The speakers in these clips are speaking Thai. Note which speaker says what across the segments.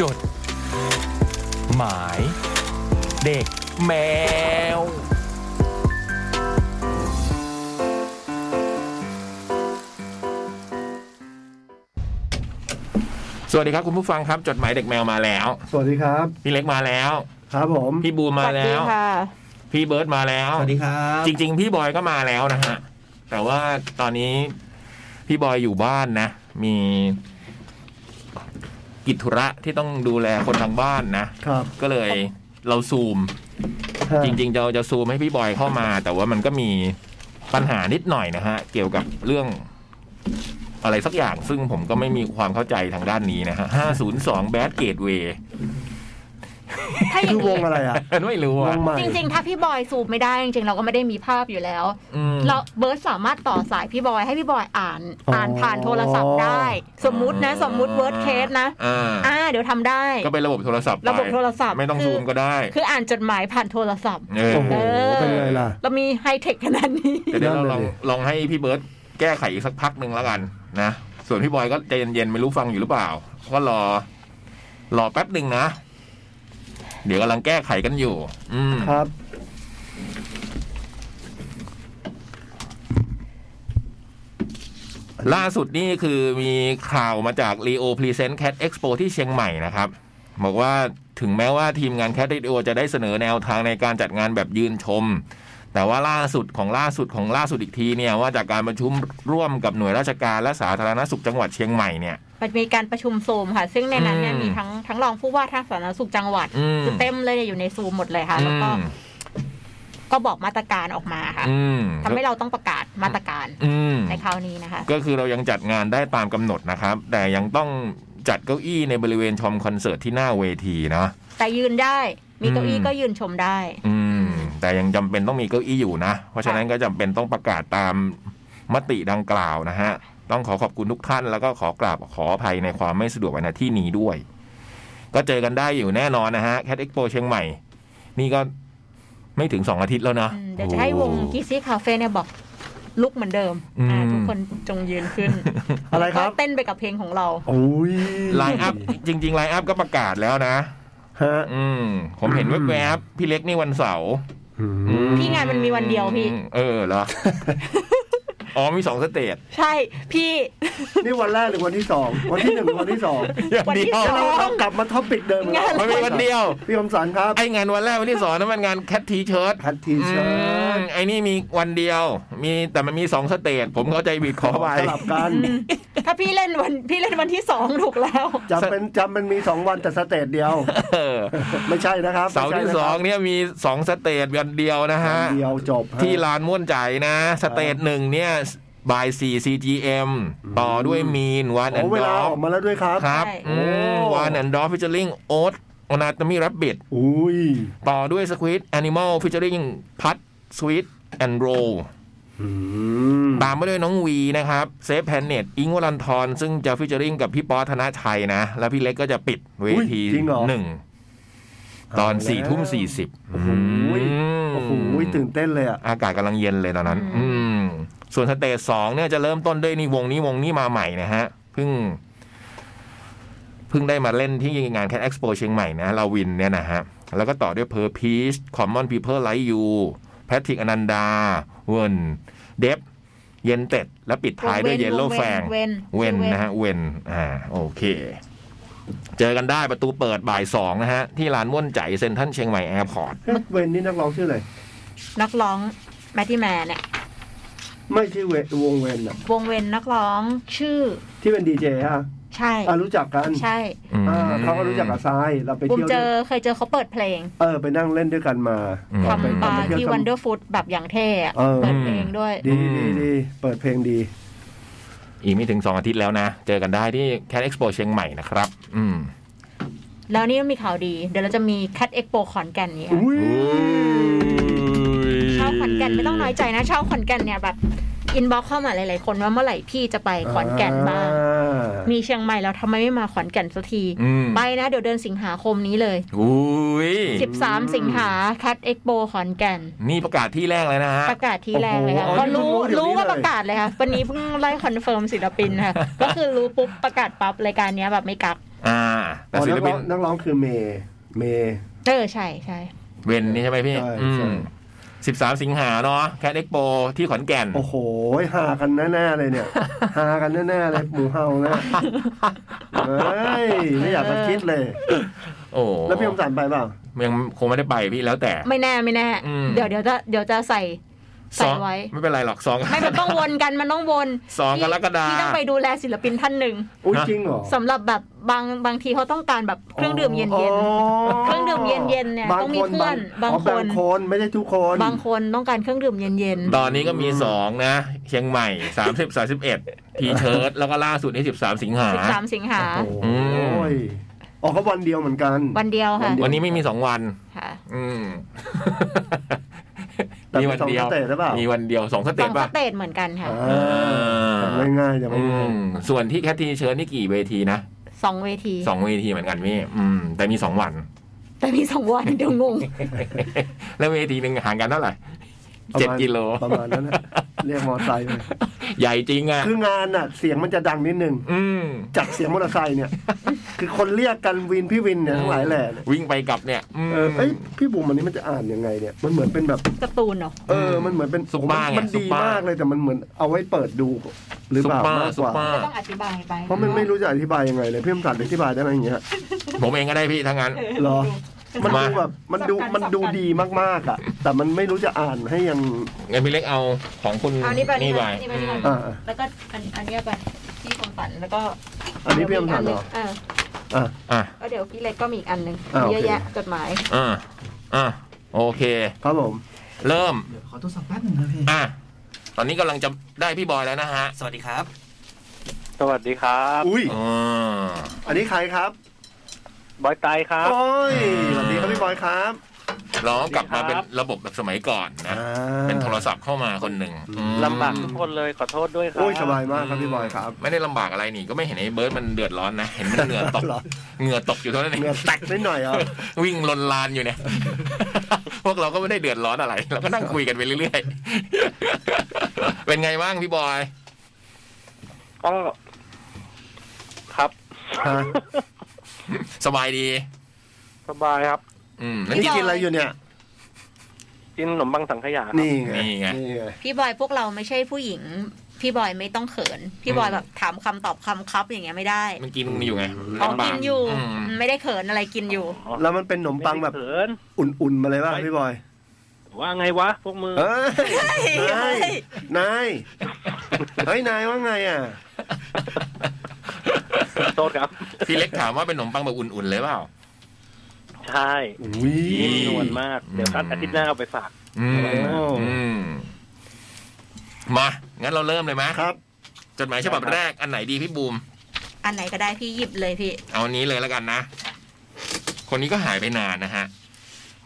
Speaker 1: จด หมาย เด็กแมว สวัสดีครับคุณผู้ฟังครับ จดหมายเด็กแมวมาแล้ว
Speaker 2: สวัสดีครับ
Speaker 1: พี่เล็กมาแล้ว
Speaker 2: ครับผม
Speaker 1: พี่บูมมาแล้ว
Speaker 3: ค่ะ
Speaker 1: พี่เบิร์ดมาแล้ว
Speaker 4: สวัสดีครับ
Speaker 1: จริง ๆ พี่บอยก็มาแล้วนะฮะ แต่ว่าตอนนี้พี่บอยอยู่บ้านนะ มีกิจธุระที่ต้องดูแลคนทางบ้านนะ
Speaker 2: ครับ
Speaker 1: ก็เลยเราซูม
Speaker 2: ฮะ
Speaker 1: จริง ๆ เราจะซูมให้พี่บอยเข้ามา แต่ว่ามันก็มีปัญหานิดหน่อยนะฮะ เกี่ยวกับเรื่องอะไรสักอย่าง ซึ่งผมก็ไม่มีความเข้าใจทางด้านนี้นะฮะห้าศูนย์สองแบดเกตเวย์
Speaker 3: ถ้าอ
Speaker 2: คือ
Speaker 3: ย่า
Speaker 2: งว
Speaker 3: นี้
Speaker 2: งอะไรอ่ะ
Speaker 1: ไม่รู้
Speaker 2: ว
Speaker 1: อ่ะ
Speaker 2: งใหม่
Speaker 3: จริง ๆ ถ้าพี่บอยซูมไม่ได้จริงๆ เราก็ไม่ได้มีภาพอยู่แล้ว
Speaker 1: อืม
Speaker 3: เราเบิร์ดสามารถต่อสายพี่บอยให้พี่บอยอ่าน อ่านผ่านโทรศัพท์ได้ สมมุตินะ สมมุติเวิร์ดเคสนะ
Speaker 1: อ่า
Speaker 3: อ่า เดี๋ยวทำได้
Speaker 1: ก็เป็นระบบโทรศัพท์ไประ
Speaker 3: บบโทรศัพท์
Speaker 1: ไม่ต้อง
Speaker 3: คือ
Speaker 1: ซูมก็ได้
Speaker 3: คืออ่านจดหมายผ่านโทรศัพท์
Speaker 1: เออ
Speaker 2: โอ้โห
Speaker 3: เออ
Speaker 2: เป็นไงล่ะ
Speaker 3: เรามีไฮเทคขนาดนี้
Speaker 1: แต่เดี๋ยวเราลอง
Speaker 2: นั่นเลยดิ
Speaker 1: ลองให้พี่เบิร์ตแก้ไขอีกสักพักหนึ่งแล้วกันนะ ส่วนพี่บอยก็ใจเย็นๆไม่รู้ฟังอยู่หรือเปล่า ก็รอ รอแป๊บหนึ่งนะ เดี๋ยวกำลังแก้ไขกันอยู่ อืม
Speaker 2: ครับ
Speaker 1: ล่าสุดนี่คือมีข่าวมาจาก Leo Present Cat Expo ที่เชียงใหม่นะครับ บอกว่าถึงแม้ว่าทีมงานแค t เ a d i o จะได้เสนอแนวทางในการจัดงานแบบยืนชม แต่ว่าล่าสุดของล่าสุดของล่าสุดอีกทีเนี่ยว่าจากการประชุมร่วมกับหน่วยราชการและสาธารณสุขจังหวัดเชียงใหม่เนี่ย
Speaker 3: มันมีการประชุมซูมค่ะ ซึ่งในนั้นเนี่ย
Speaker 1: อืม
Speaker 3: มีทั้งทั้งรองผู้ว่าทั้งสาธารณสุขจังหวัด
Speaker 1: อืม
Speaker 3: คือเต็มเลยเนี่ยอยู่ในซูมหมดเลยค่ะ แล้วก็
Speaker 1: อืม
Speaker 3: ก็บอกมาตรการออกมาค่ะ
Speaker 1: อืม
Speaker 3: ทำให้เราต้องประกาศมาตรการ
Speaker 1: อืม
Speaker 3: ในคราวนี้นะคะ
Speaker 1: ก็คือเรายังจัดงานได้ตามกำหนดนะครับ แต่ยังต้องจัดเก้าอี้ในบริเวณชมคอนเสิร์ตที่หน้าเวทีนะ
Speaker 3: แต่ยืนได้ มีเก้าอี้
Speaker 1: อืม
Speaker 3: ก็ยืนชมได้
Speaker 1: อืม แต่ยังจำเป็นต้องมีเก้าอี้อยู่นะ เพราะฉะนั้นก็จำเป็นต้องประกาศตามมติดังกล่าวนะฮะ ต้องขอขอบคุณทุกท่านแล้วก็ขอกราบขออภัยในความไม่สะดวกในที่นี้ด้วย ก็เจอกันได้อยู่แน่นอนนะฮะแคดเอ็กโปเชียงใหม่ นี่ก็ไม่ถึงสองอาทิตย์แล้วนะ
Speaker 3: อืมเดี๋ยวจะให้วงกิซี่คาเฟ่เนี่ยบอกลุกเหมือนเดิม
Speaker 1: อืม
Speaker 3: อ่าทุกคนจงยืนขึ้น
Speaker 2: อะไรครับ
Speaker 3: แล้วก็เต้นไปกับเพลงของเรา
Speaker 2: โอ้ย
Speaker 1: ไลน์อัพจริงๆไลน์อัพก็ประกาศแล้วนะ
Speaker 2: ฮะ
Speaker 1: อืม ผมเห็นแวบๆพี่เล็กนี่วันเสาร์
Speaker 2: อืม
Speaker 3: พี่งานมันมีวันเดียวพี่
Speaker 1: เออเหรอ อ๋อมีสองสเตจ
Speaker 3: ใช่พี่
Speaker 2: นี่วันแรกหรือวันที่สองวันที่หนึ่งหรือวันที่สอง
Speaker 3: วันที่สอ
Speaker 2: เรา
Speaker 3: ง
Speaker 2: กลับมาท็อปิกเดิม
Speaker 3: งาน
Speaker 1: มันเป็นวันเดียว
Speaker 2: พี่คำสันครับ
Speaker 1: ไองานวันแรกวันที่สองนั้นมันงานแคททีเชิร์ต
Speaker 2: คัดทีเชิญ
Speaker 1: ไอนี่มีวันเดียว มีแต่มันมีสองสเตจผมเข้าใจผิดขอไป
Speaker 2: สลับกัน
Speaker 3: อืมถ้าพี่เล่นวันพี่เล่นวันที่สองถูกแล้ว
Speaker 2: จำเป็นจำเป็นมีสองวันแต่สเตจเดียว
Speaker 1: เออ
Speaker 2: ไม่ใช่นะครับ
Speaker 1: เสาร์ที่
Speaker 2: ไม่
Speaker 1: ส
Speaker 2: ใช่
Speaker 1: อง
Speaker 2: นะ
Speaker 1: เนี่ยมีสองสเตจวันเดียวนะครับ ฮะ
Speaker 2: วันเดียวจบฮะ
Speaker 1: ที่ลานม่วนใจนะ สเตจหนึ่งเนี่ยบ่ายสี่ CGM ต่อด้วยมีนวันแอน
Speaker 2: โอ้เว
Speaker 1: ด์
Speaker 2: ลา
Speaker 1: ด็อ
Speaker 2: อก อกมาแล้วด้วยครับ
Speaker 1: ครับ
Speaker 3: ใช่
Speaker 1: วานแอนด์ดอฟฟิชเชอร์ลิงโอ๊ตอนาตมีรับบิด
Speaker 2: อุ้ย
Speaker 1: ต่อด้วยสควิตแอนิมอลฟิชเชอร์ลิงพัดสวิตแอนด์โรตามมาด้วยน้องวีนะครับเซฟแพนเน็ตอิงค์วรันทรซึ่งจะฟิชเชอร์ลิงกับพี่ป๊อธนชัยนะ แล้วพี่เล็กก็จะปิดเวที
Speaker 2: อุ๊ยจริงเหรอ
Speaker 1: หนึ่งตอน
Speaker 2: เอาแล้ว
Speaker 1: สี่ทุ่มสี่สิบ
Speaker 2: โอ้โห โอ้โหตื่นเต้นเลยอ่ะ
Speaker 1: อากาศกำลังเย็นเลยตอนนั้น อืม ส่วนสเตจสองเนี่ยจะเริ่มต้นด้วยนี่วงนี้วงนี้มาใหม่นะฮะเพิ่ง เพิ่งได้มาเล่นที่งานแค t เอ็กซ์โปเชียงใหม่นะลาวินเนี่ยนะฮะ แล้วก็ต่อด้วยเพอร์พีชคอมมอนพีเพิลไลยูแพทริกอนันดา เวนเดฟเยนเต็ด และปิดท้ายด้วยเยลโล่แฟง
Speaker 3: เว้น
Speaker 1: เว
Speaker 3: เว้
Speaker 1: น
Speaker 3: นเว้น
Speaker 1: นะฮะเวนอ่าโอเค เจอกันได้ประตูเปิดบ่ายสองนะฮะ ที่ลานม่วนใจเซ็นทรัลเชียงใหม่แอร์พอร์ต
Speaker 2: เวนนี่นักร้องชื่ออะไร
Speaker 3: นักร้องแมทตี้แมนเนี่ย
Speaker 2: ไม่ใช่เวนวงเวนอ่ะ
Speaker 3: วงเวนนักร้องชื่อ
Speaker 2: ที่เป็นดีเจฮะ
Speaker 3: ใช่
Speaker 2: อ่ะรู้จักกัน
Speaker 3: ใช่
Speaker 2: อ่าเขาก็รู้จักกับทราย เราไป
Speaker 3: บุม
Speaker 2: เที่ยว
Speaker 3: เจ
Speaker 2: ด้ว
Speaker 3: อย เคยเจอเขาเปิดเพลง
Speaker 2: เออ ไปนั่งเล่นด้วยกันมา
Speaker 1: ม
Speaker 3: ทำบาร์ที่
Speaker 2: ทำ
Speaker 3: วันเดอร์ฟูดแบบอย่างเท่อะ
Speaker 2: เออ
Speaker 3: เปิดเพลงด้วย
Speaker 2: ดี
Speaker 1: อื
Speaker 2: ดี
Speaker 1: ม
Speaker 2: ดีเปิดเพลงดี
Speaker 1: อีกไม่ถึง 2 อาทิตย์แล้วนะ เจอกันได้ที่แค t เอ็กซ์โปเชียงใหม่นะครับ อืม
Speaker 3: แล้วนี่ก็มีข่าวดี เดี๋ยวเราจะมีแคดเอ็กโปขอนแก่นนี้ค่ะ
Speaker 2: อุ้ย
Speaker 3: ชาวขอนแก่นไม่ต้องน้อยใจนะชาวขอนแก่นเนี่ยแบบอินบ็อกเข้ามาหลาย ๆ คนว่าเมื่อไหร่พี่จะไปขอนแก่นบ้าง
Speaker 2: อ่
Speaker 3: มีเชียงใหม่แล้วทำไมไม่มาขอนแก่นสักที
Speaker 1: อืม
Speaker 3: ไปนะเดี๋ยวเดือนสิงหาคมนี้เลย
Speaker 1: อุ้ย
Speaker 3: 13 สิงหาแคดเอ็กโปขอนแก่น
Speaker 1: นี่ประกาศที่แรกเลยนะฮะ
Speaker 3: ประกาศที่แรกเลยค่ะ
Speaker 1: โอ้โห
Speaker 3: ก็รู้รู้ว่าประกา ศเลยค่ะ วันนี้เพิ่งไล่คอนเฟิร์มศิลปินค่ะ ก็คือรู้ปุ๊บประกาศปั๊บรายการเนี้ยแบบไม่กัก
Speaker 1: อ่า แต่ศิลปิน
Speaker 2: อ๋อนักร้องนักร้องคือเมย์เมย์
Speaker 3: เออใช่ใช่
Speaker 1: เวนนี่ใช่ไหมพี่
Speaker 2: ใช่
Speaker 1: อื
Speaker 2: ใช่
Speaker 1: มสิบสามสิงหาเนาะแคดเอ็กโปที่ขอนแก่น
Speaker 2: โอ้โหหากันแน่ๆเลย เนี่ย หากันแน่ๆเลยหมูเฮานะเฮ้ยไม่อยากจะคิดเลย
Speaker 1: โอ้
Speaker 2: แล้วพี่อมสันไปเปล่า
Speaker 1: ยังคงไม่ได้ไปพี่แล้วแต่
Speaker 3: ไม่แน่ไม่แน่
Speaker 1: อืม
Speaker 3: เดี๋ยวเดี๋ยวจะเดี๋ยวจะใส่
Speaker 1: ส
Speaker 3: ใส่
Speaker 1: อง
Speaker 3: ไว้
Speaker 1: ไม่เป็นไรหรอกสอง
Speaker 3: ไม่มันต้องวนกันมันต้องวน
Speaker 1: สองกรกฎา
Speaker 3: ที่ต้องไปดูแลศิลปินท่านหนึ่ง
Speaker 2: อุ้ย
Speaker 1: ฮะ
Speaker 2: จริงเหรอ
Speaker 3: สำหรับแบบบางบางทีเขาต้องการแบบเครื่องดื่มเย็น
Speaker 2: อ๋
Speaker 3: เย็น
Speaker 2: อ
Speaker 3: เครื่องดื่มเย็นๆเนี่ย
Speaker 2: บา
Speaker 3: ต้องมีเพื่อน
Speaker 2: บาง
Speaker 3: บาง
Speaker 2: อ๋อบาง
Speaker 3: คน
Speaker 2: คนไม่ใช่ทุกคน
Speaker 3: บางคนต้องการเครื่องดื่มเย็นเย็นๆ
Speaker 1: ตอนนี้ก็มีสองนะเชียงใหม่สามสิบสามสิบเอ็ดทีเชิร์ตแล้วก็ล่าสุดนี่สิบสามสิงหา
Speaker 3: สิบสามสิงหา
Speaker 2: โอ้โห
Speaker 1: อืม
Speaker 2: อ๋อเขาวันเดียวเหมือนกัน
Speaker 3: วันเดียวค่ะ
Speaker 2: วันเดีย
Speaker 1: วันนี้ไม่มีสองวัน
Speaker 3: ค่ะ
Speaker 1: อืม
Speaker 2: แต่
Speaker 1: มี
Speaker 2: มี
Speaker 1: วัน
Speaker 2: สอง
Speaker 1: เดียว
Speaker 2: สเตจหรือเปล่ามี
Speaker 1: มีวันเดียวสองส
Speaker 3: ส
Speaker 1: เต็
Speaker 3: อ
Speaker 1: ป
Speaker 3: งส
Speaker 1: ป่ะ
Speaker 3: เตจเหมือนกันค่ะ
Speaker 2: ไม่ง่ายจะไม่
Speaker 1: อื
Speaker 2: ง่าย
Speaker 1: มส่วนที่แคททีเชิร์ตนี่กี่เวทีนะ
Speaker 3: สองเวที
Speaker 1: สองเวทีเหมือนกันพี่อืม แต่มีสองวัน
Speaker 3: แต่มีสองวันเดี๋ยวงง
Speaker 1: แล้วเวทีหนึ่งห่างกันเท่าไหร่เจ็ดกิโล
Speaker 2: ประมาณนั้นนะเรียกมอเตอร์ไซค์ไป
Speaker 1: ใหญ่จริงอ่ะ
Speaker 2: คืองานอ่ะ เสียงมันจะดังนิดนึง
Speaker 1: อืม
Speaker 2: จากเสียงมอเตอร์ไซค์เนี่ย คือคนเรียกกันวินพี่วินเนี่ยทั้งหลายแหละเนี่ย
Speaker 1: วิ่งไปกลับเนี่ยอืม
Speaker 2: เออเอ้ยพี่บุ๋มอันนี้มันจะอ่านยังไงเนี่ย มันเหมือนเป็นแบบ
Speaker 3: การ์ตูนเนาะ
Speaker 2: เออ มันเหมือนเป็น
Speaker 1: ซุปเปอร์ไง
Speaker 2: มัน
Speaker 1: ซุ
Speaker 2: ดี
Speaker 1: ปเปอร์
Speaker 2: มากเลยแต่มันเหมือนเอาไว้เปิดดูหรือ
Speaker 1: ซุ
Speaker 2: เป
Speaker 1: ป
Speaker 2: ล่า
Speaker 1: เปอ
Speaker 2: มา
Speaker 1: ร์
Speaker 2: ก
Speaker 1: ซุ
Speaker 2: ก
Speaker 1: ป
Speaker 2: ว่า
Speaker 1: เปอร์
Speaker 3: ต้องอธิบายไป
Speaker 2: เพราะมันไม่รู้จะอธิบายยังไงเลยพี่อมสันอธิบายได้ไหมอย่างเงี้ย
Speaker 1: ผมเองก็ได้พี่ทั้งนั้น
Speaker 2: เหรอ มัน
Speaker 1: มา
Speaker 2: ดูแบบมันดูมันดูดีมากๆอ่ะ แต่มันไม่รู้จะอ่านให้ยัง
Speaker 1: งั้นพี่เล็กเอาของคุณ
Speaker 3: เอานี่ไป
Speaker 1: นี่ไป
Speaker 3: นี่ไปนี่ไป
Speaker 2: อ่า
Speaker 3: แล้วก็อันอันเนี้ยไปที่ความฝันแล้วก็
Speaker 2: อันนี้พี่อมสันเหรอ
Speaker 3: เออ
Speaker 2: อ่ะ
Speaker 1: อ่ะ
Speaker 3: แล้วเดี๋ยวพี่เล็กก็มีอีกอันหนึ่ง
Speaker 2: อ่าโอเค
Speaker 3: เยอะแยะจดหมาย
Speaker 1: อ่ะอ่ะโอเค
Speaker 2: ครับผม
Speaker 1: เริ่ม
Speaker 4: เดี๋ยวขอโทรศัพท์แป๊บหนึงนะพี่
Speaker 1: อ่ะตอนนี้กำลังจะได้พี่บอยแล้วนะฮะ
Speaker 4: สวัสดีครับ
Speaker 5: สวัสดีครับ
Speaker 2: อุ้ย
Speaker 1: อ๋อ
Speaker 2: อันนี้ใครครับ
Speaker 5: บอยไตครับ
Speaker 2: โอ้ยสวัสดีครับพี่บอยครับ
Speaker 1: ร้องกลับมาเป็น
Speaker 5: ครับ
Speaker 1: ระบบแบบสมัยก่อนนะ
Speaker 2: อ่า
Speaker 1: เป็นโทรศัพท์เข้ามาคนหนึ่งอืม
Speaker 5: ลำบากทุกคนเลยขอโทษด้วยครับ
Speaker 2: โอ้ยสบายมากครับพี่บอยครับ
Speaker 1: ไม่ได้ลำบากอะไรนี่ก็ไม่เห็นไอ้เบิร์ดมันเดือดร้อนนะ เห็นมันเหงื่อตก
Speaker 2: เหรอ
Speaker 1: เหงื่อตกอยู่เท่านั้นเอง
Speaker 2: เหงื่อแตกนิดหน่อยเหรอ่ะ
Speaker 1: วิ่งลนลาน อยู่เนี่ย พวกเราก็ไม่ได้เดือดร้อนอะไร เราก็นั่งคุยกันไปเรื่อยๆ เป็นไงบ้างพี่บอย
Speaker 5: ก็ครับ
Speaker 1: สบายดี
Speaker 5: สบายครับ
Speaker 1: อืมแล้ว
Speaker 2: นี่
Speaker 1: นี่
Speaker 2: กินอะไรอยู่เนี่ย
Speaker 5: กินขนมปังสังขยาครับ
Speaker 2: นี่ไง
Speaker 1: นี่ไง
Speaker 3: พี่บอยพวกเราไม่ใช่ผู้หญิง พี่บอยไม่ต้องเขิน พี่บอยแบบถามคำตอบคำครับอย่างเงี้ยไม่ได้
Speaker 1: มันกินอยู่ไง
Speaker 3: ขอ
Speaker 1: ลำบา
Speaker 3: กินอยู่
Speaker 1: ม
Speaker 3: ไม่ได้เขินอะไรกินอยู่
Speaker 2: แล้วมันเป็นขนมปังแบบ
Speaker 5: ไม่ได้เขิน
Speaker 2: อุ่นๆมาเลยป่ะพี่บอย
Speaker 5: ว่าไงวะ พวกมือ
Speaker 2: เอ้ย
Speaker 3: เฮ้
Speaker 2: นายนา
Speaker 3: ย
Speaker 2: ยเฮ้ยนายว่าไงอ่ะ
Speaker 5: โทษ ครับ
Speaker 1: พี่เล็กถามว่าเป็นขนมปังแบบอุ่นๆเลยเปล่า
Speaker 5: ใช่
Speaker 2: อุ้ย
Speaker 5: นิ่มนวลมาก เดี๋ยวท่านอาทิตย์หน้าเอาไปฝาก
Speaker 1: อืม
Speaker 2: โอ้
Speaker 1: อืมมา งั้นเราเริ่มเลยไหม
Speaker 2: ครับ
Speaker 1: จดหมายฉบับแรกอันไหนดีพี่บูม
Speaker 3: อันไหนก็ได้พี่หยิบเลยพี่
Speaker 1: เอาอันนี้เลยแล้วกันนะ คนนี้ก็หายไปนานนะฮะ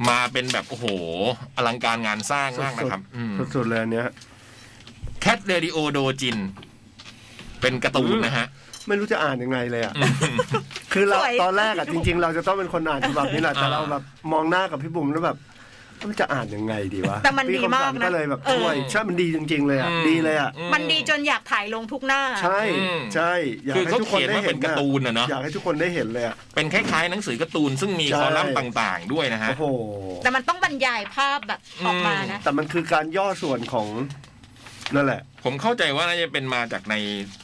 Speaker 1: มาเป็นแบบ โอ้โห อลังการงานสร้างมากนะครับ
Speaker 2: สุดๆเลยอันเนี้ย
Speaker 1: แคทเรดิโอโดจิน เป็นการ์ตูนนะฮะ
Speaker 2: ไม่รู้จะอ่านยังไงเลยอ่ะ
Speaker 1: อืม
Speaker 2: คือเรา
Speaker 3: สวย
Speaker 2: ตอนแรกอ่ะจริง ๆ เราจะต้องเป็นคนอ่านฉบับนี้แหละแต่
Speaker 1: อ่า
Speaker 2: เราแบบมองหน้ากับพี่บุ๋มแล้วแบบมันจะอ่านยังไงดีวะ
Speaker 3: แต่มัน
Speaker 2: พี่
Speaker 3: ดีมาก
Speaker 2: คำสั่ง
Speaker 3: นะ
Speaker 2: ก็เลยแบบช่วย
Speaker 1: เออ
Speaker 2: ใช่มันดีจริง ๆ เลยอ่ะดีเลยอ่ะ
Speaker 1: อื
Speaker 3: มันดีจนอยากถ่ายลงทุกหน้า
Speaker 2: ใช่ใช่อยาก
Speaker 1: คือ
Speaker 2: ให้
Speaker 1: เขา
Speaker 2: ทุกคน
Speaker 1: เขียน
Speaker 2: ได้
Speaker 1: ว่า
Speaker 2: เห็
Speaker 1: เป็น นการ์ตูนนะเนาะ
Speaker 2: อยากให้ทุกคนได้เห็นเลยอ่ะ
Speaker 1: เป็นคล้ายๆหนังสือการ์ตูนซึ่งมี
Speaker 2: ใช่
Speaker 1: คอลัมน์ต่างๆด้วยนะฮะ
Speaker 2: โอ้โห
Speaker 3: แต่มันต้องบรรยายภาพแบบออกมานะ
Speaker 2: แต่มันคือการย่อส่วนของนั่นแหละ
Speaker 1: ผมเข้าใจว่าน่าจะเป็นมาจากใน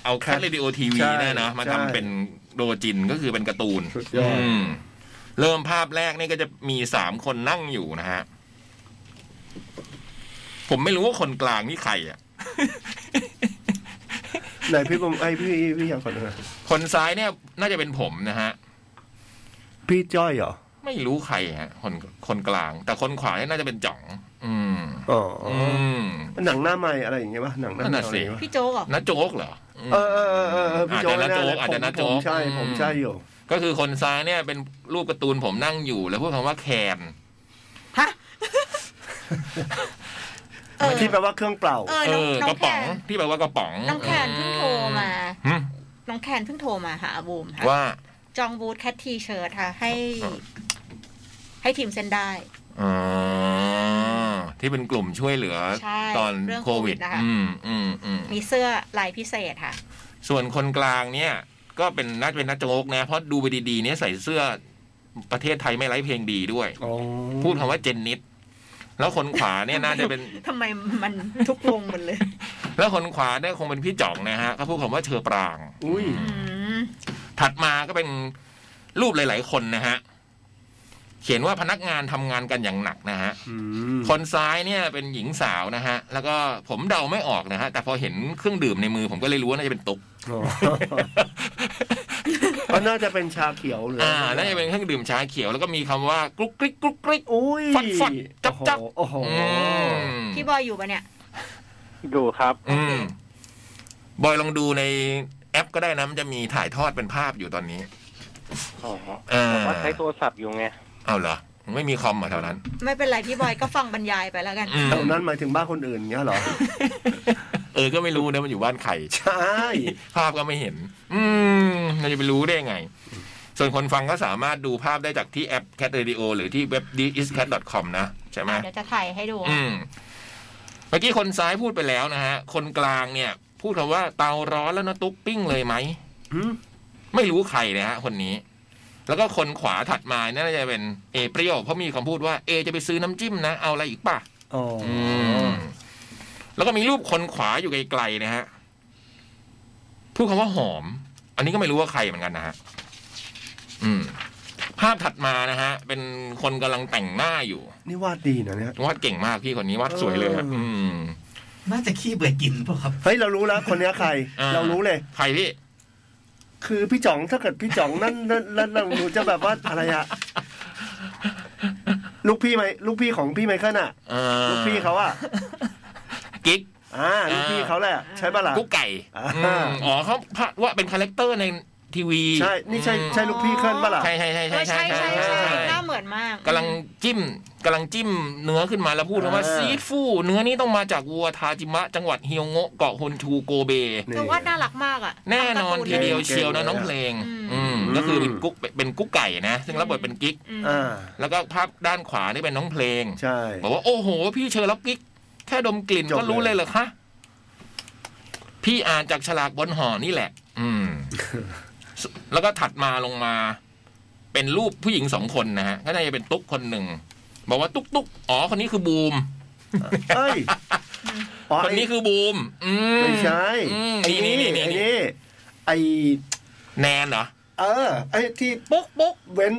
Speaker 1: เอาแคทเรดิโอทีวี
Speaker 2: ใช่
Speaker 1: เนี่ยนะมาทำ
Speaker 2: ใช่
Speaker 1: เป็นโดจินก็คือเป็นการ์ตูน
Speaker 2: สุดยอด
Speaker 1: อืมเริ่มภาพแรกนี่ก็จะมีสามคนนั่งอยู่นะฮะ ผมไม่รู้ว่าคนกลางนี่ใครอ่ะ
Speaker 2: ไหนพี่บอมไอพี่พี่อยากขอโทษนะ
Speaker 1: คนซ้ายเนี่ยน่าจะเป็นผมนะฮะ
Speaker 2: พี่จ้อยเหรอ
Speaker 1: ไม่รู้ใครฮะ คนคนกลาง แต่คนขวาเนี่ยน่าจะเป็นจ่อง อืม
Speaker 2: อ๋ออ
Speaker 1: อืม
Speaker 2: หนังหน้าใหม่อะไรอย่างเงี้ยป่ะหนังหน้า
Speaker 1: นั่
Speaker 2: ให
Speaker 1: น
Speaker 2: ม่
Speaker 1: น่ะ
Speaker 2: อะ
Speaker 1: สิ
Speaker 2: ไรอย่างเงี้ยปะ
Speaker 3: พี่โจ๊กเหรอ
Speaker 1: น้าโจ๊กเหรอม
Speaker 2: เออเออเออเออพี่
Speaker 1: อาจ
Speaker 2: โจ๊ก
Speaker 1: จะน้าโจ๊กอาจจะน้าโจ๊
Speaker 2: ผ
Speaker 1: ก
Speaker 2: มใช่ผมใช่อยู่
Speaker 1: ก็คือคนซ้ายเนี่ยเป็นรูปการ์ตูนผมนั่งอยู่แล้วพูดคำว่าแคน
Speaker 3: ฮะเออ
Speaker 2: ที่แปลว่าเครื่องเปล่า
Speaker 3: เออ
Speaker 1: เอ
Speaker 3: น้อง
Speaker 1: อ
Speaker 3: น้อ
Speaker 1: ระ
Speaker 3: กงแค
Speaker 1: ป๋อง
Speaker 3: น
Speaker 1: ที่แปลว่ากระป๋อง
Speaker 3: น้องแคนเพิ่งโทรมา
Speaker 1: อืม
Speaker 3: น้องแคนเพิ่งโทรมาหาบูมค่ะ
Speaker 1: ว่า
Speaker 3: จองบูธแคททีเชิร์ตค่ะ ให้ ให้ทีมเส้นได้
Speaker 1: อ๋อที่เป็นกลุ่มช่วยเหลือ
Speaker 3: ใช่
Speaker 1: ตอน
Speaker 3: เรื่อง
Speaker 1: โควิด
Speaker 3: โควิดนะคะ
Speaker 1: อืมอืมอืม
Speaker 3: มีเสื้อลายพิเศษค่ะ
Speaker 1: ส่วนคนกลางเนี่ย ก็เป็นน่าจะเป็นนักโจ๊กนะ เพราะดูไปดีๆเนี่ยใส่เสื้อประเทศไทยไม่ไร้เพลงดีด้วย
Speaker 2: อ๋อ
Speaker 1: พูดคำว่าเจนนิดแล้วคนขวา เนี่ยน่าจะเป็น
Speaker 3: ทำไมมันทุกวงหมันเลย
Speaker 1: แล้วคนขวาเนี่ยคงเป็นพี่จ่องนะฮะก็พูดคำว่าเชอปราง
Speaker 2: อุ้ย
Speaker 3: อืม
Speaker 1: ถัดมาก็เป็นรูปหลาย ๆ คนนะฮะ เขียนว่าพนักงานทำงานกันอย่างหนักนะฮะ
Speaker 2: อืม
Speaker 1: คนซ้ายเนี่ยเป็นหญิงสาวนะฮะ แล้วก็ผมเดาไม่ออกนะฮะ แต่พอเห็นเครื่องดื่มในมือผมก็เลยรู้ว่าน่าจะเป็นตุ๊ก
Speaker 2: อ๋อก็น่าจะเป็นชาเขียวหรือ
Speaker 1: อ่า
Speaker 2: อะไร
Speaker 1: น่าจะเป็นเครื่องดื่มชาเขียวแล้วก็มีคำว่ากรุกกริกกรุกกริก
Speaker 2: อุ้ย
Speaker 1: ฟัดฟัดจับจับ
Speaker 2: โอ้โห
Speaker 1: อื
Speaker 2: โอ้โ
Speaker 1: ม
Speaker 2: ห
Speaker 3: พี่บอยอยู่ปะเนี่ย
Speaker 5: ดูครับ
Speaker 1: อืมบอยลองดูในแอปก็ได้นะมันจะมีถ่ายทอดเป็นภาพอยู่ตอนนี้
Speaker 5: อ๋อ
Speaker 1: อ่า
Speaker 5: ผมว่าใช้โทรศัพท์อยู่ไง
Speaker 1: เอาเหรอ ไม่มีคอมเหรอแถวนั้น
Speaker 3: ไม่เป็นไรพี่บอยก็ฟังบรรยายไปแล้วกัน
Speaker 1: อืม
Speaker 2: เท่านั้นหมายถึงบ้านคนอื่นเงี้ยเหรอ
Speaker 1: เออ ก็ไม่รู้นะมันอยู่บ้านใคร
Speaker 2: ใช่
Speaker 1: ภาพก็ไม่เห็น อืมเราจะไปรู้ได้ไง ส่วนคนฟังก็สามารถดูภาพได้จากที่แอป Cat Radio หรือที่เว็บ d i s c a t c o m นะ ใช่ไหม
Speaker 3: เดี๋ยวจะถ่ายให้ดู
Speaker 1: อืม เมื่อกี้คนซ้ายพูดไปแล้วนะฮะ คนกลางเนี่ย พูดคำว่าเตาร้อนแล้วนะตุ๊กปิ้งเลยไหม
Speaker 2: หืม
Speaker 1: ไม่รู้ใครนะฮะ คนนี้ แล้วก็คนขวาถัดมาน่าจะเป็นเอเปรี้ยวเพราะมีคำพูดว่าเอจะไปซื้อน้ำจิ้มนะ เอาอะไรอีกป่ะ
Speaker 2: อ๋อ
Speaker 1: อืม แล้วก็มีรูปคนขวาอยู่ไกลๆนะฮะ พูดคำว่าหอม อันนี้ก็ไม่รู้ว่าใครเหมือนกันนะฮะ อืม ภาพถัดมานะฮะ เป็นคนกำลังแต่งหน้าอยู่
Speaker 2: นี่วาดดีนะเนี่ย
Speaker 1: วาดเก่งมากพี่คนนี้วาดสวยเลยฮะอืม
Speaker 4: น่าจะขี้เบื่อกินเปล่ะครับ
Speaker 2: เฮ้ยเรารู้แล้วคนเนี้ยใคร
Speaker 1: อ่า
Speaker 2: เรารู้เลย
Speaker 1: ใครพี่
Speaker 2: คือพี่จ๋องถ้าเกิดพี่จ๋องนั่นนั่นนั่นนั่นหนูจะแบบว่าอะไรอะลูกพี่ไหมลูกพี่ของพี่ไมเคิลอะ
Speaker 1: เอ่อ
Speaker 2: ลูกพี่เขาอะ
Speaker 1: กิ๊ก
Speaker 2: อ่าลูกพี่เขาแหละใช่ปะล่ะ
Speaker 1: กุ๊กไก่
Speaker 2: อ่า
Speaker 1: อืมอ๋อเขาพาดว่าเป็นคาแรคเตอร์ในทีวี
Speaker 2: ใช่นี่ใช่
Speaker 1: อืม
Speaker 2: ใช่ลูกพี่เคิลปะล่ะ
Speaker 1: ใช่ใช่ใช่
Speaker 3: เออใช่ใช่ใช่หน้าเหมือนมาก
Speaker 1: กำลังจิ้มกำลังจิ้มเนื้อขึ้นมาแล้วพูดว่าซีฟู่เนื้อนี้ต้องมาจากวัวทาจิมะ จังหวัดเฮียวโงะเกาะฮอนชูโกเบ
Speaker 2: นี่
Speaker 3: แต่ว่าน่ารักมากอ่ะ
Speaker 1: แน่นอน
Speaker 3: ทำการ์
Speaker 1: ทีเดียว
Speaker 3: ล
Speaker 1: เชียวนะน้องเพลง
Speaker 3: อื
Speaker 1: อื
Speaker 3: ม
Speaker 1: มก็คือเป็นกุ๊กเป็นกุ๊กไก่นะ ซึ่งรับบทเป็นกิ๊ก
Speaker 3: อืม
Speaker 2: อ่า
Speaker 1: แล้วก็ภาพด้านขวานี่เป็นน้องเพลง
Speaker 2: ใช่
Speaker 1: บอกว่าโอ้โห พี่เชอร์ล็อกกิ๊ก แค่ดมกลิ่น
Speaker 2: จบ
Speaker 1: ก็รู้
Speaker 2: เล
Speaker 1: เลย ยเหรอคะ พี่อ่านจากฉลากบนห่อนี่แหละ อื ม แล้วก็ถัดมาลงมา เป็นรูปผู้หญิงสองคนนะฮะ ก็น่าจะเป็นตุ๊กคนหนึ่ง บอกว่าตุ๊กตุ๊กอ๋อ คนนี้คือบูม
Speaker 2: เอ้ยอ๋อ
Speaker 1: คน
Speaker 2: ไอ้
Speaker 1: นี้คือบูม อืม
Speaker 2: ไม่ใช่
Speaker 1: อืม
Speaker 2: ไอ้
Speaker 1: นี่
Speaker 2: นี่
Speaker 1: นี่นี่
Speaker 2: ไอ้
Speaker 1: นี่
Speaker 2: นี่ไอ้
Speaker 1: แนนเหรอ
Speaker 2: เออไอ้ที่
Speaker 1: ปุ๊กปุ๊ก
Speaker 2: เว้น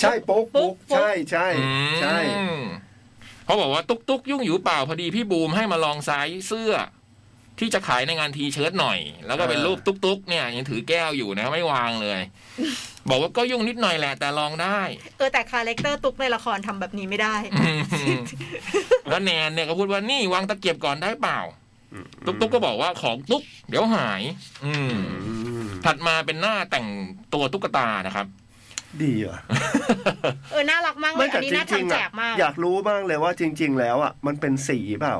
Speaker 2: ใช่ปุ๊กปุ๊กใช่ใช่ใช่
Speaker 1: อืมเขาบอกว่าตุ๊กตุ๊กยุ่งอยู่เปล่าพอดีพี่บูมให้มาลองไซส์เสื้อ ที่จะขายในงานทีเชิ้ตหน่อย แล้วก็เป็น
Speaker 2: เออ
Speaker 1: รูปตุ๊กตุ๊กเนี่ยยังถือแก้วอยู่นะไม่วาง เลย บอกว่าก็ยุ่งนิดหน่อยแหละ แต่ลองได้
Speaker 3: เออแต่คาแรคเตอร์ตุ๊กในละครทำแบบนี้ไม่ได้
Speaker 1: อืมแล้วแนนเนี่ยก็พูดว่านี่วางตะเกียบก่อนได้เปล่า ตุ๊กตุ๊กก็บอกว่าของตุ๊กเดี๋ยวหาย อืม
Speaker 2: อืม
Speaker 1: ถัดมาเป็นหน้าแต่งตัวตุ๊กตานะครับ
Speaker 2: ดีว่ะ
Speaker 3: เออน่ารักมากเล
Speaker 2: ไม่
Speaker 3: ยอั
Speaker 2: แต่
Speaker 3: นนี้
Speaker 2: จ
Speaker 3: น่า
Speaker 2: ริง
Speaker 3: ทำ
Speaker 2: ๆ
Speaker 3: แจ
Speaker 2: อะ
Speaker 3: กมาก
Speaker 2: อยากรู้บ้างเลยว่าจริง ๆ แล้วอ่ะมันเป็นสีเปล่า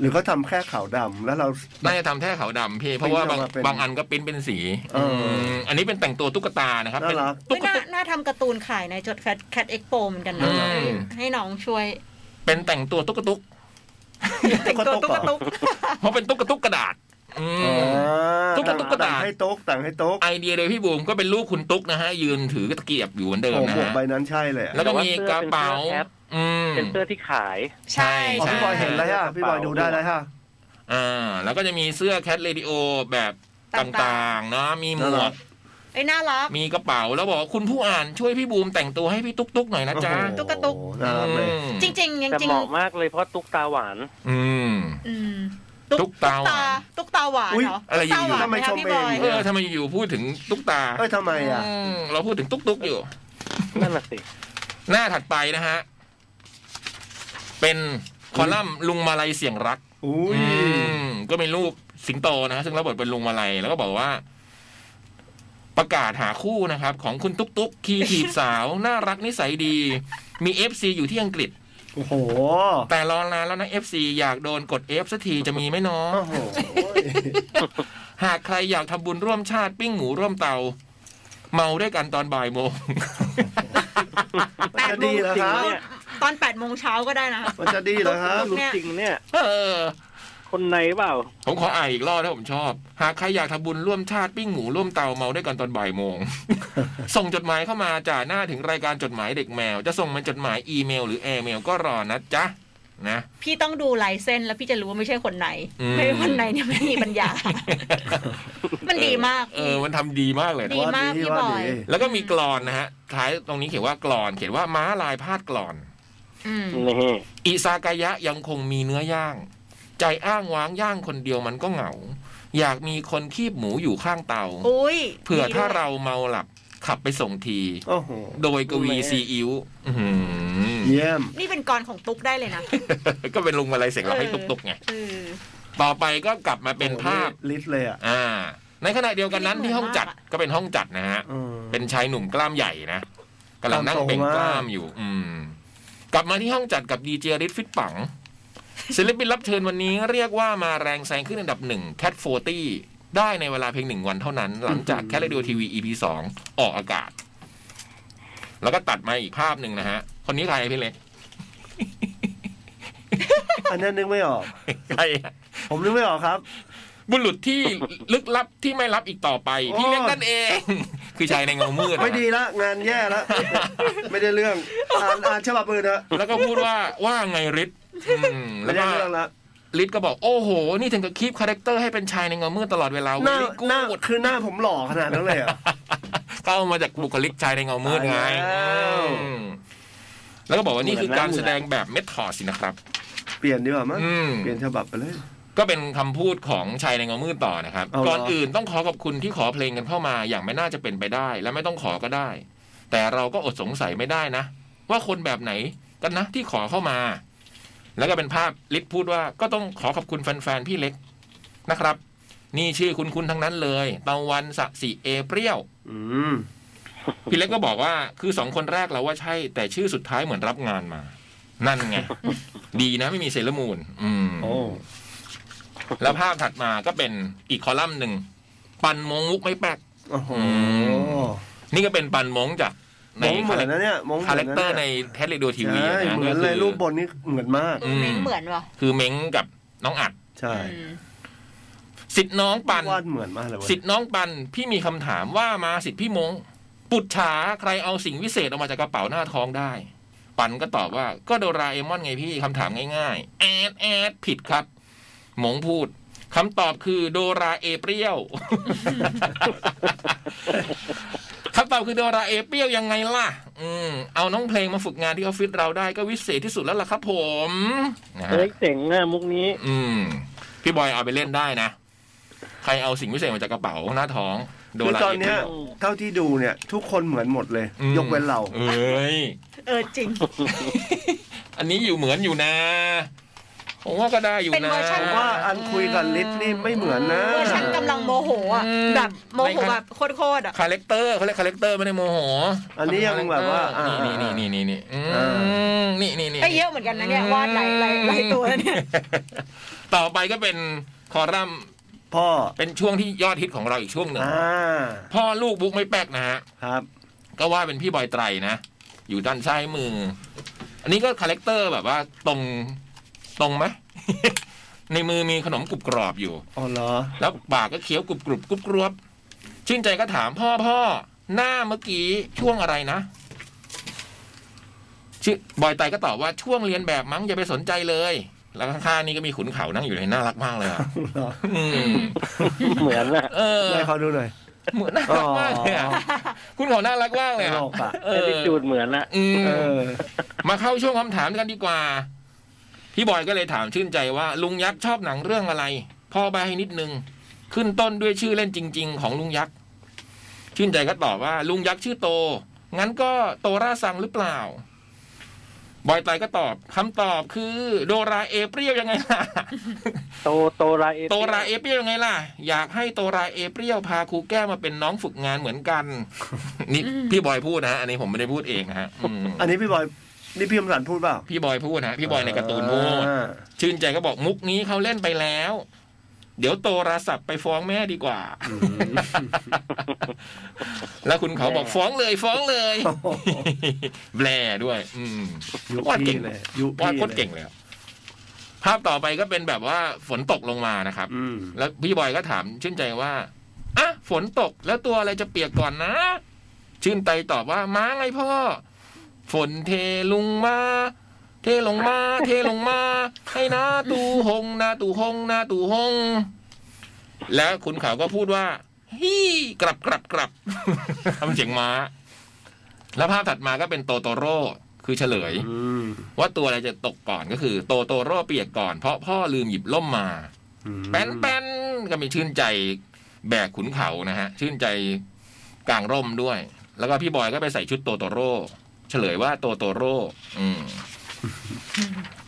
Speaker 2: หรือเขาทำแค่ขาวดำแล้วเรา
Speaker 1: น่าจะทำแท่ขาวดำพี่ เพราะว่าบาง
Speaker 2: เป็นเป็น
Speaker 1: บางอันก็ปริ้นเป็นสี
Speaker 2: เอออื
Speaker 1: มอันนี้เป็นแต่งตัวตุ๊กตานะครับเป็
Speaker 2: น่ารัก
Speaker 1: ตุ๊
Speaker 3: ไม่
Speaker 1: ก
Speaker 3: น่า
Speaker 1: ตุ๊ก
Speaker 3: น่าทำการ์ตูนขายในจดแคทแคทเอ็กโปเหมือนกัน
Speaker 1: อื
Speaker 3: นะ
Speaker 1: ม
Speaker 3: ให้น้องช่วย
Speaker 1: เป็นแต่งตัวตุ๊กตุ๊ก
Speaker 3: แต่งตัวตุ๊ก
Speaker 2: เหรอ
Speaker 3: ตุ๊ก
Speaker 1: เพราะเป็นตุ๊กตุ๊กกระดาษอืม
Speaker 2: อ่า
Speaker 1: ตุ๊กตาตุ๊กตา
Speaker 2: ต่างให้โต๊กต่างให้โต๊ก
Speaker 1: ไอเดียโดยพี่บูมก็เป็นลูกคุณตุ๊กนะฮะ ยืนถือตะเกียบอยู่เหมือนเดิม
Speaker 2: โอ้
Speaker 1: นะ
Speaker 2: หมวก
Speaker 1: ฮะ
Speaker 2: ใบนั้นใช่เลยอะ
Speaker 1: แล้วก็มีกระเป๋าอืม
Speaker 5: เป็นเสื้อที่ขาย
Speaker 3: ใช่
Speaker 2: อ๋อ
Speaker 1: ใช่
Speaker 2: พี่บอยเห็นแล้วฮะพี่บอยดูได้แล้วฮะ
Speaker 1: อ่า แล้วก็จะมีเสื้อแคทเรดิโอแบบต่างๆนะมีหม
Speaker 2: น่าว รั
Speaker 1: ก
Speaker 2: ก
Speaker 3: ไอ้ยน่ารัก
Speaker 1: มีกระเป๋าแล้วบอกว่าคุณผู้อ่านช่วยพี่บูมแต่งตัวให้พี่ตุ๊กตุ๊กหน่อยนะจ๊ะ
Speaker 3: ตุ๊กตุ๊ก
Speaker 2: โอ้โหน่ารักเลย
Speaker 1: อืม
Speaker 3: จริงๆยัง
Speaker 5: แต่
Speaker 3: จริง
Speaker 5: เหมาะมากเลยเพราะตุ๊กตาหวาน
Speaker 1: อืม
Speaker 3: อืม
Speaker 1: ตุ๊กตาหวาน
Speaker 3: ตุ๊กตาหวานเหรอ
Speaker 1: อะไรอยู่
Speaker 3: ตุ๊กตาหวานไหมคะพี่บอย
Speaker 1: เออทำไมอยู่ๆพูดถึงตุ๊กตา
Speaker 2: เอ้ยทำไมอ่ะ
Speaker 1: อืมเราพูดถึงตุ๊กตุ๊กอยู่
Speaker 5: นั่นน่ะสิ
Speaker 1: หน้าถัดไปนะฮะ เป็นคอลัมน์ลุงมาลัยเสียงรัก
Speaker 2: อุ้ย
Speaker 1: อืมก็เป็นรูปสิงโตนะฮะซึ่งรับบทเป็นลุงมาลัยแล้วก็บอกว่า ประกาศหาคู่นะครับ ของคุณตุ๊กตุ๊กคีถีบสาว น่ารักนิสัยดี มีเอฟซีอยู่ที่อังกฤษ
Speaker 2: โอ้โห
Speaker 1: แต่รอนานแล้วนะเอฟซีอยากโดนกดเอฟสักทีจะมีไหมน้อง
Speaker 2: โอ้โห
Speaker 1: หากใครอยากทำบุญร่วมชาติปิ้งหมูร่วมเตา เมาด้วยกันตอนบ่ายโมง
Speaker 2: มันจะดีแล้วครับ
Speaker 5: เนี่ย
Speaker 3: ตอนแปดโมงเช้าก็ได้นะ
Speaker 2: มันจะดีแล้วครับ
Speaker 5: รูปจริงเนี่ย
Speaker 1: เออ
Speaker 5: คนในเปล่า
Speaker 1: ผมขออ่านอีกรอบนะผมชอบ หากใครอยากทำบุญร่วมชาติปิ้งหมูร่วมเตาเมาด้วยกันตอนบ่ายโมง ส่งจดหมายเข้ามาจ่าหน้าถึงรายการจดหมายเด็กแมว จะส่งมันจดหมายอีเมล หรือแอร์เมลก็รอนะจ๊ะนะ
Speaker 6: พี่ต้องดูลายเส้นแล้วพี่จะรู้ว่าไม่ใช่คนไหน
Speaker 1: อืม
Speaker 6: ไม่ใช่คนไหนเนี่ยไม่มีปัญญา มันดีมาก
Speaker 1: เออมันทำดีมากเลยนะ
Speaker 6: ดีมากพี่บอย
Speaker 1: แล้วก็มีกรอนนะฮะท้ายตรงนี้เขียนว่ากรอน เขียนว่าม้าลายพาดกรอน
Speaker 3: อืม
Speaker 5: นี่
Speaker 1: อิซากายะยังคงมีเนื้อย่าง ใจอ้างว้างย่างคนเดียวมันก็เหงา อยากมีคนคีบหมูอยู่ข้างเตา
Speaker 3: อุ้ย
Speaker 1: เผื่อถ้า
Speaker 3: ดีด้วย
Speaker 1: เราเมาหลับขับไปส่งที
Speaker 2: โอ้โห
Speaker 1: โดยกวีซีอิ๊วอื้อหือ
Speaker 2: เยี่ยม
Speaker 3: นี่เป็นกรของตุ๊กได้เลยนะ
Speaker 1: ก็เป็นลุงมาลัยเสกเราให้
Speaker 3: เออ
Speaker 1: ตุกๆไง
Speaker 3: เออ
Speaker 1: ต่อไปก็กลับมาเป็นภาพ
Speaker 2: ลิสต์เลยอ่ะ
Speaker 1: อ่า ในขณะเดียวกันนั้นที่ห้องจัด
Speaker 3: เหมือนมากอะ
Speaker 1: ก็เป็นห้องจัดนะฮะ
Speaker 2: อืม
Speaker 1: เป็นชายหนุ่มกล้ามใหญ่นะกำลังนั่งเป็นกล้ามอยู่ อืม กลับมาที่ห้องจัดกับดีเจริทฟิตปังศิลปินรับเชิญวันนี้เรียกว่ามาแรงแซงขึ้นอันดับหนึ่งแคทโฟตี้ได้ในเวลาเพียงหนึ่งวันเท่านั้น หลังจากแคทเรดิโอทีวี EP สองออกอากาศ แล้วก็ตัดมาอีกภาพหนึ่งนะฮะ คนนี้ใครพี่เล็ก
Speaker 2: อันนั้นนึกไม่ออก
Speaker 1: ใครอะ
Speaker 2: ผมนึกไม่ออกครับ
Speaker 1: บุรุษที่ลึกลับที่ไม่รับอีกต่อไป
Speaker 2: โอ้
Speaker 1: ที่เรียกนั่นเอง คือชายในเงามืดนะ
Speaker 2: ไม่ดีละ งานแย่ละ ไม่ได้เรื่อง อ่านอ่านฉบับอื่นเถอะ
Speaker 1: แล้วก็พูดว่าว่าไงฤทธิ์อืมแล้
Speaker 2: ไม่
Speaker 1: ว
Speaker 2: ได้
Speaker 1: ก็
Speaker 2: เรื่องละ
Speaker 1: ฤทธิ์ก็บอกโอ้โห นี่ถึงกับคีบคาแรคเตอร์ให้เป็นชายในเงามืดตลอดเวลา
Speaker 2: ห
Speaker 1: เวิ
Speaker 2: น้า
Speaker 1: ลลี่กู
Speaker 2: หน้า
Speaker 1: ด
Speaker 2: คือหน้าผมหล่อขนาดนั้นเลยเหรอ่ะ
Speaker 1: ก็เอามาจากบุคลิกชายในเงามืดไง
Speaker 2: ตายแล้ว
Speaker 1: อืมแล้วก็บอกว่านี่คือการแสดงแบบเมทอดสินะครับ
Speaker 2: เปลี่ยนดีกว่ามั้ง
Speaker 1: อืม
Speaker 2: เปลี่ยนฉบับไปเลย
Speaker 1: ก็เป็นคำพูดของชายในเงามืดต่อนะครับ
Speaker 2: เอาเหรอ
Speaker 1: ก่อนอื่นต้องขอขอบคุณที่ขอเพลงกันเข้ามาอย่างไม่น่าจะเป็นไปได้ และไม่ต้องขอก็ได้ แต่เราก็อดสงสัยไม่ได้นะ ว่าคนแบบไหนกันนะที่ขอเข้ามา แล้วก็เป็นภาพลิศพูดว่าก็ต้องขอขอบคุณแฟนๆพี่เล็กนะครับ นี่ชื่อคุณๆทั้งนั้นเลยตะวันสะสีเอเปรี้ยว
Speaker 2: อืม
Speaker 1: พี่เล็กก็บอกว่าคือสองคนแรกเราว่าใช่ แต่ชื่อสุดท้ายเหมือนรับงานมา นั่นไง ดีนะไม่มีเซเลอร์มูนอืม
Speaker 2: โอ้
Speaker 1: แล้วภาพถัดมาก็เป็นอีกคอลัมน์หนึ่ง ปันมงมุกไม่แปลก
Speaker 2: โอ้โห
Speaker 1: อืม นี่ก็เป็นปันมงจาก
Speaker 2: มองเหมือนนะเนี่ยมองเหมื
Speaker 1: คา
Speaker 2: อน
Speaker 1: แรค
Speaker 2: นะนี่ย
Speaker 1: เตอร์ในเทสเรดิโอทีวี
Speaker 2: ใช่
Speaker 1: นะ
Speaker 2: เหมือนเล
Speaker 1: ก็
Speaker 2: ย
Speaker 1: คือ
Speaker 2: รูปบนนี้เหมือนมาก
Speaker 1: อืม
Speaker 3: ไม่เหมือนว่ะ
Speaker 1: คือเม้งกับน้องอัด
Speaker 2: ใช่
Speaker 3: อืม
Speaker 1: สิทธิ์น้องปัน
Speaker 2: วาดเหมือนมากเลยเว้ย
Speaker 1: สิทธิ์น้องปันพี่มีคำถามว่ามาสิทธิ์พี่มง ปุจฉาใครเอาสิ่งวิเศษออกมาจากกระเป๋าหน้าท้องได้ ปันก็ตอบว่าก็โดราเอมอนไงพี่คำถามง่ายๆแอดแอดผิดครับหมงพูดคำตอบคือโดราเอเปรี้ยว คำตอบคือโดราเอเปรี้ยวยังไงล่ะ อืม เอาน้องเพลงมาฝึกงานที่ออฟฟิศเราได้ก็วิเศษที่สุดแล้วล่ะครับผมนะฮะ
Speaker 5: เฮ้ยเจ๋งอะมุกนี้
Speaker 1: อืม พี่บอยเอาไปเล่นได้นะ ใครเอาสิ่งวิเศษมาจากกระเป๋าหน้าท้องโด
Speaker 2: คือ
Speaker 1: รา
Speaker 2: ตอน
Speaker 1: เอเป
Speaker 2: เนี้
Speaker 1: รี้
Speaker 2: ย
Speaker 1: ยว
Speaker 2: เท่าที่ดูเนี่ย ทุกคนเหมือนหมดเลย
Speaker 1: อืม
Speaker 2: ยกเว้นเรา
Speaker 1: เอ้ย
Speaker 3: เออจริง
Speaker 1: อันนี้อยู่เหมือนอยู่นะ ผมว่าก็ได้อยู่นะ
Speaker 3: เป็นเวอร์ชัน
Speaker 2: ว่าอันคุยกับลิศนี่ไม่เหมือนนะ
Speaker 3: เวอร์ชันกำลังโมโหอ่ะ
Speaker 1: อืม
Speaker 3: แบบโมโหแบบโคตรๆอ่ะ
Speaker 1: คาแรคเตอร์เขาเรียกคาแรคเตอร์ไม่ได้โมโห
Speaker 2: อันนี้ยังแบบว่าอ่า
Speaker 1: นี่นี่นี่นี่นี่อืมนี่นี่นี่
Speaker 3: ไอ้เยอะเหมือนกันนะเนี่ยวาดหลายหลายหลายตัวเนี่ย
Speaker 1: ต่อไปก็เป็นคอรัมน์
Speaker 2: พ่อ
Speaker 1: เป็นช่วงที่ยอดฮิตของเราอีกช่วงหนึ่ง
Speaker 2: อ่า
Speaker 1: พ่อลูกบุกไม่แป๊กนะฮะ
Speaker 2: ครับ
Speaker 1: ก็ว่าเป็นพี่บอยไตรนะ อยู่ด้านซ้ายมือ อันนี้ก็คาแรคเตอร์แบบว่าตรงตรงไหม ในมือมีขนมกรุบกรอบอยู่
Speaker 2: อ๋อเหรอ
Speaker 1: แล้วปากก็เคี้ยวกรุบกรุบกรุบกรวบชื่นใจก็ถามพ่อพ่อหน้าเมื่อกี้ช่วงอะไรนะชื่อบอยไตรก็ตอบว่าช่วงเรียนแบบมั้งอย่าไปสนใจเลย แล้วข้างๆนี่ก็มีขุนเขานั่งอยู่เลยน่ารักมากเลยอะ อืม
Speaker 5: เหมือนอะ
Speaker 1: เออ
Speaker 2: ได้เขาดูหน่อย
Speaker 1: เหมือนน่า
Speaker 2: อ๋อ
Speaker 1: รักมากเลยอะคุณเขาน่ารักมากเลย
Speaker 2: หล
Speaker 1: อะ
Speaker 2: อกอ่ะ
Speaker 1: เอ
Speaker 5: แอ
Speaker 1: อ
Speaker 5: ดดิจูดเหมือนละ
Speaker 1: อืม
Speaker 2: เออ
Speaker 1: มาเข้าช่วงคำถามกันดีกว่า พี่บอยก็เลยถามชื่นใจว่า ลุงยักษ์ชอบหนังเรื่องอะไร พ่อใบให้นิดนึง ขึ้นต้นด้วยชื่อเล่นจริง ๆ ของลุงยักษ์ชื่นใจก็ตอบว่า ลุงยักษ์ชื่อโต งั้นก็โตราซังหรือเปล่า บอยไตรก็ตอบคำตอบคือ โดราเอเปรี้ยวยังไง ล่ะ
Speaker 5: โตโตราเอ
Speaker 1: โตราเอเปรี้ยวยังไงล่ะ อยากให้โตราเอเปรี้ยวพาครูแก้วมาเป็นน้องฝึกงานเหมือนกัน นี่พี่บอยพูดนะฮะอันนี้ผมไม่ได้พูดเองนะฮะอืม
Speaker 2: อันนี้พี่บอย นี่พี่อมสันพูดเปล่า
Speaker 1: พี่บอยพูดนะฮะพี่บอยในการ์ตูนพูด
Speaker 2: อ่า
Speaker 1: ชื่นใจก็บอกมุกนี้เขาเล่นไปแล้ว เดี๋ยวโตราศัพท์ไปฟ้องแม่ดีกว่า
Speaker 2: อืม
Speaker 1: แล้วคุณเขาบอกฟ้องเลยฟ้องเลย
Speaker 2: โอ้โห
Speaker 1: แบลด้วย อืม
Speaker 2: ยุ
Speaker 1: วาดเก่
Speaker 2: พี่
Speaker 1: ง
Speaker 2: เลยยุ
Speaker 1: ว่าด
Speaker 2: พี่
Speaker 1: โคตรเก่งเลยอะ ภาพต่อไปก็เป็นแบบว่าฝนตกลงมานะครับ
Speaker 2: อืม
Speaker 1: แล้วพี่บอยก็ถามชื่นใจว่าอ่ะฝนตกแล้วตัวอะไรจะเปียกก่อนนะ ชื่นใจตอบว่าม้าไงพ่อ ฝนเทลงมา เทลงมา เทลงมา ให้นะตูหงนะตูหงนะตูหง แล้วคุณขาวก็พูดว่าฮี่กลับกลับกลับ ทำเสียงม้า แล้วภาพถัดมาก็เป็นโตโตโร่คือเฉลย
Speaker 2: อืม
Speaker 1: ว่าตัวอะไรจะตกก่อนก็คือ โตโตโร่เปียกก่อนเพราะพ่อลืมหยิบล่มมา
Speaker 2: อืม
Speaker 1: แป้นแป้นก็มีชื่นใจแบกขุนเขานะฮะ ชื่นใจกลางร่มด้วย แล้วก็พี่บอยก็ไปใส่ชุดโตโตโร่เฉลยว่าโตโตโร่อืม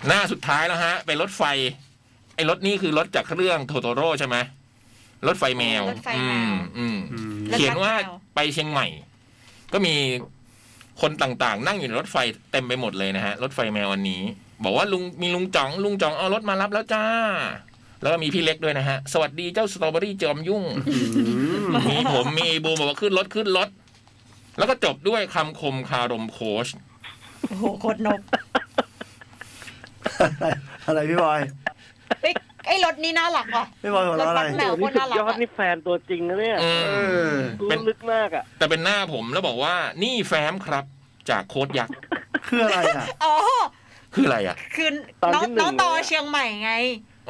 Speaker 1: หน้าสุดท้ายแล้วฮะ เป็นรถไฟ ไอ้รถนี่คือรถจากเครื่องโตโตโร่ใช่ไหมรถไฟแมว
Speaker 6: รถไฟ
Speaker 1: อื
Speaker 6: แมว
Speaker 1: มอืม
Speaker 2: อืม
Speaker 6: แล้ว
Speaker 1: เขียนว่าไปเชียงใหม่ ก็มีคนต่างๆ นั่งอยู่ในรถไฟเต็มไปหมดเลยนะฮะ รถไฟแมววันนี้ บอกว่าลุงมีลุงจ๋อง ลุงจ๋องเอารถมารับแล้วจ้า แล้วก็มีพี่เล็กด้วยนะฮะ สวัสดีเจ้าสตรอเบอรี่จอมยุ่ง มีผมมีบูมบอกว่าขึ้นรถขึ้นรถ แล้วก็จบด้วยคำคมคารมโค้ช
Speaker 6: โอ้โหโคตรนก
Speaker 2: อะไรอะไรพี่บอย
Speaker 3: เฮ้ยไอ้รถนี้น่ารักว่ะ
Speaker 2: พี่บอยหัวเราะอะไร
Speaker 3: แมว
Speaker 5: โอ้โห
Speaker 3: ค
Speaker 5: นี่
Speaker 3: น
Speaker 5: สุ
Speaker 3: น่า
Speaker 5: ด
Speaker 3: รัก
Speaker 5: ยอด
Speaker 3: อะ
Speaker 5: นี่แฟนตัวจริงนะเนี่ย
Speaker 1: อื
Speaker 2: เอ
Speaker 1: ม
Speaker 2: อ
Speaker 1: เป็น
Speaker 5: รู้ลึกมากอ่ะ
Speaker 1: แต่เป็นหน้าผมแล้วบอกว่านี่แฟ้มครับจากโค้ชยักษ์
Speaker 2: คืออะไรอ่ะ
Speaker 3: อ๋อ
Speaker 1: คืออะไรอ่ะ
Speaker 3: คือ
Speaker 5: ตอน
Speaker 3: น้อ
Speaker 5: ที่
Speaker 3: ง
Speaker 5: หนึ่ง
Speaker 3: น้องต่อ
Speaker 5: เลยอะ
Speaker 3: เชียงใหม่ไง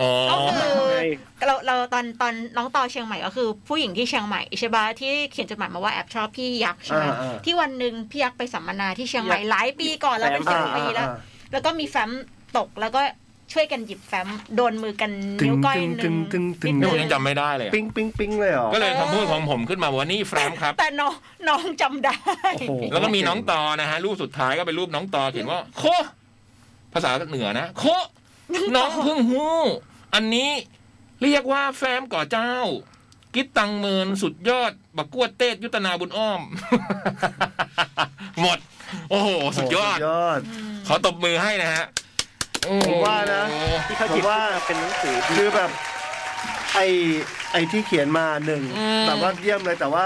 Speaker 1: อ๋อ
Speaker 3: ก็คือ
Speaker 5: ไง
Speaker 3: เราเราตอนตอนน้องต่อเชียงใหม่ก็คือ ผู้หญิงที่เชียงใหม่ใช่ปะที่เขียนจดหมายมาว่าแอบชอบพี่ยักษ์ใช่ไหม
Speaker 2: อ่าอ่า
Speaker 3: ที่วันหนึ่งพี่ยักษ์ไปสัมมนาที่เชียงใหม่หลายปีก่อนแล้วเป็นสิ
Speaker 2: อ่า
Speaker 3: บ
Speaker 2: อ่า
Speaker 3: ปีแล้ว
Speaker 2: อ่า
Speaker 3: แล้วก็มีแฟ้มตกแล้วก็ช่วยกันหยิบแฟ้มโดนมือกันนิ้วก้อยหนึ่ง
Speaker 2: ตึงตึงตึงตึ
Speaker 1: นี่
Speaker 2: ง
Speaker 3: นิด
Speaker 1: ผม
Speaker 3: นึ
Speaker 1: ยัง
Speaker 3: ง
Speaker 1: จำไม่ได้เลยอะ
Speaker 2: ปิ๊งปิ๊งปิ๊งเลยเหรอ
Speaker 1: ก็เลยคำพูดของผมขึ้นมาว่านี่แฟ้มครับ
Speaker 3: แต่น้องน้องจำได้
Speaker 2: โอ้โห
Speaker 1: แล้วก็มีน้องตอนะฮะรูปสุดท้ายก็เป็นรูปน้องตอเขียนว่า โค ภาษาเหนือนะโค น้องเพึ่งฮู้ อันนี้เรียกว่าแฟมก่อเจ้า กิดตังเมินสุดยอด บักกวดเตศยุทธนาบุญอ้อม หมด โอ้โห สุดยอด
Speaker 2: สุดยอด
Speaker 1: ขอตบมือให้นะฮะโอ้โห
Speaker 2: ผมว่านะ
Speaker 5: ที่เขาหยิบ
Speaker 2: ผมว่า
Speaker 5: ขึ้นมาเป็นหนังสือที่
Speaker 2: คือแบบไอ้ไอ้ที่เขียนมาหนึ่งแต่ว่าเยี่ยมเลยแต่ว่า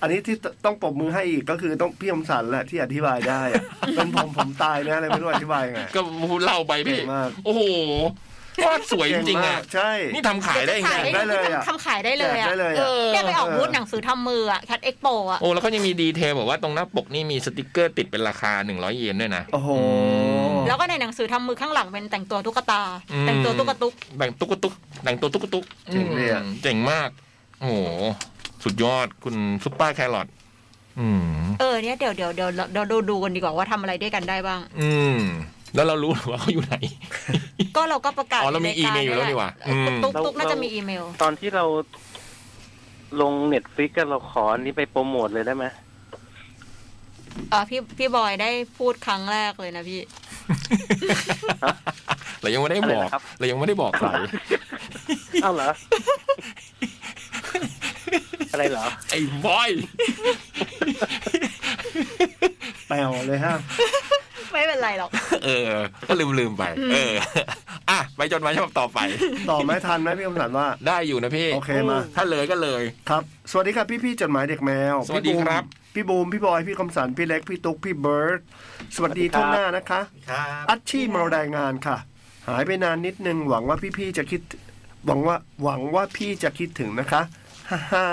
Speaker 2: อันนี้ที่ต้องปรบมือให้อีกก็คือต้องพี่อมสันแหละที่อธิบายได้อะเป็นผมผมตายนะอะไรไม่รู้อธิบายไง
Speaker 1: ก็พูดเล่าไปพี่
Speaker 2: เก่งมาก
Speaker 1: โอ้โหวาดสวยจริงๆ
Speaker 2: เก่มา
Speaker 1: อ่ะ
Speaker 2: กใช่
Speaker 1: นี่ทำขายได้ยังไง
Speaker 3: ขายได้
Speaker 2: ได้เลยอะ
Speaker 3: ทำขายได้เลยอะ
Speaker 2: แจกได้เลย
Speaker 1: เอ
Speaker 2: อะ
Speaker 1: อ
Speaker 3: เนี่ยไปออกบูธหนังสือทำมืออะแคทเอ็กโปอะ
Speaker 1: โอ้ แล้วก็ยังมีดีเทลบอกว่าตรงหน้าปกนี่มีสติกเกอร์ติดเป็นราคา 100 เยนด้วยนะ
Speaker 2: โอ้โห
Speaker 3: แล้วก็ในหนังสือทำมือข้างหลังเป็นแต่งตัวตุ๊กตา
Speaker 1: อืม
Speaker 3: แต่งตัวตุ๊กตุ๊ก
Speaker 1: แบ่งตุ๊กตุ๊กแต่งตัวตุ๊กตุ๊ก
Speaker 2: เจ๋งเลยอะ
Speaker 1: มเจ๋งมาก โอ้โห สุดยอดคุณซุปเปอร์แครอทอืม
Speaker 3: เออเนี่ยเดี๋ยวเดี๋ยวเดี๋ยวเดี๋ยวดูดูกันดีกว่าว่าทำอะไรด้วยกันได้ บ้าง
Speaker 1: อืม แล้วเรารู้ หรือว่าเขาอยู่ไหน
Speaker 3: ก็เราก็ประกาศ
Speaker 1: อ๋อเรามี
Speaker 3: ในก
Speaker 1: อีเมลอยู่แล้วนี่หว่าอืม
Speaker 3: ตุ๊กตุ๊ก
Speaker 5: เรา
Speaker 3: น่าจะมีอีเมล
Speaker 5: ตอนที่เราลงเน็ตฟิกเราขออันนี้ไปโปรโมทเลยได้ไหม
Speaker 3: เออพี่พี่บอยได้พูดครั้งแรกเลยนะพี่
Speaker 1: เรายังไม่ได้บอ
Speaker 5: อะไร
Speaker 1: ก
Speaker 5: นะครับ
Speaker 1: เรายังไม่ได้บอก ใคร
Speaker 5: เอ้าเหรอ อะไรเหรอ
Speaker 1: ไอ้บอย
Speaker 2: แปลวเลยฮะ
Speaker 3: ไม่เป็นไรหรอก
Speaker 1: เออ ก็ลืมลืมๆไป เอ อ อ่ะ ไปจนมาฉบับต่อไป
Speaker 2: ต่อไหม่ทันไหมพี่อมสันว่า
Speaker 1: ได้อยู่นะพี่
Speaker 2: โอเคมา
Speaker 1: ถ้าเลยก็เลย
Speaker 2: ครับ สวัสดีครับพี่ๆจดหมายเด็กแมว
Speaker 1: สวัสดีครับ
Speaker 2: พี่บูมพี่บอย พี่คำสัน พี่เล็ก พี่ตุ๊ก พี่เบิร์ดสวัสดีท่านหน้านะคะ
Speaker 4: ครับ
Speaker 2: อัชชี่มารายงานค่ะ หายไปนานนิดนึง หวังว่าพี่ๆจะคิด หวังว่าหวังว่าพี่จะคิดถึงนะคะฮ่าฮ่า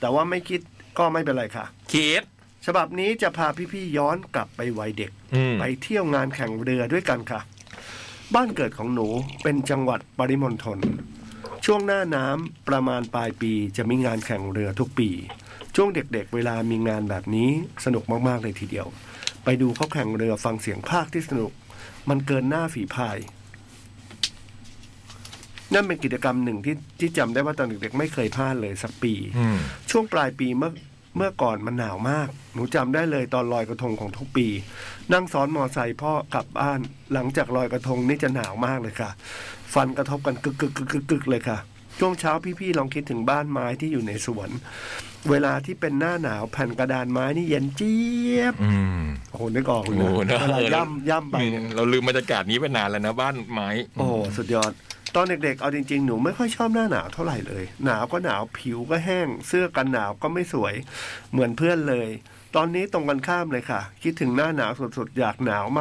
Speaker 2: แต่ว่าไม่คิดก็ไม่เป็นไรค่ะ
Speaker 1: คิด
Speaker 2: ฉบับนี้จะพาพี่ๆย้อนกลับไปวัยเด็ก
Speaker 1: อืม
Speaker 2: ไปเที่ยวงานแข่งเรือด้วยกันค่ะ บ้านเกิดของหนูเป็นจังหวัดปริมณฑลช่วงหน้าน้ำประมาณปลายปีจะมีงานแข่งเรือทุกปี ช่วงเด็กๆ เวลามีงานแบบนี้สนุกมากๆเลยทีเดียว ไปดูเขาแข่งเรือฟังเสียงภาคที่สนุก มันเกินหน้าฝีพาย นั่นเป็นกิจกรรมหนึ่งที่ที่จำได้ว่าตอนเด็กๆ ไม่เคยพลาดเลยสักปี
Speaker 1: อืม
Speaker 2: ช่วงปลายปีเมื่อเมื่อก่อนมันหนาวมาก หนูจำได้เลยตอนลอยกระทงของทุกปี นั่งซ้อนมอไซค์พ่อกลับบ้าน หลังจากลอยกระทงนี่จะหนาวมากเลยค่ะ ฟันกระทบกันกึกกึกกึกกึกกึกเลยค่ะ ช่วงเช้าพี่ๆลองคิดถึงบ้านไม้ที่อยู่ในสวน เวลาที่เป็นหน้าหนาวแผ่นกระดานไม้นี่เย็นเจี๊ยบ
Speaker 1: อืม
Speaker 2: โอ้โหนึกออกเลยนะ
Speaker 1: โอ้โหนะ
Speaker 2: เวลา
Speaker 1: เออ
Speaker 2: ย่ำย่ำไปเนี่ย
Speaker 1: เราลืมบรรยากาศนี้ไปนานแล้วนะบ้านไม้
Speaker 2: โอ้โหสุดยอด ตอนเด็กๆ เอาจริงๆ หนูไม่ค่อยชอบหน้าหนาวเท่าไหร่เลย หนาวก็หนาวผิวก็แห้ง เสื้อกันหนาวก็ไม่สวย เหมือนเพื่อนเลย ตอนนี้ตรงกันข้ามเลยค่ะ คิดถึงหน้าหนาวสุดๆ อยากหนาวม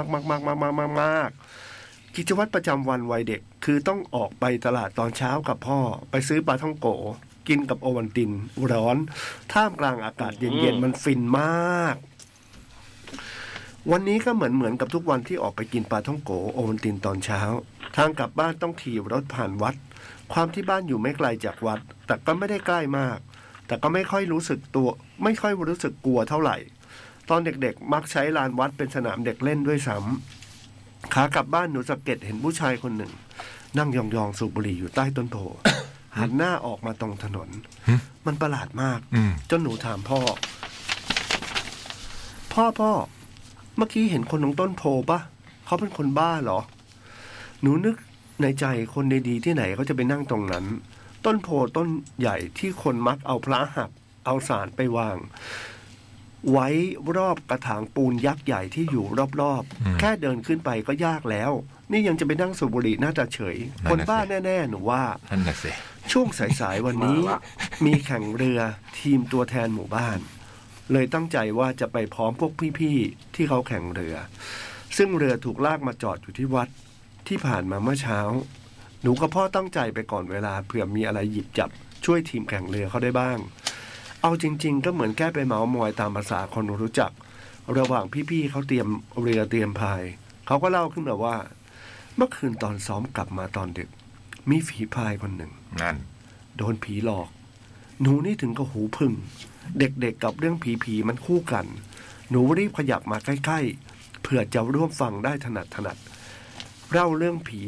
Speaker 2: ากๆๆๆๆๆ กิจวัตรประจำวันวัยเด็ก คือต้องออกไปตลาดตอนเช้ากับพ่อ ไปซื้อปลาท่องโก กินกับโอวันติน ร้อน ท่ามกลางอากาศเย็น
Speaker 5: อืม
Speaker 2: ๆมันฟินมาก วันนี้ก็เหมือนเหมือนกับทุกวันที่ออกไปกินปลาท่องโกโอวันตินตอนเช้า ทางกลับบ้านต้องขี่รถผ่านวัด ความที่บ้านอยู่ไม่ไกลจากวัด แต่ก็ไม่ได้ใกล้มาก แต่ก็ไม่ค่อยรู้สึกตัว ไม่ค่อยรู้สึกกลัวเท่าไหร่ ตอนเด็กๆ มักใช้ลานวัดเป็นสนามเด็กเล่นด้วยซ้ำขากลับบ้านหนูสังเกตเห็นผู้ชายคนหนึ่ง นั่งยองๆสูบบุหรี่อยู่ใต้ต้นโพ หันหน้าออกมาตรงถนน มันประหลาดมาก
Speaker 1: อืม
Speaker 2: จนหนูถามพ่อ พ่อพ่อ เมื่อกี้เห็นคนตรงต้นโพปะเขาเป็นคนบ้าเหรอ หนูนึกในใจคนดีๆที่ไหนเขาจะไปนั่งตรงนั้น ต้นโพต้นใหญ่ที่คนมักเอาพระหัก เอาสารไปวาง ไว้รอบกระถางปูนยักษ์ใหญ่ที่อยู่รอบ
Speaker 1: อืม
Speaker 2: ๆ แค่เดินขึ้นไปก็ยากแล้ว นี่ยังจะไปนั่งสูบบุหรี่หน่าจะเฉย
Speaker 1: นั่นน่ะ
Speaker 2: คนบ้า
Speaker 1: สิ
Speaker 2: แน่ๆหนูว่า
Speaker 1: นั่นน่ะสิ
Speaker 2: ช่วงสายๆวันนี้ มีแข่งเรือทีมตัวแทนหมู่บ้าน เลยตั้งใจว่าจะไปพร้อมพวกพี่ๆที่เขาแข่งเรือ ซึ่งเรือถูกลากมาจอดอยู่ที่วัดที่ผ่านมาเมื่อเช้า หนูกับพ่อตั้งใจไปก่อนเวลาเผื่อมีอะไรหยิบจับ ช่วยทีมแข่งเรือเขาได้บ้าง เอาจริง ๆ ก็เหมือนแค่ไปเมาส์มอยตามภาษาคนรู้จัก ระหว่างพี่ๆเขาเตรียมเรือเตรียมพายเขาก็เล่าขึ้นมาว่า เมื่อคืนตอนซ้อมกลับมาตอนดึก มีฝีพายคนหนึ่ง
Speaker 1: นั่น
Speaker 2: โดนผีหลอก หนูนี่ถึงกับหูพึ่ง เด็กๆกับเรื่องผีๆมันคู่กัน หนูรีบขยับมาใกล้ๆ เพื่อจะร่วมฟังได้ถนัดถนัด เล่าเรื่องผี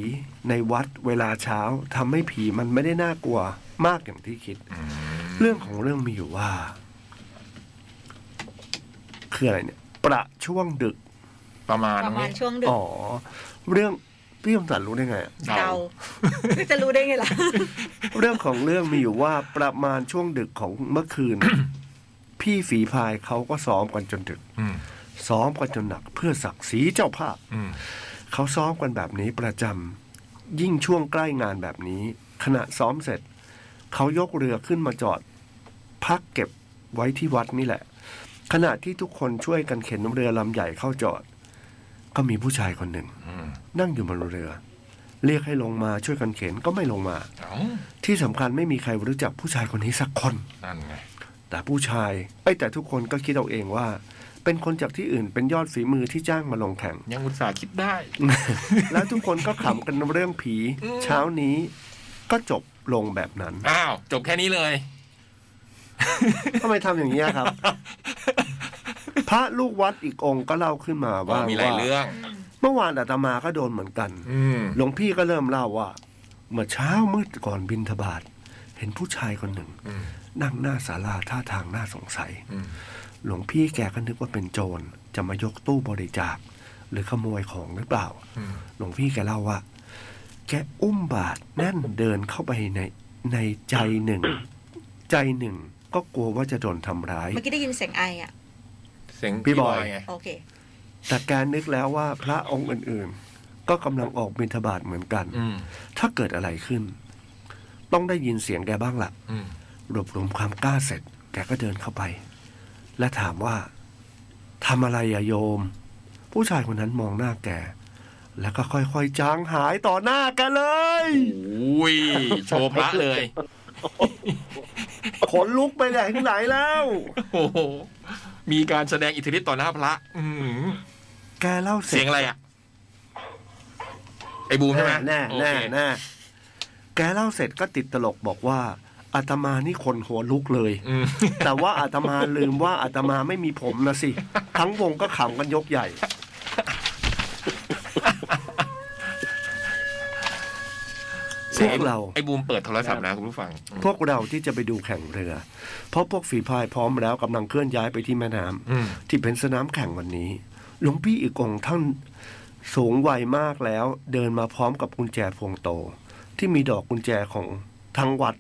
Speaker 2: ในวัดเวลาเช้าทำให้ผีมันไม่ได้น่ากลัวมากอย่างที่คิด เรื่องของเรื่องมีอยู่ว่า คืออะไรเนี่ย ประช่วงดึก
Speaker 1: ประมาณ
Speaker 6: ประมาณ
Speaker 1: นี้
Speaker 6: ช่วงดึก
Speaker 2: อ๋อ เรื่องพี่คมสันรู้ได้ไงอะ
Speaker 1: เดา
Speaker 6: เดาจะรู้ได้ไงล่ะ
Speaker 2: เรื่องของเรื่องมีอยู่ว่าประมาณช่วงดึกของเมื่อคืน พี่ฝีพายเขาก็ซ้อมกันจนดึก
Speaker 1: อืม
Speaker 2: ซ้อมกันจนหนัก เพื่อศักดิ์ศรีเจ้าภาพ
Speaker 1: อืม
Speaker 2: เขาซ้อมกันแบบนี้ประจำยิ่งช่วงใกล้งานแบบนี้ ขณะซ้อมเสร็จ เขายกเรือขึ้นมาจอด พักเก็บไว้ที่วัดนี่แหละ ขณะที่ทุกคนช่วยกันเข็นเรือลำใหญ่เข้าจอด ก็มีผู้ชายคนหนึ่ง
Speaker 1: อืม
Speaker 2: นั่งอยู่บนเรือ เรียกให้ลงมาช่วยกันเข็นก็ไม่ลงมา
Speaker 1: เอ้า
Speaker 2: ที่สำคัญไม่มีใครรู้จักผู้ชายคนนี้สักคน
Speaker 1: นั่นไง
Speaker 2: แต่ผู้ชายไอ้ยแต่ทุกคนก็คิดเอาเองว่า เป็นคนจากที่อื่นเป็นยอดฝีมือที่จ้างมาลงแข่ง
Speaker 1: ยังอุตส่าห์คิดได้
Speaker 2: แล้วทุกคนก็ขำกันเรื่องผี เช้านี้ก็จบลงแบบนั้น
Speaker 1: อ้าวจบแค่นี้เลย
Speaker 2: ทำไมทำอย่างนี้ยครับ พระลูกวัดอีกองค์ก็เล่าขึ้นมา
Speaker 1: ว่า
Speaker 2: ว่า
Speaker 1: มีหลายเรื่อง
Speaker 2: เมื่อวานอาตมาก็โดนเหมือนกัน
Speaker 1: อืม
Speaker 2: หลวงพี่ก็เริ่มเล่าว่า เมื่อเช้ามืดก่อนบินทบาทเห็นผู้ชายคนหนึ่ง
Speaker 1: อืม
Speaker 2: นั่งหน้าศาลาท่าทางน่าสงสัย
Speaker 1: อืม
Speaker 2: หลวงพี่แกก็นึกว่าเป็นโจรจะมายกตู้บริจาค หรือขโมยของหรือเปล่า
Speaker 1: อืม
Speaker 2: หลวงพี่แกเล่าว่า แกอุ้มบาทแน่นเดินเข้าไปในในใจหนึ่ง ใจหนึ่งก็กลัวว่าจะโดนทำร้าย
Speaker 6: เมื่อกี้ได้ยินเสียงไออ่ะ
Speaker 1: เสียง
Speaker 2: พี่บอย
Speaker 1: ไง
Speaker 6: โอเค
Speaker 2: แต่แกนึกแล้วว่าพระองค์อื่นๆ ก็กำลังออกบิณฑบาตเหมือนกัน
Speaker 1: อืม
Speaker 2: ถ้าเกิดอะไรขึ้น ต้องได้ยินเสียงแกบ้างล่ะ
Speaker 1: อืม
Speaker 2: รวบรวมความกล้าเสร็จ แกก็เดินเข้าไป และถามว่าทำอะไรอะโยม ผู้ชายคนนั้นมองหน้าแก แล้วก็ค่อยๆจางหายต่อหน้าแกเลย
Speaker 1: อุ้ยโชว์พระเลย
Speaker 2: ขนลุกไปไหนถึงไหนแล้ว
Speaker 1: โอ้โหมีการแสดงอิทธิฤทธิ์ต่อหน้าพระอืม
Speaker 2: แกเล่าเส
Speaker 1: เสี
Speaker 2: ร็
Speaker 1: ย
Speaker 2: จ
Speaker 1: งอะไรอ่ะ ไอ้บูมใช่ไหม
Speaker 2: แน่
Speaker 1: โอ
Speaker 2: แน่
Speaker 1: เค
Speaker 2: แน่แกเล่าเสร็จก็ติดตลกบอกว่าอาตมานี่คนหัวลุกเลย
Speaker 1: อืม
Speaker 2: แต่ว่าอาตมาลืมว่าอาตมาไม่มีผมนะสิ ทั้งวงก็ขำกันยกใหญ่ พวกเรา
Speaker 1: ไอ้บูมเปิดโทรศัพท์นะคุณผู้ฟัง
Speaker 2: พวกเราที่จะไปดูแข่งเรือ เพราะพวกฝีพายพร้อมแล้วกำลังเคลื่อนย้ายไปที่แม่น้ำ
Speaker 1: อืม
Speaker 2: ที่เป็นสนามแข่งวันนี้ หลวงพี่อีกองค์ท่านสูงวัยมากแล้ว เดินมาพร้อมกับกุญแจพวงโต ที่มีดอกกุญแจของทางวัด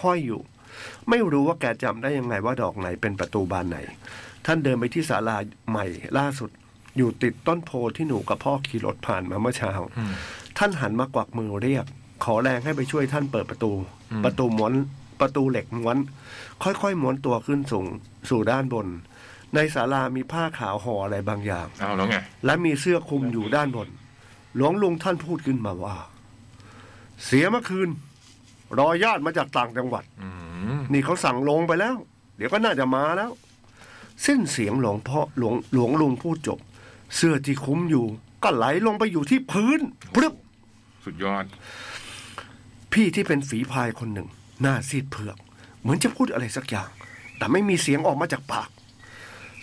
Speaker 2: ห้อยอยู่ ไม่รู้ว่าแกจำได้ยังไงว่าดอกไหนเป็นประตูบานไหน ท่านเดินไปที่ศาลาใหม่ล่าสุด อยู่ติดต้นโพที่หนูกับพ่อขี่รถผ่านมาเมื่อเช้า
Speaker 1: อืม
Speaker 2: ท่านหันมากวักมือเรียก ขอแรงให้ไปช่วยท่านเปิดประตู
Speaker 1: อืม
Speaker 2: ประตูม้วนประตูเหล็กม้วน ค่อยๆม้วนตัวขึ้นสูงสู่ด้านบน ในศาลามีผ้าขาวห่ออะไรบางอย่าง
Speaker 1: เอาแล้วไง
Speaker 2: และมีเสื้อคลุมอยู่ด้านบน หลวงลุงท่านพูดขึ้นมาว่า เสียเมื่อคืน รอญาติมาจากต่างจังหวัด
Speaker 1: อืม
Speaker 2: นี่เขาสั่งลงไปแล้ว เดี๋ยวก็น่าจะมาแล้ว สิ้นเสียงหลวงพ่อหลวงหลวงลุงพูดจบ เสื้อที่คุ้มอยู่ ก็ไหลลงไปอยู่ที่พื้นพรึบ
Speaker 1: สุดยอด
Speaker 2: พี่ที่เป็นฝีพายคนหนึ่ง หน้าซีดเผือก เหมือนจะพูดอะไรสักอย่าง แต่ไม่มีเสียงออกมาจากปาก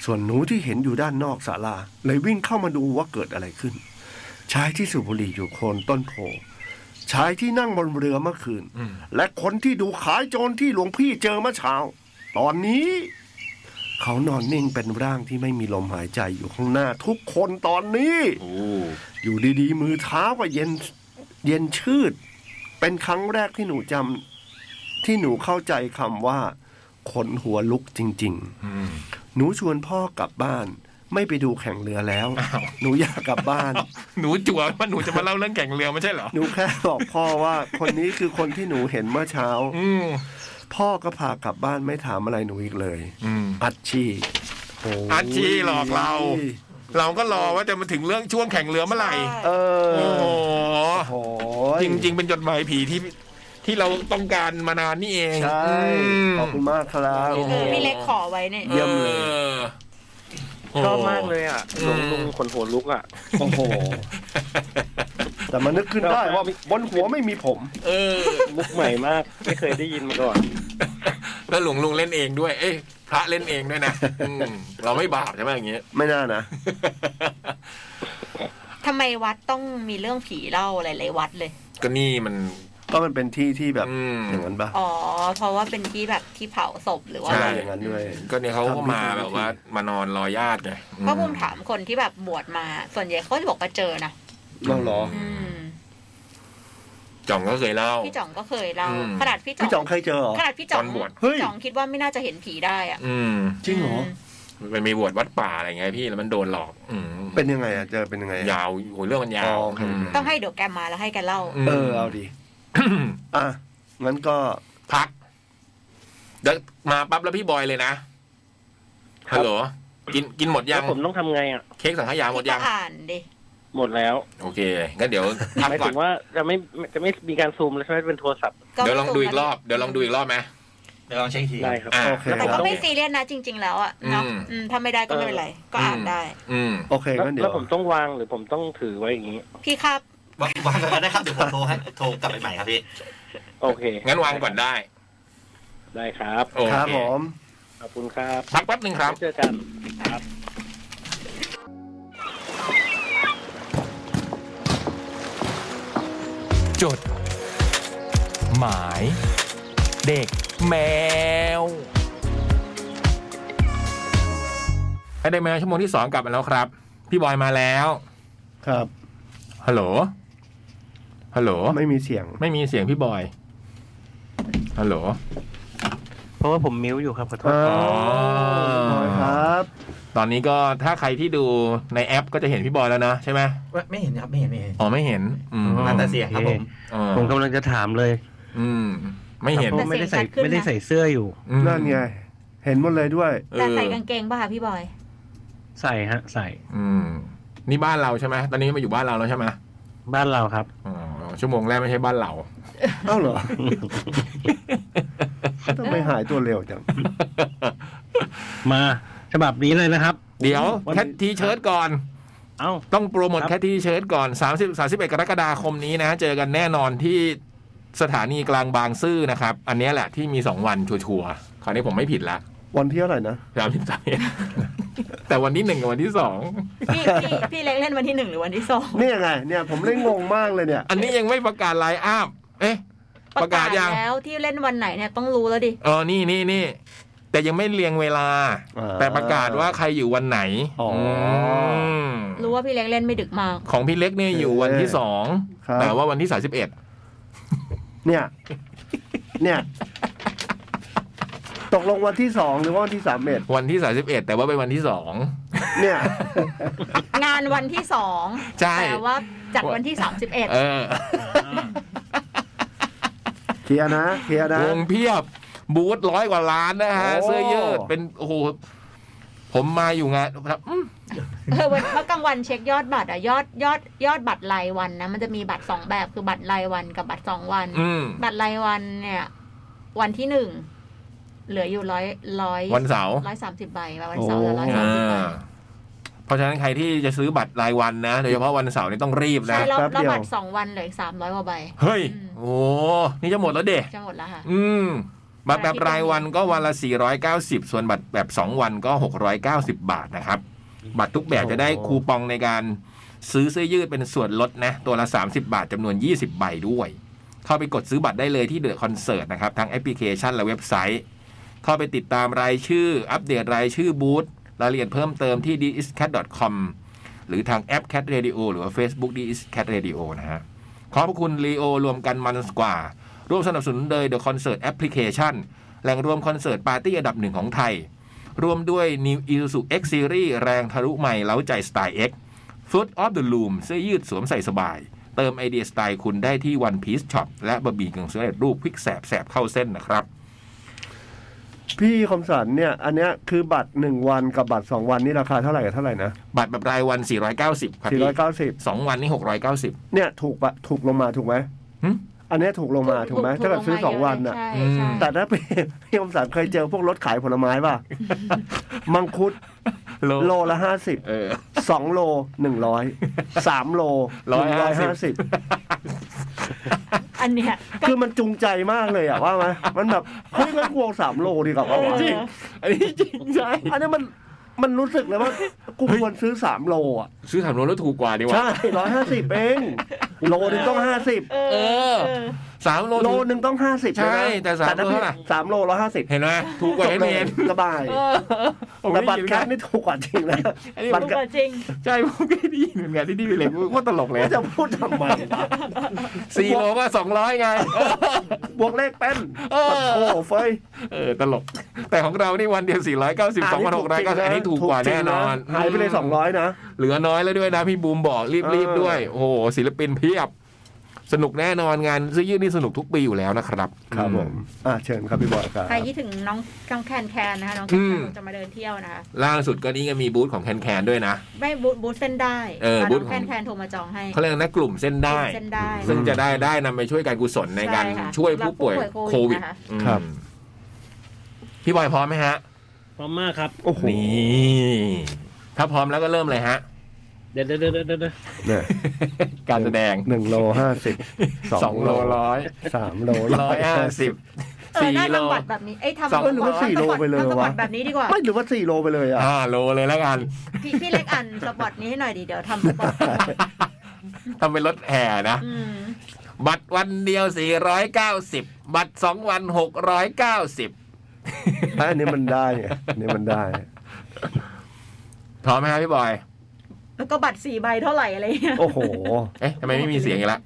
Speaker 2: ส่วนหนูที่เห็นอยู่ด้านนอกศาลา เลยวิ่งเข้ามาดูว่าเกิดอะไรขึ้น ชายที่สูบบุหรี่อยู่โคนต้นโพชายที่นั่งบนเรือเมื่อคืน
Speaker 1: อืม
Speaker 2: และคนที่ดูขายโจรที่หลวงพี่เจอเมื่อเช้า ตอนนี้ เขานอนนิ่งเป็นร่างที่ไม่มีลมหายใจอยู่ข้างหน้า ทุกคนตอนนี้
Speaker 1: โอ้
Speaker 2: อยู่ดีๆ มือเท้าก็เย็นเย็นชืด เป็นครั้งแรกที่หนูจำที่หนูเข้าใจคำว่าขนหัวลุกจริง
Speaker 1: อืม
Speaker 2: ๆ หนูชวนพ่อกลับบ้าน ไม่ไปดูแข่งเรือแล้ว
Speaker 1: อ้าว
Speaker 2: หนูอยากกลับบ้าน
Speaker 1: หนูจั่วว่าหนูจะมาเล่าเรื่องแข่งเรือไม่ใช่เหรอ
Speaker 2: หนูแค่บอกพ่อว่าคนนี้คือคนที่หนูเห็นเมื่อเช้า
Speaker 1: อืม
Speaker 2: พ่อก็พากลับบ้านไม่ถามอะไรหนูอีกเลย
Speaker 1: อืม
Speaker 2: อัดชีโย
Speaker 1: อัดชีหลอกเรา เราก็รอว่าจะมาถึงเรื่องช่วงแข่งเรือเมื่อไหร่
Speaker 2: เออ
Speaker 1: โอ้โห
Speaker 2: โห
Speaker 1: จริง ๆ เป็นจดหมายผีที่ที่เราต้องการมานานนี่เอง
Speaker 2: ใช่
Speaker 1: อืม
Speaker 2: ขอบคุณมากครับ
Speaker 1: โอ้โห
Speaker 3: พี่เล็กขอไว้เนี่ย
Speaker 2: เยี่ยมเลย
Speaker 1: ออ
Speaker 7: ชอบมากเลยอ่ะหลวงลุงขนหัวลุกอ่ะ
Speaker 2: โอ้โห แต่มันนึกขึ้นได้ว่าบนหัวไม่มีผม
Speaker 1: เออ
Speaker 7: มุกใหม่มาก ไม่เคยได้ยินมาก่อน
Speaker 1: แล้วหลวงลุงเล่นเองด้วย เอ้ยพระเล่นเองด้วยนะอืมเราไม่บาปใช่ไหมอย่างเงี้ย
Speaker 2: ไม่น่านะ
Speaker 3: ทำไมวัดต้องมีเรื่องผีเล่าหลายๆวัดเลย
Speaker 1: ก็นี่มัน
Speaker 2: ก็มันเป็นที่ที่แบบ
Speaker 1: อืม
Speaker 2: อย่างนั้นปะ
Speaker 3: อ๋อ เพราะว่าเป็นที่แบบที่เผาศพหรือว่า
Speaker 1: ใช่
Speaker 3: อะไร
Speaker 2: อย่างนั้นด้วย
Speaker 1: ก็เนี่ยเขาก็มาแบบว่า มานอนรอญาติไงอื
Speaker 3: เพราะผมถามคนที่แบบบวชมา ส่วนใหญ่เขาจะบอกว่าเจอนะ
Speaker 2: เราเหรอ
Speaker 3: อืม
Speaker 1: จ่องก็เคยเล่า
Speaker 3: พี่จ่องก็เคยเล่า
Speaker 1: อืม
Speaker 3: ขนาดพี่
Speaker 2: พี่จ่
Speaker 3: จ่
Speaker 2: อ
Speaker 3: อง ง
Speaker 2: เคยเจอเหรอ
Speaker 3: ขนาดพี่จ่อง
Speaker 1: ตอนบวช
Speaker 2: เฮ้ย
Speaker 3: พี่จ่องคิดว่าไม่น่าจะเห็นผีได้อะ
Speaker 1: อืม
Speaker 2: จริงเหรอ
Speaker 1: มันไปบวชวัดป่าอะไรไงพี่แล้วมันโดนหลอก อืม
Speaker 2: เป็นยังไงอ่ะ เจอเป็นยังไงอะ
Speaker 1: ยาวโหเรื่องมันยาว
Speaker 2: อ๋อโอเค
Speaker 1: ม
Speaker 3: ต้องให้เดี๋ยวแกมาแล้วให้แกเล่า
Speaker 1: ม
Speaker 2: เออ เอาดี อ่ะ งั้นก็
Speaker 1: พักเดี๋ยวมาปั๊บแล้วพี่บอยเลยนะ
Speaker 7: ค
Speaker 1: ฮั
Speaker 7: รับ
Speaker 1: ลโหลกินกินหมดยั
Speaker 7: แล้ว
Speaker 1: ง
Speaker 7: ผมต้องทำไงอ่ะ
Speaker 1: เค้กสังขยาหมดยัง
Speaker 3: ก็อ่านดิ
Speaker 7: หมดแล้ว
Speaker 1: โอเคงั้นเดี๋ยวพัก
Speaker 7: หมาย
Speaker 1: ก่อ
Speaker 7: ถึ
Speaker 1: น
Speaker 7: งว่าจะไม่จะไม่มีการซูมแล้วใช่ไหมเป็นโทรศัพท์
Speaker 1: เดี๋ยวลองดูอีกรอบ เดี๋ยวลองดูอีกรอบไหม
Speaker 4: เดี๋ยวลองเช็คอีกที
Speaker 7: ได้ครับ
Speaker 1: อ่า
Speaker 2: โอเค
Speaker 3: แต่
Speaker 2: ค
Speaker 3: ก็
Speaker 2: รับ
Speaker 3: ไม่ซีเรียสนะจริง ๆ แล้วอะเนาะ
Speaker 1: อืม
Speaker 3: อืมถ้าไม่ได้ก็ไม่เป็นไร ก็อ่านได้
Speaker 1: อืม
Speaker 2: โอเค
Speaker 7: แล้ว
Speaker 2: งั้นเดี๋ย
Speaker 7: แล้ว วผมต้องวางหรือผมต้องถือไว้อย่างนี้
Speaker 3: พี่ครับ
Speaker 4: วางวางก่อนนะครับ เดี๋ยวผมโทรให้โทรกลับไปใหม่ครับพี่
Speaker 7: โอเค
Speaker 1: งั้นวางก่อนได้
Speaker 7: ได้ครับ
Speaker 1: โอเค
Speaker 2: ครับผม
Speaker 7: ขอบคุณครับ
Speaker 1: พักแป๊บหนึ่งครับ
Speaker 7: เจอกันครับ
Speaker 1: จด หมาย เด็กแมวไอเด็กแมวชั่วโมงที่สองกลับมาแล้วครับ พี่บอยมาแล้ว
Speaker 2: ครับ
Speaker 1: ฮัลโหลฮัลโหล
Speaker 2: ไม่มีเสียง
Speaker 1: ไม่มีเสียงพี่บอยฮัลโหล
Speaker 7: เพราะว่าผมมิวอยู่ครับขอโทษ
Speaker 2: อ๋อ ครับ
Speaker 1: ตอนนี้ก็ถ้าใครที่ดูในแอปก็จะเห็นพี่บอยแล้วนะใช่ไหม
Speaker 4: ไม่เห็นครับ ไม่เห็น ไม่เห็น
Speaker 1: อ๋อไม่เห็น อืม
Speaker 4: อันแต่เสียงครับผม
Speaker 1: อ๋อ
Speaker 8: ผมกำลังจะถามเลย
Speaker 1: อืม ไม่เห็น
Speaker 8: เพราะไม่ได้ใส่
Speaker 3: แต่เสียงชัดขึ้นนะ
Speaker 8: ไม่ได้ใส่เสื้ออยู่
Speaker 1: อืม
Speaker 2: นั่นไง เห็นหมดเลยด้วย
Speaker 1: เอ
Speaker 3: แต่
Speaker 1: อ
Speaker 3: ใส่กางเกงป่ะคะพี่บอย
Speaker 8: ใส่ฮะ ใส่
Speaker 1: อืมนี่บ้านเราใช่ไหมตอนนี้มาอยู่บ้านเราแล้วใช่ไหม
Speaker 8: บ้านเราครับ
Speaker 1: อ๋อชั่วโมงแรกไม่ใช่ บ้านเรา
Speaker 2: เอ้าเหร อ ทำไมหายตัวเร็วจัง
Speaker 8: มาฉบับนี้เลยนะครับ
Speaker 1: เดี๋ยว
Speaker 8: วันนี้
Speaker 1: แคททีเชิร์ตก่อน
Speaker 8: เอ้า
Speaker 1: ต้องโปรโมท
Speaker 8: ครับ
Speaker 1: แคททีเชิร์ตก่อน 30 31กรกฎาคมนี้นะ เจอกันแน่นอนที่สถานีกลางบางซื่อนะครับ อันเนี้ยแหละที่มี 2 วันชัวร์ๆคราวนี้ผมไม่ผิดละ
Speaker 2: วันที่เท่าไหร่นะ
Speaker 1: สามสิบสาม แต่วันที่หนึ่งกับวันที่สอง
Speaker 3: พี่พี่พี่เล็กเล่นวันที่หนึ่งหรือวันที่สอง
Speaker 2: เนี่ยไง เนี่ยผมเลยงงมากเลยเนี่ย
Speaker 1: อันนี้ยังไม่ประกาศไลน์อัพเอ๊ะ ประกาศยัง
Speaker 3: แล้วที่เล่นวันไหนเนี่ยต้องรู้แล้วดิ
Speaker 1: เออนี่นี่นี่แต่ยังไม่เรียงเวลา
Speaker 2: อ่า
Speaker 1: แต่ประกาศว่าใครอยู่วันไหน
Speaker 2: อ๋ออื
Speaker 1: ม
Speaker 3: รู้ว่าพี่เล็กเล่นไม่ดึกมาก
Speaker 1: ของพี่เล็กเนี่ยอยู่วันที่สอง
Speaker 2: ครับ
Speaker 1: แต่ว่าวันที่สามสิบเอ็ด
Speaker 2: เนี่ย เนี่ย ตกลงวันที่สองหรือว่าวันที่สามเอ็ด
Speaker 1: วันที่สามสิบเอ็ดแต่ว่าเป็นวันที่สอง
Speaker 2: เนี่ย
Speaker 3: งานวันที่สอง
Speaker 1: ใช่
Speaker 3: แต่ว่าจัดวันที่สามสิบเอ็ด
Speaker 1: เออ
Speaker 2: เคลียร์นะ เคลียร์นะ
Speaker 1: วงเพียบบูธร้อยกว่าล้านนะฮะ
Speaker 2: โอ้
Speaker 1: เสื้อยืดเป็นโอ้โห ผมมาอยู่งานอืม
Speaker 3: เออวันเมื่อกลางวันเช็คยอดบัตรอะยอดยอดยอดบัตรรายวันนะมันจะมีบัตรสองแบบคือบัตรรายวันกับบัตรสองวัน
Speaker 1: อืม
Speaker 3: บัตรรายวันเนี่ย วันที่หนึ่งเหลืออยู่ร้อยร้อย
Speaker 1: วันเสาร์
Speaker 3: ร้อยสามสิบใบวันเสาร์เหลือร้อยสาม
Speaker 1: อ่
Speaker 3: สิบใบ
Speaker 1: าเพราะฉะนั้นใครที่จะซื้อบัตรรายวันนะโดยเฉพาะวันเสาร์นี่ต้องรีบ
Speaker 3: ใช่
Speaker 1: นะ
Speaker 3: แล้ว
Speaker 2: แป๊บเดี
Speaker 3: แล้ว
Speaker 2: ยว
Speaker 3: บัตรสองวันเหลืออีกสามร้อยกว่าใบ
Speaker 1: เฮ้ย
Speaker 3: อืม
Speaker 1: โอ้นี่จะหมดแล้วเด็
Speaker 3: จะหมดแล้วค่ะ
Speaker 1: อืมบัตรแบบรายวันก็วันละ 490 ส่วนบัตรแบบ 2 วันก็ 690 บาทนะครับ บัตรทุกแบบจะได้คูปองในการซื้อเสื้อยืดเป็นส่วนลดนะ ตัวละ 30 บาทจำนวน 20 ใบด้วย เข้าไปกดซื้อบัตรได้เลยที่เดอะคอนเสิร์ตนะครับ ทั้งแอปพลิเคชันและเว็บไซต์ เข้าไปติดตามรายชื่อ อัปเดตรายชื่อบูธรายละเอียดเพิ่มเติมที่ d i s c a t c o m หรือทางแอป Cat Radio หรือว่า Facebook d i s c a t Radio นะฮะขอบพระคุณลีโอรวมกันมันกว่า ร่วมสนับสนุนโดย The Concert Application แหล่งรวมคอนเสิร์ตปาร์ตี้อันดับหนึ่งของไทย ร่วมด้วย New Isuzu X Series แรงทะลุใหม่เล้าใจสไตล์ X Foot of the Loom เสื้อยืดสวมใส่สบาย เติมไอเดียสไตล์คุณได้ที่ One Piece Shop และบะหมี่กึ่งสำเร็จรูปพริกแสบแสบเข้าเส้นนะครับ
Speaker 2: พี่คมสันเนี่ย อันเนี้ยคือบัตรหนึ่งวันกับบัตรสองวันนี่ราคาเท่าไหร่กับเท่าไหร่นะ
Speaker 1: บัตรแบบรายวัน 490ครับ
Speaker 2: สี่ร้อย
Speaker 1: พี่
Speaker 2: เก้าสิบ
Speaker 1: สองวันนี่ 690
Speaker 2: เนี่ยถูกปะถูกลงมาถูกไหม
Speaker 1: หึ
Speaker 2: อันเนี้ยถูกลงมาถูกไหมถ้าเกิดซื้อสองวันน่ะ
Speaker 3: ใช่ใช่
Speaker 2: แต่ถ้าพี่ พี่คมสันเคยเจอพวกรถขายผลไม้ ป่ะ มังคุดโลละห้าสิบ
Speaker 1: เออ
Speaker 2: สองโลหนึ่งร้อยสามโล
Speaker 1: ร้
Speaker 2: ห
Speaker 1: อ
Speaker 2: นึ่
Speaker 1: ย
Speaker 2: งร้อย
Speaker 1: ห้า
Speaker 2: ห้า
Speaker 1: สิ
Speaker 2: สิ
Speaker 1: บ
Speaker 2: บ
Speaker 3: อันเนี้ยก็
Speaker 2: คือมันจูงใจมากเลยอะว่าไหมมันแบบเฮ้ยมันกวงสามโลดีกว่าว่า
Speaker 1: จริง อันนี้จริงใช่
Speaker 2: อันนี้มันมันรู้สึกเลยว่ากูควรซื้อสามโลอะ
Speaker 1: ซื้อถามรถแล้วถูกกว่าดีกว่า
Speaker 2: ใช่ร้อยห้าสิบเองโลหนึงต้องห้าสิบ
Speaker 3: เอ
Speaker 1: เอ
Speaker 3: อ
Speaker 1: อสามโล
Speaker 2: โล
Speaker 1: ถึง
Speaker 2: หนึงต้องห้าสิบ
Speaker 1: ใช่แต่สามโลเท่าไหร่
Speaker 2: สามโลร้อยห้าสิบ
Speaker 1: เห็นไหมถูกกว่าไม่
Speaker 2: เลย
Speaker 1: เห็น
Speaker 2: สบาย
Speaker 1: เออผม
Speaker 2: แต่
Speaker 1: ได้
Speaker 2: บัต
Speaker 1: ยิ
Speaker 2: ร
Speaker 1: น
Speaker 2: แคท
Speaker 1: นะ
Speaker 2: นี่ถูกกว่าจริงนะ
Speaker 1: อันนี้
Speaker 2: บัตรแค
Speaker 3: ก็
Speaker 2: ท
Speaker 3: จริง
Speaker 1: ใช่ผมก็ได้ยินเหมือนกันที่นี่ไปเลยว่าตลกเลย
Speaker 2: จะพูดทำไม
Speaker 1: สี่โลก็สองร้อยไง
Speaker 2: บวกเลขเป็น
Speaker 1: เออ
Speaker 2: ปัดโอ้เฟย
Speaker 1: เออตลก แต่ของเรานี่วันเดียว 490 2,690อันนี้ถูกกว่าแน่นอน
Speaker 2: หายไปเลยสองร้อยนะ
Speaker 1: เหลือน้อยแล้วด้วยนะพี่บูมบอก
Speaker 2: เอ
Speaker 1: รีบ
Speaker 2: อ
Speaker 1: ๆด้วย โอ้โหศิลปินเพียบ สนุกแน่นอนงานซื้อยืดนี่สนุกทุกปีอยู่แล้วนะครับ
Speaker 2: อ่าเชิญครับพี่บอยครับ
Speaker 3: ใครคิดถึงน้องกังแคนแคนนะคะ น้องแคนแคนคงจะมาเดินเที่ยวนะคะ
Speaker 1: ล่าสุดก็นี่ก็มีบูธของแคนแคนด้วยนะ
Speaker 3: ไม่บูธบูธเส้นได้
Speaker 1: เออ
Speaker 3: อ่ะ
Speaker 1: บู
Speaker 3: น้
Speaker 1: ธ
Speaker 3: อง
Speaker 1: ของ
Speaker 3: แคนแคนโทรมาจองให้
Speaker 1: เขาเรียกนะกลุ่มเส้นได้
Speaker 3: เส้นได้
Speaker 1: ซึ่งจะได้ได้นำไปช่วยการกุศลในการ
Speaker 3: ใช่ค่ะ
Speaker 1: ช่วยผู้ป่วย
Speaker 3: รับผู้ป่วย
Speaker 1: โค
Speaker 3: โควิ
Speaker 1: วิด
Speaker 3: ดนะคะ
Speaker 1: อืม
Speaker 2: ครับ
Speaker 1: พี่บอยพร้อมไหมฮะ
Speaker 7: พร้อมมากครับ
Speaker 2: โอ้โห
Speaker 1: นี่ถ้าพร้อมแล้วก็เริ่มเลยฮะ
Speaker 7: เดี๋ยวเดี๋ยวเดี๋ยวเดี๋ยว
Speaker 2: เนี่ย
Speaker 1: การแสดง
Speaker 2: หนึ่งโลห้าสิบ
Speaker 1: สองโลร้อย
Speaker 2: สามโล
Speaker 1: ร้อยห้าสิบ
Speaker 3: เออ
Speaker 1: สี่
Speaker 3: น่า
Speaker 1: โล
Speaker 3: ทำบัตรแบบนี้ เอ้ยทำ
Speaker 1: สอง
Speaker 2: หรือว่าสี่โลไปเลย
Speaker 3: ทำสปอ
Speaker 2: วะ
Speaker 3: ตแบบนี้ดีกว่า
Speaker 2: ไม่หรือว่าสี่โลไปเลยอ่ะ
Speaker 1: ห้าโลเลยแล้ว กัน
Speaker 3: พี่พี่เล็กอ่านสปอตนี้ให้หน่อยดิเดี๋ยวทำสปอต
Speaker 1: ทำเป็นรถแห่นะ
Speaker 3: อืม
Speaker 1: บัตรวันเดียว 490 บัตรสองวัน 690
Speaker 2: อันนี้มันได้ไงอันนี้มันได้
Speaker 1: พร้อมไหมครับพี่บอย
Speaker 3: แล้วก็บัตรสี่ใบเท่าไหร่อะไรเงี้ย
Speaker 2: โอ้โห
Speaker 1: เอ๊ะทำไมไม่มีเสียงอีกละ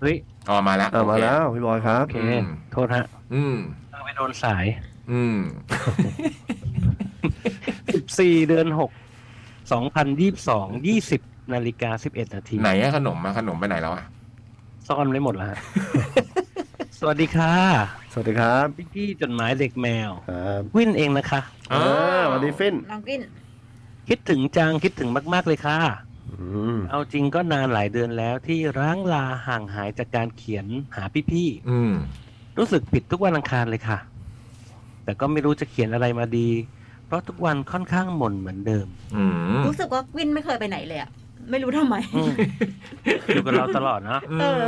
Speaker 7: เฮ้ย
Speaker 1: อ๋อมาแล้ว
Speaker 2: อ่ะมา
Speaker 1: โอเค
Speaker 2: แล้วพี่บอยครับ
Speaker 7: โอเค
Speaker 1: อืม
Speaker 7: โทษฮะ
Speaker 1: อืม
Speaker 7: เออไปโดนสาย
Speaker 1: อืม
Speaker 7: สิบสี่เดือนหกสองพันยี่สองยี่สิบนาฬิกาสิบเอ็ดนาที
Speaker 1: ไหนอะขนมอะขนมไปไหนแล้วอะ
Speaker 7: ซ่อนไว้หมดแล้วฮะ สวัสดีค่ะ
Speaker 2: สวัสดีครับ
Speaker 7: พี่ๆจดหมายเด็กแมว
Speaker 2: ครับ
Speaker 7: วินเองนะคะ
Speaker 2: อ่าสวัสดีฟิน
Speaker 3: น้องกิน
Speaker 7: คิดถึงจังคิดถึงมาก ๆ เลยค่ะ
Speaker 2: อืม
Speaker 7: เอาจริงก็นานหลายเดือนแล้วที่ร้างลาห่างหายจากการเขียนหาพี่
Speaker 1: อืม
Speaker 7: ๆ รู้สึกผิดทุกวันอังคารเลยค่ะ แต่ก็ไม่รู้จะเขียนอะไรมาดี เพราะทุกวันค่อนข้างหม่นเหมือนเดิม
Speaker 1: อืม
Speaker 3: รู้สึกว่าวินไม่เคยไปไหนเลยอะไม่รู้ทำไม
Speaker 7: อืม อยู่กับเราตลอดเนาะ
Speaker 3: เออ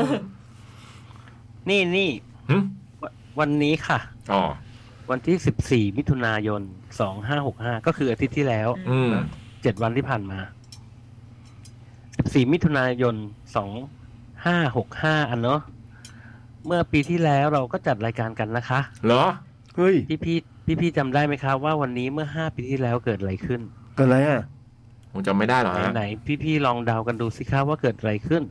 Speaker 7: นี่นี่
Speaker 1: หึ
Speaker 7: วันวันนี้ค่ะ
Speaker 1: อ๋อ
Speaker 7: วันที่ 14 มิถุนายน 2565 ก็คืออาทิตย์ที่แล้ว
Speaker 1: อืม
Speaker 7: เจ็ดวันที่ผ่านมา 14 มิถุนายน 2565 อันเนาะ เมื่อปีที่แล้วเราก็จัดรายการกันนะคะ
Speaker 1: เหรอ
Speaker 2: เฮ้ย
Speaker 7: พี่พี่พี่พี่ๆจำได้ไหมครับว่าวันนี้เมื่อ 5 ปีที่แล้วเกิดอะไรขึ้น
Speaker 2: เกิดอะไรอ่ะ
Speaker 1: ผมจำไม่ได้หรอฮะ
Speaker 7: ไหนๆพี่พี่ๆลองเดากันดูสิครับว่าเกิดอะไรขึ้น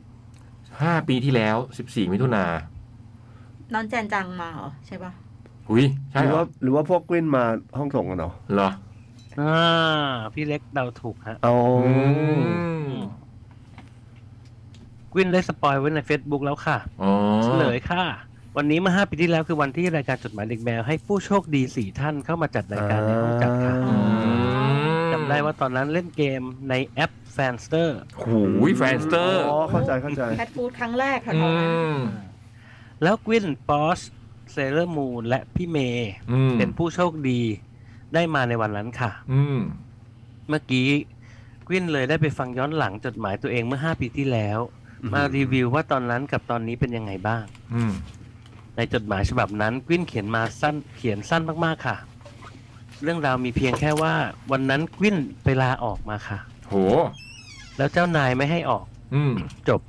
Speaker 1: ห้าปีที่แล้วสิบสี่มิถุนา
Speaker 3: น้องแจนจังมาเหรอใช่ปะ
Speaker 1: หุยใช่
Speaker 2: หรื
Speaker 1: เหรอ
Speaker 2: อว่าหรือว่าพวกกวินมาห้องส่งกันเหรอ
Speaker 1: เหรอ
Speaker 7: อ่า พี่เล็กเดาถูกฮะ
Speaker 2: เอา
Speaker 1: อืม
Speaker 7: กวินได้สปอยไว้ใน Facebook แล้วค่ะ
Speaker 1: อ๋อ
Speaker 7: เฉลยค่ะ วันนี้เมื่อ 5 ปีที่แล้วคือวันที่รายการจดหมายเด็กแมวให้ผู้โชคดี 4 ท่านเข้ามาจัดรายการในห้องจัดค่ะ
Speaker 1: อืม
Speaker 7: จำ ได้ว่าตอนนั้นเล่นเกมในแอปแฟนสเตอร์
Speaker 1: หูยแฟนสเตอร์
Speaker 2: อ๋อเข้าใจเข้าใจ
Speaker 6: แพทฟูดครั้งแรกค่ะ
Speaker 1: อื
Speaker 6: ตอนนั้น
Speaker 1: ม
Speaker 7: แล้วกวินปอสเซเลอร์มูนและพี่เมย์
Speaker 1: อืม
Speaker 7: เป็นผู้โชคดีได้มาในวันนั้นค่ะ
Speaker 1: อืม
Speaker 7: เมื่อกี้กวินเลยได้ไปฟังย้อนหลังจดหมายตัวเองเมื่อ 5 ปีที่แล้ว มารีวิวว่าตอนนั้นกับตอนนี้เป็นยังไงบ้าง
Speaker 1: อืม
Speaker 7: ในจดหมายฉบับนั้นกวินเขียนมาสั้นเขียนสั้นมากๆค่ะ เรื่องราวมีเพียงแค่ว่าวันนั้นกวินไปลาออกมาค่ะ
Speaker 1: โห
Speaker 7: แล้วเจ้านายไม่ให้ออก
Speaker 1: อืม
Speaker 7: จบ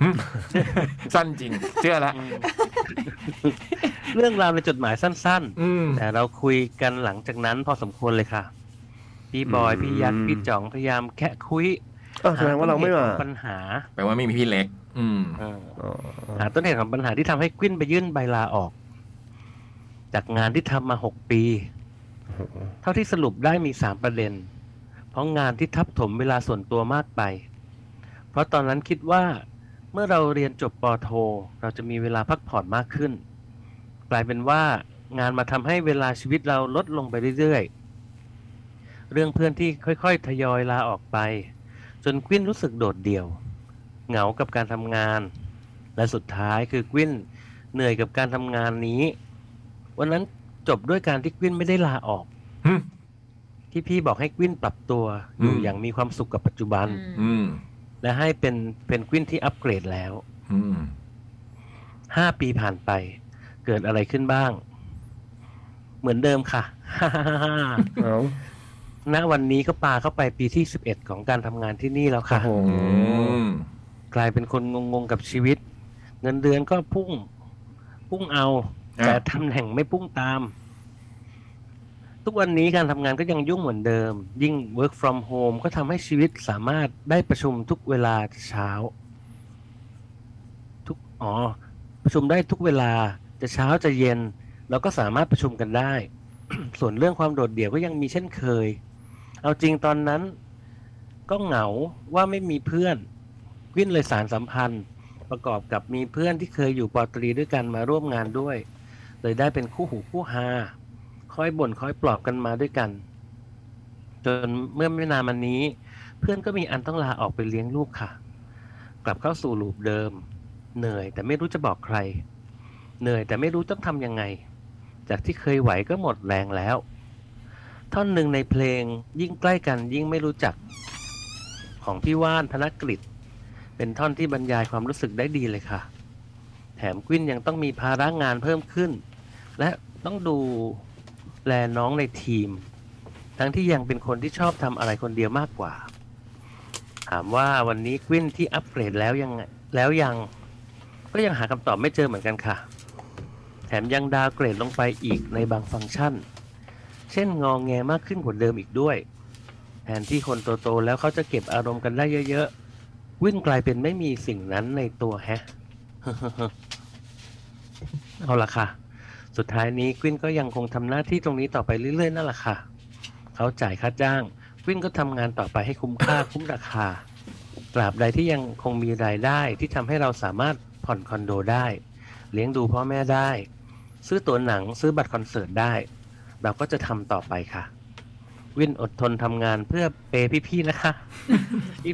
Speaker 1: อืมสั้นจริง เชื่อละ
Speaker 7: เรื่องราวในจดหมายสั้น ๆ
Speaker 1: อืม
Speaker 7: แต่เราคุยกันหลังจากนั้นพอสมควรเลยค่ะ พี่บอย
Speaker 2: อืม
Speaker 7: พี่ยักษ์ พี่จ่องพยายามแค่คุย
Speaker 2: อ้าวแสดงว่าเราไม่มา
Speaker 7: หต้นเหตุของปัญหา
Speaker 1: แปลว่าไม่มีพี่เล็ก อืม
Speaker 2: อ๋อ
Speaker 7: หาต้นเหตุของปัญหาที่ทำให้กวิ้นไปยื่นใบลาออก จากงานที่ทำมาหกปี เท่าที่สรุปได้มีสามประเด็น เพราะงานที่ทับถมเวลาส่วนตัวมากไป เพราะตอนนั้นคิดว่าเมื่อเราเรียนจบปอโท เราจะมีเวลาพักผ่อนมากขึ้น กลายเป็นว่างานมาทำให้เวลาชีวิตเราลดลงไปเรื่อยๆ เรื่องเพื่อนที่ค่อยๆ ทยอยลาออกไป จนกวิ้นรู้สึกโดดเดี่ยว เหงากับการทำงาน และสุดท้ายคือกวิ้นเหนื่อยกับการทำงานนี้ วันนั้นจบด้วยการที่กวิ้นไม่ได้ลาออก
Speaker 1: หึ
Speaker 7: ที่พี่บอกให้กวิ้นปรับตัวอยู่
Speaker 1: อืม
Speaker 7: อย่างมีความสุขกับปัจจุบัน
Speaker 1: อืม
Speaker 7: และให้เป็นเป็นกวิ้นที่อัปเกรดแล้ว
Speaker 1: อืม
Speaker 7: ห้าปีผ่านไป เกิดอะไรขึ้นบ้าง เหมือนเดิมค่ะ
Speaker 2: เอา
Speaker 7: ณวันนี้ก็ปาเข้าไปปีที่สิบเอ็ดของการทำงานที่นี่แล้วค่ะ
Speaker 2: โอ้โห
Speaker 1: อืม
Speaker 7: กลายเป็นคนงงๆกับชีวิต เงินเดือนก็พุ่ง พุ่งเอา
Speaker 1: อ่ะ
Speaker 7: แต่ตำแหน่งไม่พุ่งตาม ทุกวันนี้การทำงานก็ยังยุ่งเหมือนเดิม ยิ่ง work from home ก็ทำให้ชีวิตสามารถได้ประชุมทุกเวลาเช้า ทุกอ๋อ ประชุมได้ทุกเวลาจะเช้าจะเย็น เราก็สามารถประชุมกันได้ ส่วนเรื่องความโดดเดี่ยวก็ยังมีเช่นเคย เอาจริงตอนนั้น ก็เหงาว่าไม่มีเพื่อน กวิ้นเลยสารสัมพันธ์ ประกอบกับมีเพื่อนที่เคยอยู่ปอตรีด้วยกันมาร่วมงานด้วย เลยได้เป็นคู่หูคู่ฮาคอยบ่นคอยปลอบกันมาด้วยกัน จนเมื่อไม่นานมานี้ เพื่อนก็มีอันต้องลาออกไปเลี้ยงลูกค่ะ กลับเข้าสู่ลูปเดิม เหนื่อยแต่ไม่รู้จะบอกใคร เหนื่อยแต่ไม่รู้ต้องทำยังไง จากที่เคยไหวก็หมดแรงแล้ว ท่อนหนึ่งในเพลงยิ่งใกล้กันยิ่งไม่รู้จัก ของพี่ว่านธนกฤษเป็นท่อนที่บรรยายความรู้สึกได้ดีเลยค่ะ แถมกวินยังต้องมีภาระงานเพิ่มขึ้น และต้องดูแลน้องในทีม ทั้งที่ยังเป็นคนที่ชอบทำอะไรคนเดียวมากกว่า ถามว่าวันนี้กวินที่อัปเกรดแล้วยังไงแล้วยัง ก็ยังหาคำตอบไม่เจอเหมือนกันค่ะ แถมยังดาวน์เกรดลงไปอีกในบางฟังก์ชัน เช่นงองแงมากขึ้นกว่าเดิมอีกด้วย แทนที่คนโตๆแล้วเขาจะเก็บอารมณ์กันได้เยอะๆวิ่นกลายเป็นไม่มีสิ่งนั้นในตัวแฮะ เอาละค่ะ สุดท้ายนี้กวินก็ยังคงทำหน้าที่ตรงนี้ต่อไปเรื่อยๆนั่นแหละค่ะ เขาจ่ายค่าจ้างกวินก็ทำงานต่อไปให้คุ้มค่า คุ้มราคา ตราบใดที่ยังคงมีรายได้ที่ทำให้เราสามารถผ่อนคอนโดได้ เลี้ยงดูพ่อแม่ได้ ซื้อตั๋วหนังซื้อบัตรคอนเสิร์ตได้ เราก็จะทำต่อไปค่ะ วินอดทนทำงานเพื่อเปย์พี่ๆนะคะ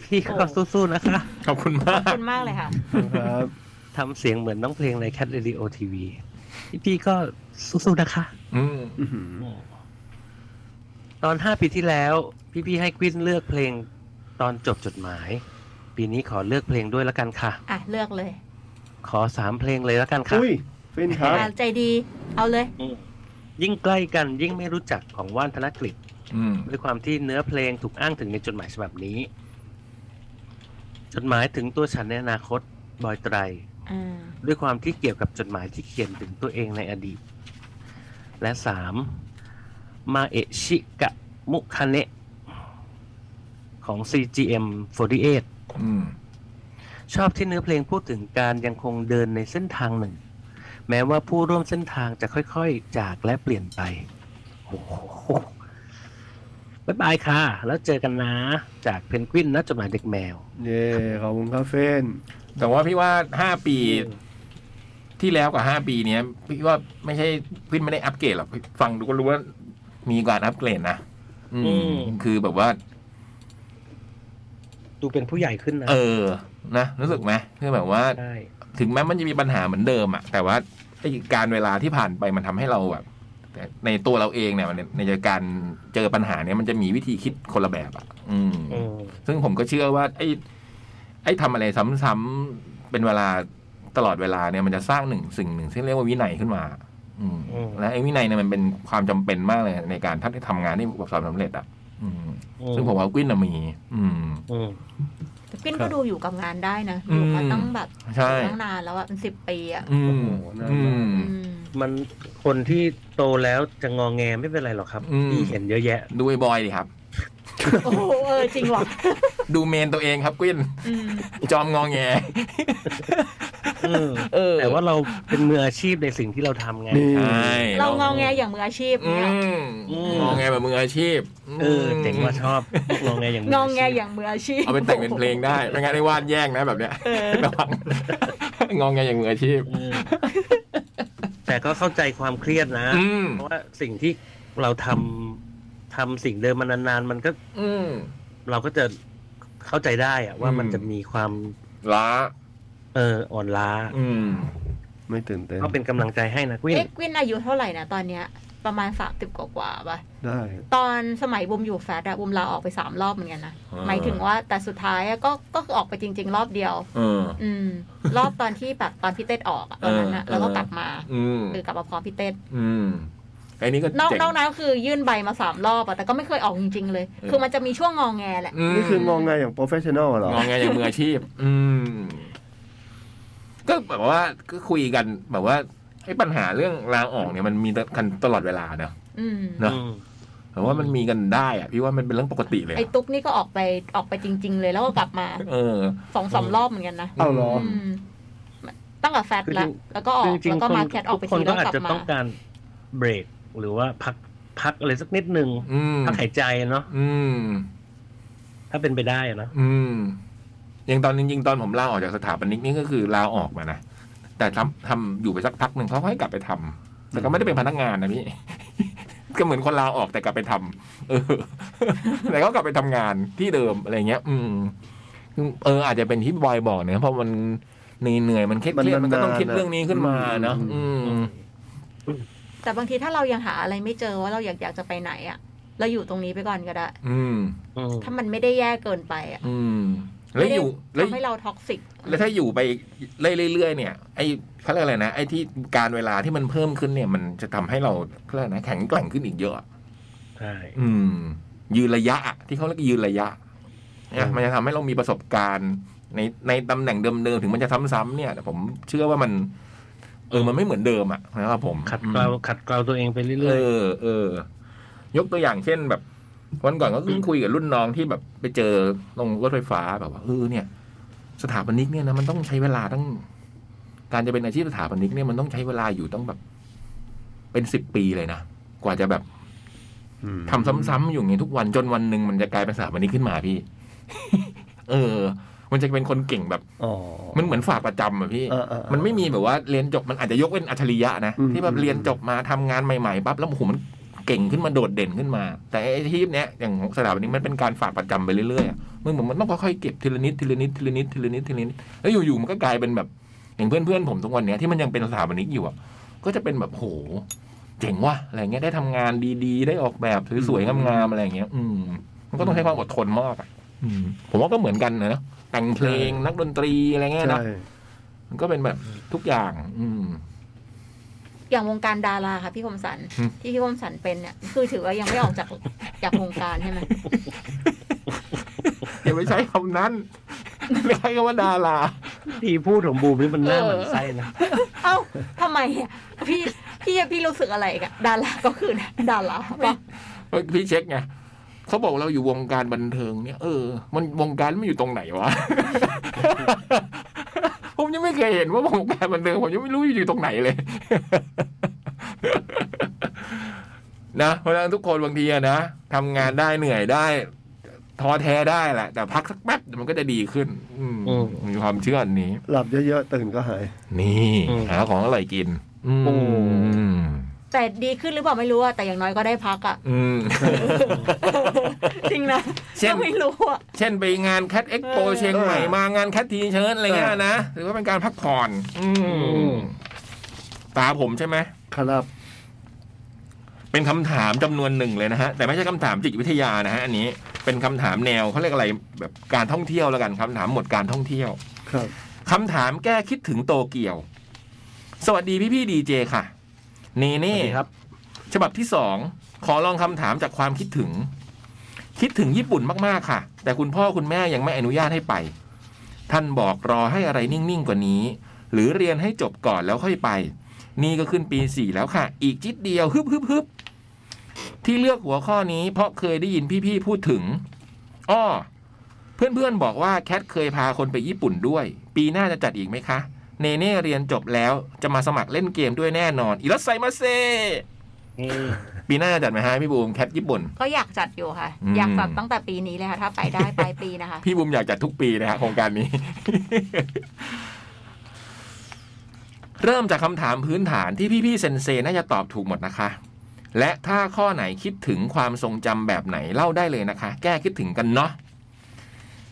Speaker 7: พี่ๆก็สู้ๆนะคะ
Speaker 1: ขอบคุณมา
Speaker 6: ข
Speaker 1: ก
Speaker 6: อบคุณมากเลยค่ะ
Speaker 2: ครับ
Speaker 7: ทำเสียงเหมือนน้องเพลงใน Cat Radio TV พี่ๆก็สู้ๆนะคะ
Speaker 1: อืม
Speaker 7: ตอนห้าปีที่แล้ว พี่ๆให้กวินเลือกเพลงตอนจบจดหมาย ปีนี้ขอเลือกเพลงด้วยละกันค่ะ
Speaker 6: อ่ะ เลือกเลย
Speaker 7: ขอสามเพลงเลยละกันค่ะ
Speaker 2: อุ้ยฟินครับ
Speaker 6: อ่ะใจดี เอาเลย
Speaker 7: อืมยิ่งใกล้กันยิ่งไม่รู้จักของว่านธนกฤษ
Speaker 1: อืม
Speaker 7: ด้วยความที่เนื้อเพลงถูกอ้างถึงในจดหมายฉบับนี้ จดหมายถึงตัวฉันในอนาคตบอยไตร
Speaker 6: อืม
Speaker 7: ด้วยความที่เกี่ยวกับจดหมายที่เขียนถึงตัวเองในอดีต และสามมาเอะชิกะมุคาเนะของ CGM 48
Speaker 1: อืม
Speaker 7: ชอบที่เนื้อเพลงพูดถึงการยังคงเดินในเส้นทางหนึ่ง แม้ว่าผู้ร่วมเส้นทางจะค่อยๆ จากและเปลี่ยนไปโอ้โหบ๊ายบายค่ะ แล้วเจอกันนะ จากเพนกวินนะจดหมายเด็กแมว
Speaker 2: เย่ขอบคุณครับเฟน
Speaker 1: แต่ว่าพี่ว่าห้าปีที่แล้วกับห้าปีเนี้ยพี่ว่าไม่ใช่พี่ไม่ได้อัปเกรดหรอกพี่ฟังดูก็รู้ว่ามีการอัปเกรดนะ อื
Speaker 7: อื
Speaker 1: ม
Speaker 7: ม
Speaker 1: คือแบบว่า
Speaker 7: ดูเป็นผู้ใหญ่ขึ้นนะ
Speaker 1: เออ นะรู้สึกไหมคือแบบว่า
Speaker 7: ใช่
Speaker 1: ถึงแม้มันจะมีปัญหาเหมือนเดิมอะแต่ว่าไอ้การเวลาที่ผ่านไปมันทำให้เราแบบแต่ในตัวเราเองเนี่ยมันในการเจอปัญหาเนี่ยมันจะมีวิธีคิดคนละแบบอะอืม
Speaker 7: เออ
Speaker 1: ซึ่งผมก็เชื่อว่า ไอ้ไอ้ทำอะไรซ้ำๆเป็นเวลาตลอดเวลาเนี่ยมันจะสร้างหนึ่งสิ่งหนึ่งที่เรียกว่าวินัยขึ้นมา อืม
Speaker 7: อืม
Speaker 1: และไอ้วินัยเนี่ยมันเป็นความจำเป็นมากเลยในการถ้าได้ทำงานที่ประสบความสำเร็จอ่ะอืมซึ่งผมว่ากวินน่ะมี อืม
Speaker 7: อืม
Speaker 3: แต่กิน
Speaker 7: ครั
Speaker 3: ก็
Speaker 7: บ
Speaker 3: ดูอยู่กับงานได้นะ
Speaker 1: อื
Speaker 3: อ
Speaker 1: ม
Speaker 3: ยู่มาตั้งแบบ
Speaker 1: ใช่
Speaker 3: ตั้งนานแล้วอะเป็นสิบปีอะ
Speaker 1: อืม
Speaker 2: โอ้โหน่ารัก
Speaker 1: อืม
Speaker 3: อืม
Speaker 7: มันคนที่โตแล้วจะงองแงไม่เป็นไรหรอกครับ
Speaker 1: อืม
Speaker 7: พี่เห็นเยอะแยะ
Speaker 1: ดูไอ้บอยดิครับ
Speaker 3: โอ้โหเออจริงว่ะ
Speaker 1: ดูเมนตัวเองครับกวิน
Speaker 3: อืม
Speaker 1: จอมงองแง เออ
Speaker 7: แต่ว่าเราเป็นมืออาชีพในสิ่งที่เราทำไง
Speaker 2: นี่
Speaker 1: ใช่
Speaker 3: เรางองแงอย่างมืออาชีพ
Speaker 1: อื
Speaker 3: เนี่ย
Speaker 1: ม
Speaker 7: อืม
Speaker 1: งองแงแบบมืออาชีพ
Speaker 7: เออเจ๋งว่าชอบงองแงอย่างมื
Speaker 3: งองแงอย่างมืออาชีพ
Speaker 1: เอาไปแต่งเป็นเพลงได้ไม่งั้นไอ้วาดแย่งนะแบบเนี้ย
Speaker 3: เออ
Speaker 1: ระวังงองแงอย่างมืออาชีพ
Speaker 7: อืมแต่ก็เข้าใจความเครียดนะ
Speaker 1: อืม
Speaker 7: เพราะว่าสิ่งที่เราทำทำสิ่งเดิมมานานๆ มันก็
Speaker 1: อืม
Speaker 7: เราก็จะเข้าใจได้อะว่า
Speaker 1: อืม
Speaker 7: มันจะมีความ
Speaker 1: ล้า
Speaker 7: เอออ่อนล้า
Speaker 1: อืม
Speaker 2: ไม่ตื่นเต้น
Speaker 7: ก็เป็นกำลังใจให้นะกวิน
Speaker 3: เอ็กวินอายุเท่าไหร่นะตอนเนี้ย ประมาณสามสิบกว่าๆป่ะ
Speaker 2: ได้
Speaker 3: ตอนสมัยบุมอยู่แฟดอะบุมลาออกไปสามรอบเหมือนกันนะ
Speaker 1: อ่า
Speaker 3: หมายถึงว่าแต่สุดท้ายอะก็ก็คือออกไปจริง ๆ รอบเดียว
Speaker 1: เออ
Speaker 3: อื ม รอบตอนที่แบบตอนพี่เต้ออกอะตอนนั้นอะ
Speaker 1: เออ
Speaker 3: แล้วก็กลับมา
Speaker 1: อืม
Speaker 3: คือกลับมาพร้อมพี่เต้
Speaker 1: อืมไอ้นี่ก็
Speaker 3: นอก
Speaker 1: เจ๋ง
Speaker 3: นอกนั้นคือยื่นใบมาสามรอบอะแต่ก็ไม่เคยออกจริง ๆ เลย
Speaker 1: เออ
Speaker 3: คือมันจะมีช่วงงองแงแหละ
Speaker 1: ม
Speaker 2: นี่คืององไงอย่างโปรเฟชชั่นอลเหรอ
Speaker 1: งอแงอย่างมืออาชีพ อืม ก็แบบว่าก็คุยกันแบบว่าไอ้ปัญหาเรื่องลาออกเนี่ยมันมีกันตลอดเวลาเนอะ
Speaker 3: อืม
Speaker 1: เนอะ
Speaker 7: อืม
Speaker 1: แต่ว่ามันมีกันได้อะพี่ว่ามันเป็นเรื่องปกติเลย
Speaker 3: ไอ้
Speaker 1: อะ
Speaker 3: ตุ๊กนี่ก็ออกไปออกไปจริง ๆ เลยแล้วก็กลับมา
Speaker 1: เออ
Speaker 3: สองสามรอบเหมือนกันนะ
Speaker 2: เอาเหรอ
Speaker 3: อืมตั้งแต่แฟต
Speaker 7: คือจริ
Speaker 3: แล้ว
Speaker 7: ง
Speaker 3: แล้วก็ออก
Speaker 7: จริง
Speaker 3: แล้ว
Speaker 7: ๆ
Speaker 3: ก็
Speaker 7: คน
Speaker 3: มาแคทออกไป
Speaker 7: ทุกคน
Speaker 3: ทีแล้
Speaker 7: ก็
Speaker 3: ว
Speaker 7: อาจ
Speaker 3: กลับ
Speaker 7: จะ
Speaker 3: มา
Speaker 7: ต้องการเบรกหรือว่าพักพักอะไรสักนิดนึง
Speaker 1: อืม
Speaker 7: พักหายใจเนาะ
Speaker 1: อืม
Speaker 7: ถ้าเป็นไปได้อะเนาะ
Speaker 1: อืมอย่างตอนจริงๆตอนผมลาออกจากสถาปนิกนี่ก็คือลาออกมานะแต่ทำทำอยู่ไปสักพักหนึ่งเขาก็ให้กลับไปทำแต่ก็ไม่ได้เป็นพนักงานนะพี่ ก็เหมือนคนลาออกแต่กลับไปทำเออ แต่ก็กลับไปทำงานที่เดิมอะไรเงี้ย อืมคือเออ อาจจะเป็นที่บอยบอกเนี่ยเพราะมันเหนื่อยๆมันเครียดๆ
Speaker 2: มั
Speaker 1: มัน
Speaker 2: น
Speaker 1: ก็ต้อง
Speaker 2: นานๆ
Speaker 1: คิดเรื่องนี้ขึ้นมาเนาะ
Speaker 2: อื
Speaker 1: อื
Speaker 2: ม
Speaker 1: ม
Speaker 3: แต่บางทีถ้าเรายังหาอะไรไม่เจอว่าเราอยากอยากจะไปไหนอะเราอยู่ตรงนี้ไปก่อนก็ได้
Speaker 1: อืม
Speaker 7: อืม
Speaker 3: ถ้ามันไม่ได้แย่เกินไปอะ
Speaker 1: อืม แล้วอยู่แล้
Speaker 3: ไม่
Speaker 1: ว
Speaker 3: ได้ทำให้เราท็อกซิก
Speaker 1: แล้วถ้าอยู่ไปเรื่อยๆเนี่ยไอ้เขาเรียกอะไรนะไอ้ที่การเวลาที่มันเพิ่มขึ้นเนี่ย มันจะทำให้เราเขาเรียกอะไรนะแข็งแกร่งขึ้นอีกเยอะอะ
Speaker 7: ใช่
Speaker 1: อืม ยืนระยะอะที่เขาเรียกยืนระยะนะมันจะทำให้เรามีประสบการณ์ ในในตำแหน่งเดิมๆถึงมันจะซ้ำๆเนี่ยแต่ผมเชื่อว่ามัน เออมันไม่เหมือนเดิมอะนะครับผม
Speaker 7: ขัดเกลา
Speaker 1: อืม
Speaker 7: ขัดเกลาตัวเองไป
Speaker 1: เอ
Speaker 7: เรื่อย
Speaker 1: อเออยกตัวอย่างเช่นแบบ วันก่อนก็เพิ่งคุยกับรุ่นน้องที่แบบไปเจอตรงรถไฟฟ้าแบบว่าเออเนี่ย สถาปนิกเนี่ยนะมันต้องใช้เวลาตั้ง การจะเป็นอาชีพสถาปนิกเนี่ยมันต้องใช้เวลาอยู่ต้องแบบ เป็นสิบปีเลยนะกว่าจะแบบทำซ้ำๆอยู่อย่างนี้ทุกวันจนวันหนึ่งมันจะกลายเป็นสถาปนิกขึ้นมาพี่ เออ มันจะเป็นคนเก่งแบบ
Speaker 2: อ๋อ
Speaker 1: มันเหมือนฝากประจำอะพี่
Speaker 2: เออเออเออ
Speaker 1: มันไม่มีแบบว่าเรียนจบมันอาจจะยกเว้นอัจฉริยะนะ
Speaker 2: อืม
Speaker 1: ที่แบบเรียนจบมาทำงานใหม่ๆปั๊บแล้วโอ้โหมันเก่งขึ้นมาโดดเด่นขึ้นมา แต่ไอ้อาชีพเนี้ยอย่างของสถาปนิกมันเป็นการฝากประจำไปเรื่อยๆอะมันเหมือนมันต้องค่อยๆเก็บทีละนิดทีละนิดทีละนิดทีละนิดทีละนิดแล้วอยู่ๆมันก็กลายเป็นแบบ อย่างเพื่อนๆผมทุกวันเนี้ยที่มันยังเป็นสถาปนิกอยู่อะก็จะเป็นแบบโห เจ๋งว่ะอะไรเงี้ยได้ทำงานดีๆ ได้ออกแบบสวยๆงามๆอะไรเงี้ย อืม มันก็ต้องใช้ความอดทนมากอะอืม ผมว่าก็เหมือนกันนะแต่งเพลงนักดนตรีอะไรเงี้ยนะ
Speaker 2: ใช่
Speaker 1: มันก็เป็นแบบทุกอย่าง อืม
Speaker 3: อย่างวงการดาราค่ะพี่คมสัน
Speaker 1: อืม
Speaker 3: ที่พี่คมสันเป็นเนี่ยคือถือว่ายังไม่ออกจาก จากวงการใช่ไหม
Speaker 1: อย่าไปใช้คำนั้น ไม่ใช้คำว่าดารา
Speaker 7: ๆที่พูดของบูมนี่มันน่าหมันไส้นะ
Speaker 3: เอ้าทำไมอะพี่พี่พี่รู้สึกอะไรกับดาราก็คือ ดาราปะ
Speaker 1: เฮ้ยพี่เช็คไงเขาบอกเราอยู่วงการบันเทิงเนี่ย เออ มันวงการมันอยู่ตรงไหนวะ ผมยังไม่เคยเห็นว่าวงการบันเทิงผมยังไม่รู้อยู่ตรงไหนเลย นะเพราะฉะนั้นทุกคนบางทีอะนะทำงานได้เหนื่อยได้ท้อแท้ได้แหละ แต่พักสักแป๊บเดี๋ยวมันก็จะดีขึ้น อืม
Speaker 7: อืม
Speaker 1: มีความเชื่ออันนี้
Speaker 2: หลับเยอะๆตื่นก็หาย
Speaker 1: นี่
Speaker 7: อืม
Speaker 1: หาของอร่อยกิน อืม
Speaker 3: แต่ดีขึ้นหรือเปล่าไม่รู้อะแต่อย่างน้อยก็ได้พักอะ
Speaker 1: อืม
Speaker 3: จริงนะ
Speaker 1: เช่น
Speaker 3: ก็ไม่รู้อะ
Speaker 1: เช่นไปงานแคดเอ็กโป
Speaker 3: เออ
Speaker 1: เชียงใหม่มางานแคดทีเชิญอะไรเงี้ย
Speaker 2: เออ
Speaker 1: นะ หรือว่าเป็นการพักผ่อน อืมตาผมใช่ไหม
Speaker 2: ครับ
Speaker 1: เป็นคำถามจำนวนหนึ่งเลยนะฮะ แต่ไม่ใช่คำถามจิตวิทยานะฮะอันนี้เป็นคำถามแนวเขาเรียกอะไรแบบการท่องเที่ยวแล้วกันคำถามหมวดการท่องเที่ยว
Speaker 2: ครับ
Speaker 1: คำถามแก้คิดถึงโตเกียว สวัสดีพี่พี่ดีเจค่ะ นี่
Speaker 7: สวั
Speaker 1: นี่
Speaker 7: สดีครับ
Speaker 1: ฉบับที่สอง ขอลองคำถามจากความคิดถึง คิดถึงญี่ปุ่นมาก ๆ ค่ะ แต่คุณพ่อคุณแม่ยังไม่อนุญาตให้ไป ท่านบอกรอให้อะไรนิ่ง ๆ กว่านี้ หรือเรียนให้จบก่อนแล้วค่อยไป นี่ก็ขึ้นปีสี่แล้วค่ะ อีกจิตเดียวฮึบฮึบฮึบที่เลือกหัวข้อนี้เพราะเคยได้ยินพี่ๆพูดถึงอ้อ เพื่อนๆ บอกว่าแคทเคยพาคนไปญี่ปุ่นด้วย ปีหน้าจะจัดอีกไหมคะ เนเน่เรียนจบแล้วจะมาสมัครเล่นเกมด้วยแน่นอน อิรัสไซมาเซ ปีหน้าจะจัดไหมฮะพี่บูมแคทญี่ปุ่น
Speaker 3: ก็อยากจัดอยู่ค่ะ
Speaker 1: อืม
Speaker 3: อยากจัดตั้งแต่ปีนี้เลยค่ะ ถ้าไปได้ปลายปีนะคะ
Speaker 1: พี่บูมอยากจัดทุกปีนะฮะโครงการนี้ เริ่มจากคำถามพื้นฐานที่พี่ๆเซนเซน่าจะตอบถูกหมดนะคะ และถ้าข้อไหนคิดถึงความทรงจำแบบไหนเล่าได้เลยนะคะ แก้คิดถึงกันเนาะ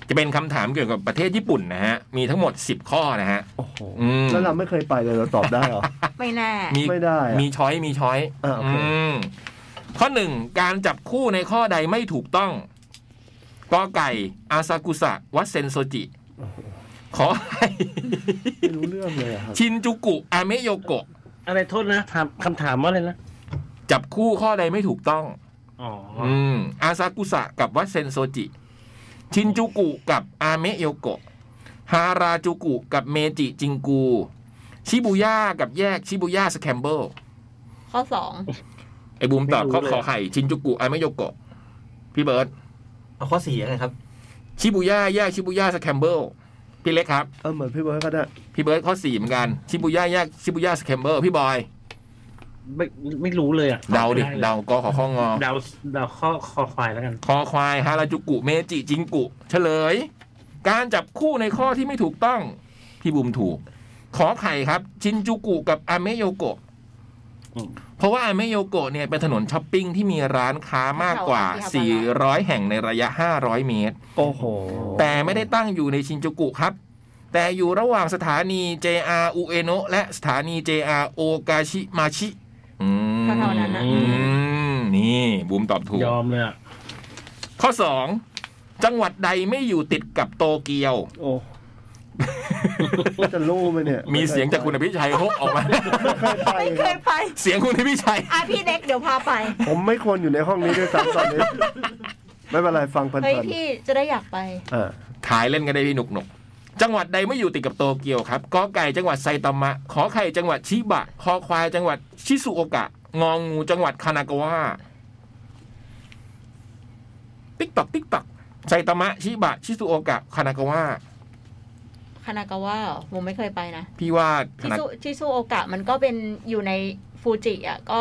Speaker 1: จะเป็นคำถามเกี่ยวกับประเทศญี่ปุ่นนะฮะ มีทั้งหมด 10 ข้อนะฮะ
Speaker 2: โอ้โห
Speaker 1: อืม
Speaker 2: แล้วเราไม่เคยไปเลยเราตอบได้เหรอ
Speaker 3: ไม่แน่
Speaker 1: มี
Speaker 2: ไม่ได้อะ
Speaker 1: มีช้อยมีช้อย
Speaker 2: อ่าโอเค
Speaker 1: มข้อหนึ่งการจับคู่ในข้อใดไม่ถูกต้องกอไก่ อาซากุสะวัดเซนโซจิ ขอไข่
Speaker 2: ไม่รู้เรื่องเลยอะครับ
Speaker 1: ชินจูกุ อาเมโยโกะ
Speaker 7: อะไรโทษนะถามคำถามว่าอะไรนะ
Speaker 1: จับคู่ข้อใดไม่ถูกต้อง
Speaker 7: อ๋อ
Speaker 1: อืม อาซากุสะกับวัดเซนโซจิ ชินจูกุกับอาเมโยโกะ ฮาราจูกุกับเมจิจิงกู ชิบูย่ากับแยกชิบูย่าสแคมเบิล
Speaker 3: ข้อสอง
Speaker 1: ไอ้บูมตอบข้อขอไข่ชินจูกุอาเมโยโกะ พี่เบิร์ต
Speaker 4: เอาข้อสี่ยังไงครับ
Speaker 1: ชิบูย่าแยกชิบูย่าสแคมเบิลพี่เล็กครับ
Speaker 2: เออเหมือนพี่เบิร์ดก็ได้
Speaker 1: พี่เบิร์ดข้อสี่เหมือนกัน ชิบูย่าแยกชิบูย่าสแคมเบิลพี่บอย
Speaker 7: ไม่ไม่รู้เลยอ่ะ
Speaker 1: เดาดิ
Speaker 7: ไม่ไลย
Speaker 1: เดาก็ขอข้อง อ
Speaker 7: เดาเดาข้อคอควายแล้วกัน
Speaker 1: คอควายฮาราจูกุเมจิจิงกุ เฉลย การจับคู่ในข้อที่ไม่ถูกต้อง พี่บุมถูก ขอไข่ครับ ชินจูกุกับอาเมโยโกะ
Speaker 7: อืม
Speaker 1: เพราะว่าอาเมโยโกะเนี่ยเป็นถนนช้อปปิ้งที่มีร้านค้ามากกว่า 400 แห่งในระยะ 500 เมตร
Speaker 2: โอ้โห
Speaker 1: แต่ไม่ได้ตั้งอยู่ในชินจูกุครับ แต่อยู่ระหว่างสถานี JR อุเอโนะและสถานี JR โอกาชิมาชิอืม
Speaker 3: เท่าๆนั้นนะ
Speaker 1: อืมนี่บูมตอบถูก
Speaker 7: ยอมเลยอ่ะ
Speaker 1: ข้อ 2 จังหวัดใดไม่อยู่ติดกับโตเกียว
Speaker 2: โอ้ว่าจะรู้ไหมเนี่ย
Speaker 1: มีเสียงจากคุณอภิชัยฮกออกมา
Speaker 2: ไม่เคยไป
Speaker 3: ไม่
Speaker 2: ค
Speaker 3: เค
Speaker 2: รั
Speaker 3: ย
Speaker 2: บ
Speaker 3: ไป
Speaker 1: เสียงคุณอภิชัย
Speaker 3: อ่ะพี่เด็กเดี๋ยวพาไป
Speaker 2: ผมไม่ควรอยู่ในห้องนี้ด้วยซ้ำตอนนี้ ไม่เป็นไรฟังเพ
Speaker 3: เฮ้ยิ
Speaker 2: น
Speaker 3: พี่จะได้อยากไป
Speaker 2: ๆอ่า
Speaker 1: ถ่ายเล่นกันได้พี่หนุกหนุกจังหวัดใดไม่อยู่ติดกับโตเกียวครับกอไก่จังหวัดไซตามะ ขอไข่จังหวัดชิบะ คอควายจังหวัดชิซุโอกะ งองูจังหวัดคานากาวะติ๊กตอกติ๊กตอกไซตามะ ชิบะ ชิซุโอกะ คานากาวะ
Speaker 3: คานากาวะเหรอผมไม่เคยไปนะ
Speaker 1: พี่ว่า
Speaker 3: ชิ
Speaker 1: คานา
Speaker 3: ซูชิซูโอกะมันก็เป็นอยู่ในฟูจิอ่ะก็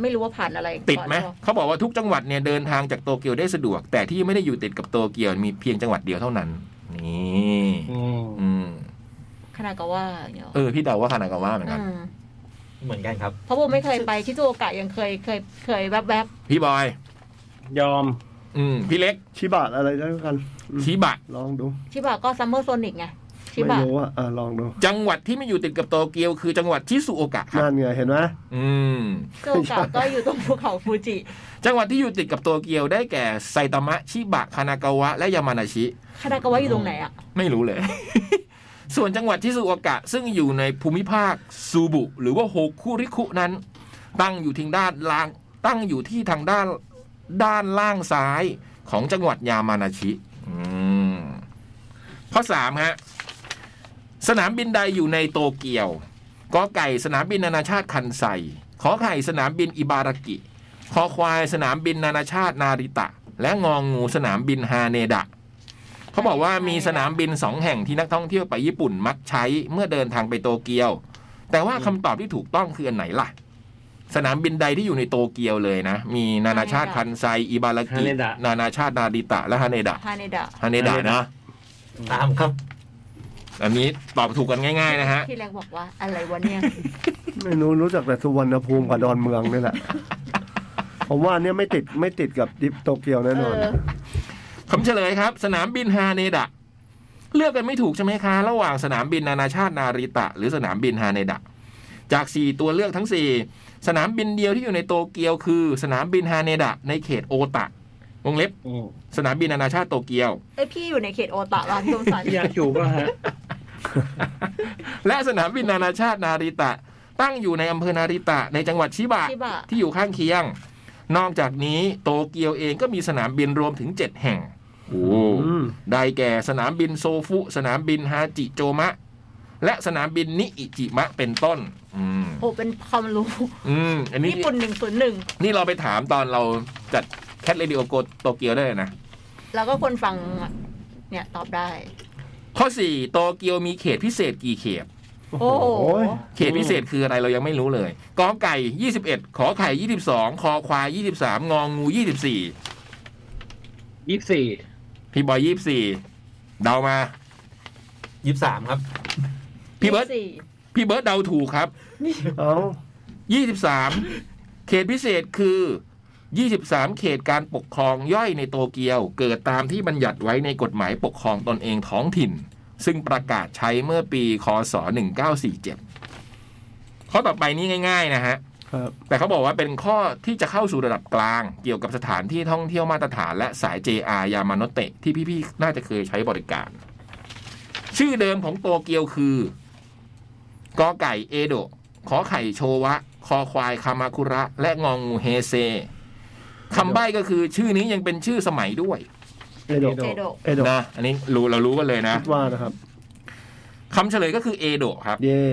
Speaker 3: ไม่รู้ว่าผ่านอะไร
Speaker 1: ติดไหม
Speaker 3: ก่อน
Speaker 1: เขาบอกว่าทุกจังหวัดเนี่ยเดินทางจากโตเกียวได้สะดวก แต่ที่ไม่ได้อยู่ติดกับโตเกียวมีเพียงจังหวัดเดียวเท่านั้น นี่
Speaker 7: อืม
Speaker 1: อืม
Speaker 3: คานากาวะอย่างเงี้ยหรอ
Speaker 1: เออ พี่เดาว่าคานากาวะเหมือนกัน
Speaker 3: อืม
Speaker 4: เหมือนกันครับ
Speaker 3: เพราะผมไม่เคยไปชิซูโอกะยังเคยเคยเคยแวบๆ
Speaker 1: พี่บอย
Speaker 7: ยอม
Speaker 1: อืมพี่เล็ก
Speaker 2: ชิบะอะไรได้กันอืม
Speaker 1: ชิบะ
Speaker 2: ลองดู
Speaker 3: ชิบะก็ซัมเมอร์โซนิกไงชิ
Speaker 2: ไม่
Speaker 3: บะ
Speaker 2: รู้อ่ะอ่ะลองดู
Speaker 1: จังหวัดที่ไม่อยู่ติดกับโตเกียวคือจังหวัดชิซุโอกะครับ
Speaker 2: นั่นไงเห็นไหม
Speaker 1: อืม
Speaker 3: ชิซูโอกะก็อยู่ตรงภูเขาฟูจิ
Speaker 1: จังหวัดที่อยู่ติดกับโตเกียวได้แก่ไซตามะ ชิบะ คานากาวะ และยามานาชิ
Speaker 3: คานากาวะอยู่ตรงไหนอ่ะ
Speaker 1: ไม่รู้เลย ส่วนจังหวัดชิซุโอกะ ซึ่งอยู่ในภูมิภาคซูบุ หรือว่าโฮคุริคุนั้น ตั้งอยู่ทางด้านล่าง ตั้งอยู่ที่ทางด้านด้านล่างซ้ายของจังหวัดยามานาชิ อืม ข้อสามฮะ สนามบินใดอยู่ในโตเกียวกอไก่สนามบินนานาชาติคันไซขอไข่สนามบินอิบารากิ คอควายสนามบินนานาชาตินาริตะ และงองงูสนามบินฮาเนดะ เขาบอกว่ามีสนามบินสองแห่งที่นักท่องเที่ยวไปญี่ปุ่นมักใช้เมื่อเดินทางไปโตเกียว แต่ว่าคำตอบที่ถูกต้องคืออันไหนล่ะ สนามบินใดที่อยู่ในโตเกียวเลยนะ มีนานาชาติคันไซอิบารากิ
Speaker 7: ฮาเนดะ
Speaker 1: นานาชาตินาริตะ และฮาเนดะ
Speaker 3: ฮาเนดะ
Speaker 1: ฮาเนดะนะ
Speaker 4: ตามครับ
Speaker 1: อันนี้ตอบถูกกันง่าย ๆ นะฮะ
Speaker 3: ที่แรกบอกว่าอะไรวะเนี่ย
Speaker 2: ไม่รู้รู้จักแต่สุวรรณภูมิกับดอนเมืองนี่แหละ ผมว่าอันเนี้ยไม่ติดไม่ติดกับดิฟโตเกียวแน่นอน
Speaker 6: เออ
Speaker 1: คำเฉลยครับ สนามบินฮาเนดะ เลือกกันไม่ถูกใช่ไหมคะ ระหว่างสนามบินนานาชาตินาริตะ หรือสนามบินฮาเนดะ จาก 4 ตัวเลือกทั้ง 4 สนามบินเดียวที่อยู่ในโตเกียวคือ สนามบินฮาเนดะ ในเขตโอตะวงเล็บ สนามบินนานาชาติโตเกียว
Speaker 3: เอ้ยพี่อยู่ในเขตโอตะร้านตรงสัน
Speaker 7: อยากอยู่ป่ะฮะ
Speaker 1: และสนามบินนานาชาตินาริตะ ตั้งอยู่ในอำเภอนาริตะ ในจังหวัดชิบะ
Speaker 3: ชิบะ
Speaker 1: ที่อยู่ข้างเคียง นอกจากนี้โตเกียวเองก็มีสนามบินรวมถึง 7 แห่ง โอ้
Speaker 2: อืม
Speaker 1: ได้แก่สนามบินโซฟุ สนามบินฮาจิโจมะ และสนามบินนิอิจิมะเป็นต้น อืม
Speaker 3: โอ้เป็นความรู้
Speaker 1: อืม อันนี้
Speaker 3: ญี่ปุ่นหนึ่งศูนย์หนึ่ง
Speaker 1: นี่เราไปถามตอนเราจัดแคทเรดิโอโกโตเกียวได้เลยนะ
Speaker 3: แล้วก็คนฟังอ่ะเนี่ยตอบได้
Speaker 1: ข้อ 4 โตเกียวมีเขตพิเศษกี่เขต
Speaker 3: โอ้โห
Speaker 2: ย
Speaker 1: เขตพิเศษคืออะไรเรายังไม่รู้เลยกอไก่ 21 ขอไข่ 22 คอควาย 23 งองู 24
Speaker 7: ยี่สิบสี่
Speaker 1: พี่บอย 24 เดามา
Speaker 4: ยี่สิบสามครับ
Speaker 1: พี่เบิร์ต พี่เบิร์ดเดาถูกครับ
Speaker 2: เอ้า
Speaker 1: 23 เขตพิเศษคือ 23 เขตการปกครองย่อยในโตเกียว เกิดตามที่บัญญัติไว้ในกฎหมายปกครองตนเองท้องถิ่น ซึ่งประกาศใช้เมื่อปีคศ 1947 ข้อต่อไปนี้ง่าย ๆ นะฮะ
Speaker 2: ครับ
Speaker 1: แต่เขาบอกว่าเป็นข้อที่จะเข้าสู่ระดับกลาง เกี่ยวกับสถานที่ท่องเที่ยวมาตรฐานและสาย JR ยามานโตะที่พี่ๆ น่าจะเคยใช้บริการ ชื่อเดิมของโตเกียวคือกอไก่เอโดะขอไข่โชวะ คอควายคามาคุระ และงองูเฮเซคำใบ้ก็คือชื่อนี้ยังเป็นชื่อสมัยด้วย
Speaker 2: เอโด
Speaker 3: เอโดะ
Speaker 2: เอโด
Speaker 1: นะอันนี้รู้เรารู้กันเลยนะ
Speaker 2: คิดว่านะครับ
Speaker 1: คำเฉลยก็คือเอโดะครับ
Speaker 2: เย่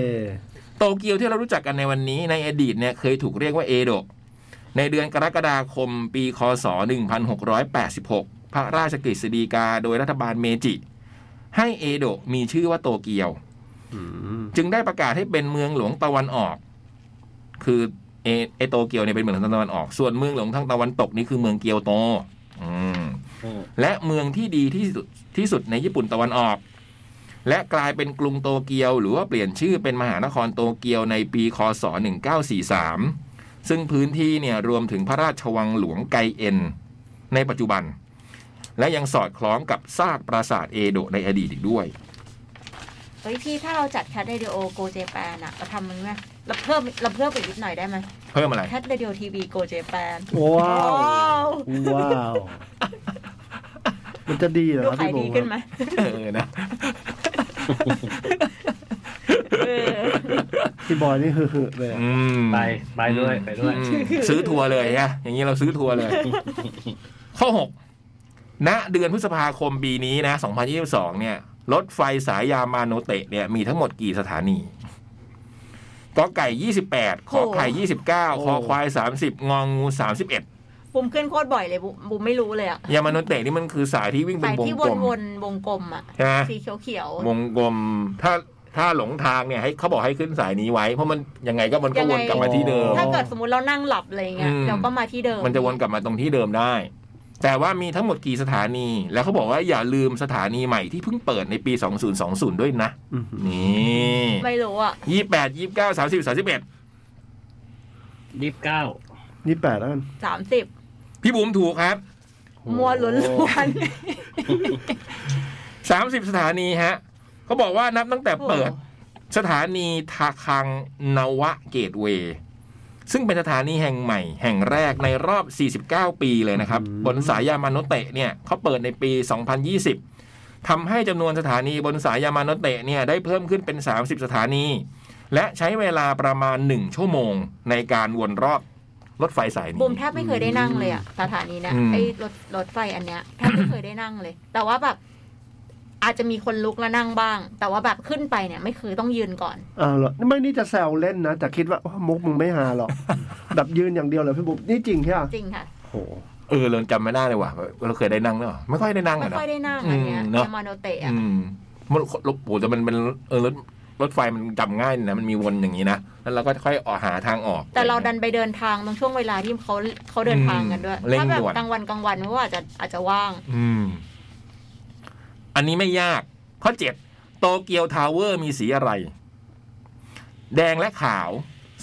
Speaker 1: โตเกียวที่เรารู้จักกันในวันนี้ในอดีตเนี่ยเคยถูกเรียกว่าเอโดะในเดือนกรกฎาคมปีคศ 1686 พระราชกฤษฎีกาโดยรัฐบาลเมจิ ให้เอโดะมีชื่อว่าโตเกียว จึงได้ประกาศให้เป็นเมืองหลวงตะวันออก คือเอไอโตเกียวเนี่ยเป็นเมืองทางตะวันออก ส่วนเมืองหลวงทางตะวันตกนี่คือเมืองเกียวโตอืมและเมืองที่ดีที่สุดที่สุดในญี่ปุ่นตะวันออก และกลายเป็นกรุงโตเกียว หรือว่าเปลี่ยนชื่อเป็นมหานครโตเกียวในปีคศ 1943 ซึ่งพื้นที่เนี่ยรวมถึงพระราชวังหลวงไกเอ็น ในปัจจุบัน และยังสอดคล้องกับซากปราสาทเอโดะในอดีตอีกด้วย
Speaker 3: เฮ้ยพี่ถ้าเราจัดแคทเรดิโอโกเจแปนอะเราทำมันไหมเราเพิ่มเราเพิ่มอีกนิดหน่อยได้ไหม
Speaker 1: เพิ่ม อะไร
Speaker 3: แคทเรดิโอทีวีโกเจแปน
Speaker 2: ว้าว
Speaker 3: ว
Speaker 2: ว้าว มันจะดีเหรอ
Speaker 3: ดู
Speaker 2: ครับ
Speaker 3: ขา
Speaker 2: พี่
Speaker 3: ย
Speaker 2: โบ
Speaker 3: ดี
Speaker 2: ค
Speaker 3: ขึ้น
Speaker 2: รับ
Speaker 3: ไหม
Speaker 1: เออนะ
Speaker 3: เออ
Speaker 2: พี่บอยนี่ฮือๆเลยอะ
Speaker 1: อืม
Speaker 7: ไปไปด้วยไปด้วย
Speaker 1: อืมซื้อทัวร์เลยฮะอย่างนี้เราซื้อทัวร์ เลย ข้อหกณเดือนพฤษภาคมปีนี้นะ 2022 เนี่ย รถไฟสายยามาโนเตะเนี่ย มีทั้งหมดกี่สถานีกอไก่ 28 ขอไข่ 29 คอควาย 30 งองู 31
Speaker 3: บุมขึ้นโคตรบ่อยเลยบุมบุมไม่รู้เลยอะ
Speaker 1: ยามาโนเตะนี่มันคือสายที่วิ่งเป็
Speaker 3: สาน ยว
Speaker 1: ง
Speaker 3: ที่
Speaker 1: กลม
Speaker 3: วนๆวงกลมอะ
Speaker 1: ใช่ไหม
Speaker 3: สีเขียว
Speaker 1: วงกลมถ้าถ้าหลงทางเนี่ยให้เขาบอกให้ขึ้นสายนี้ไว้ เพราะมันยังไงก็มันก็วนกลับมาที่เดิม
Speaker 3: ๆถ้าเกิดสมมติเรานั่งหลับอะไรเงี้ย
Speaker 1: อืม
Speaker 3: เราก็มาที่เดิม
Speaker 1: มันจะวนกลับมาตรงที่เดิมได้ แต่ว่ามีทั้งหมดกี่สถานี แล้วเขาบอกว่าอย่าลืมสถานีใหม่ที่เพิ่งเปิดในปี 2020 ด้วยนะ
Speaker 2: อื้อหือ
Speaker 1: นี่
Speaker 3: ไม่รู้อะ
Speaker 1: ยี่แปดยี่เก้าสามสิบสามสิบเอ็ด
Speaker 7: ยี่สิบเก้า
Speaker 2: นี่แปดแล้วกัน
Speaker 3: สามสิบ
Speaker 1: พี่บุ๋มถูกครับ
Speaker 3: มัวล้วนๆ
Speaker 1: สามสิบสถานีฮะเขาบอกว่านับตั้งแต่เปิด สถานีทาคังนวะเกตเวย์ซึ่งเป็นสถานีแห่งใหม่ แห่งแรกในรอบ 49 ปีเลยนะครับ
Speaker 2: อืม
Speaker 1: บนสายยามาโนเตะเนี่ยเขาเปิดในปี 2020ทำให้จำนวนสถานีบนสายยามาโนเตะเนี่ยได้เพิ่มขึ้นเป็น 30 สถานี และใช้เวลาประมาณ 1 ชั่วโมงในการวนรอบรถไฟสายนี้
Speaker 3: บุมแทบไม่เคยได้นั่งเลยอะสถานีเนี่ย
Speaker 1: อืม
Speaker 3: ไอ้รถรถไฟอันเนี้ยแทบไม่เคยได้นั่งเลย แต่ว่าแบบอาจจะมีคนลุกแล้วนั่งบ้าง แต่ว่าแบบขึ้นไปเนี่ย ไม่เคยต้องยืนก่อน
Speaker 2: อ้าวเหรอไม่นี่จะแซวเล่นนะ แต่คิดว่าโอ้มุกมึงไม่หาหรอก แบบยืนอย่างเดียวเลยพี่บุ๊กนี่จริงใช่ไหม
Speaker 3: จริงค่ะ
Speaker 2: โห
Speaker 1: เออเราจำไม่ได้เลยว่ะเราเคยได้นั่งหรือเปล่าไม่ค่อยได้นั่ง
Speaker 3: ไม่
Speaker 1: อะเนาะ
Speaker 3: ค่อยได้นั่งอันเนี้ย
Speaker 1: อืมเนอะ
Speaker 3: ยามาโนเตะอะ
Speaker 1: อืมมันรถโอ้แต่มันเป็นเออรถรถไฟมันจำง่ายนะมันมีวนอย่างนี้นะแล้วเราก็ค่อยออกหาทางออก
Speaker 3: แต่เราดันไปเดินทางตรงช่วงเวลาที่เขาเขาเดินทางกันด้วย
Speaker 1: อืมเร่งด่วน
Speaker 3: ถ้าแบบกลางวันกลางวันเขาอาจจะอาจจะว่าง
Speaker 1: อืม อันนี้ไม่ยาก ข้อเจ็ดโตเกียวทาวเวอร์มีสีอะไร แดงและขาว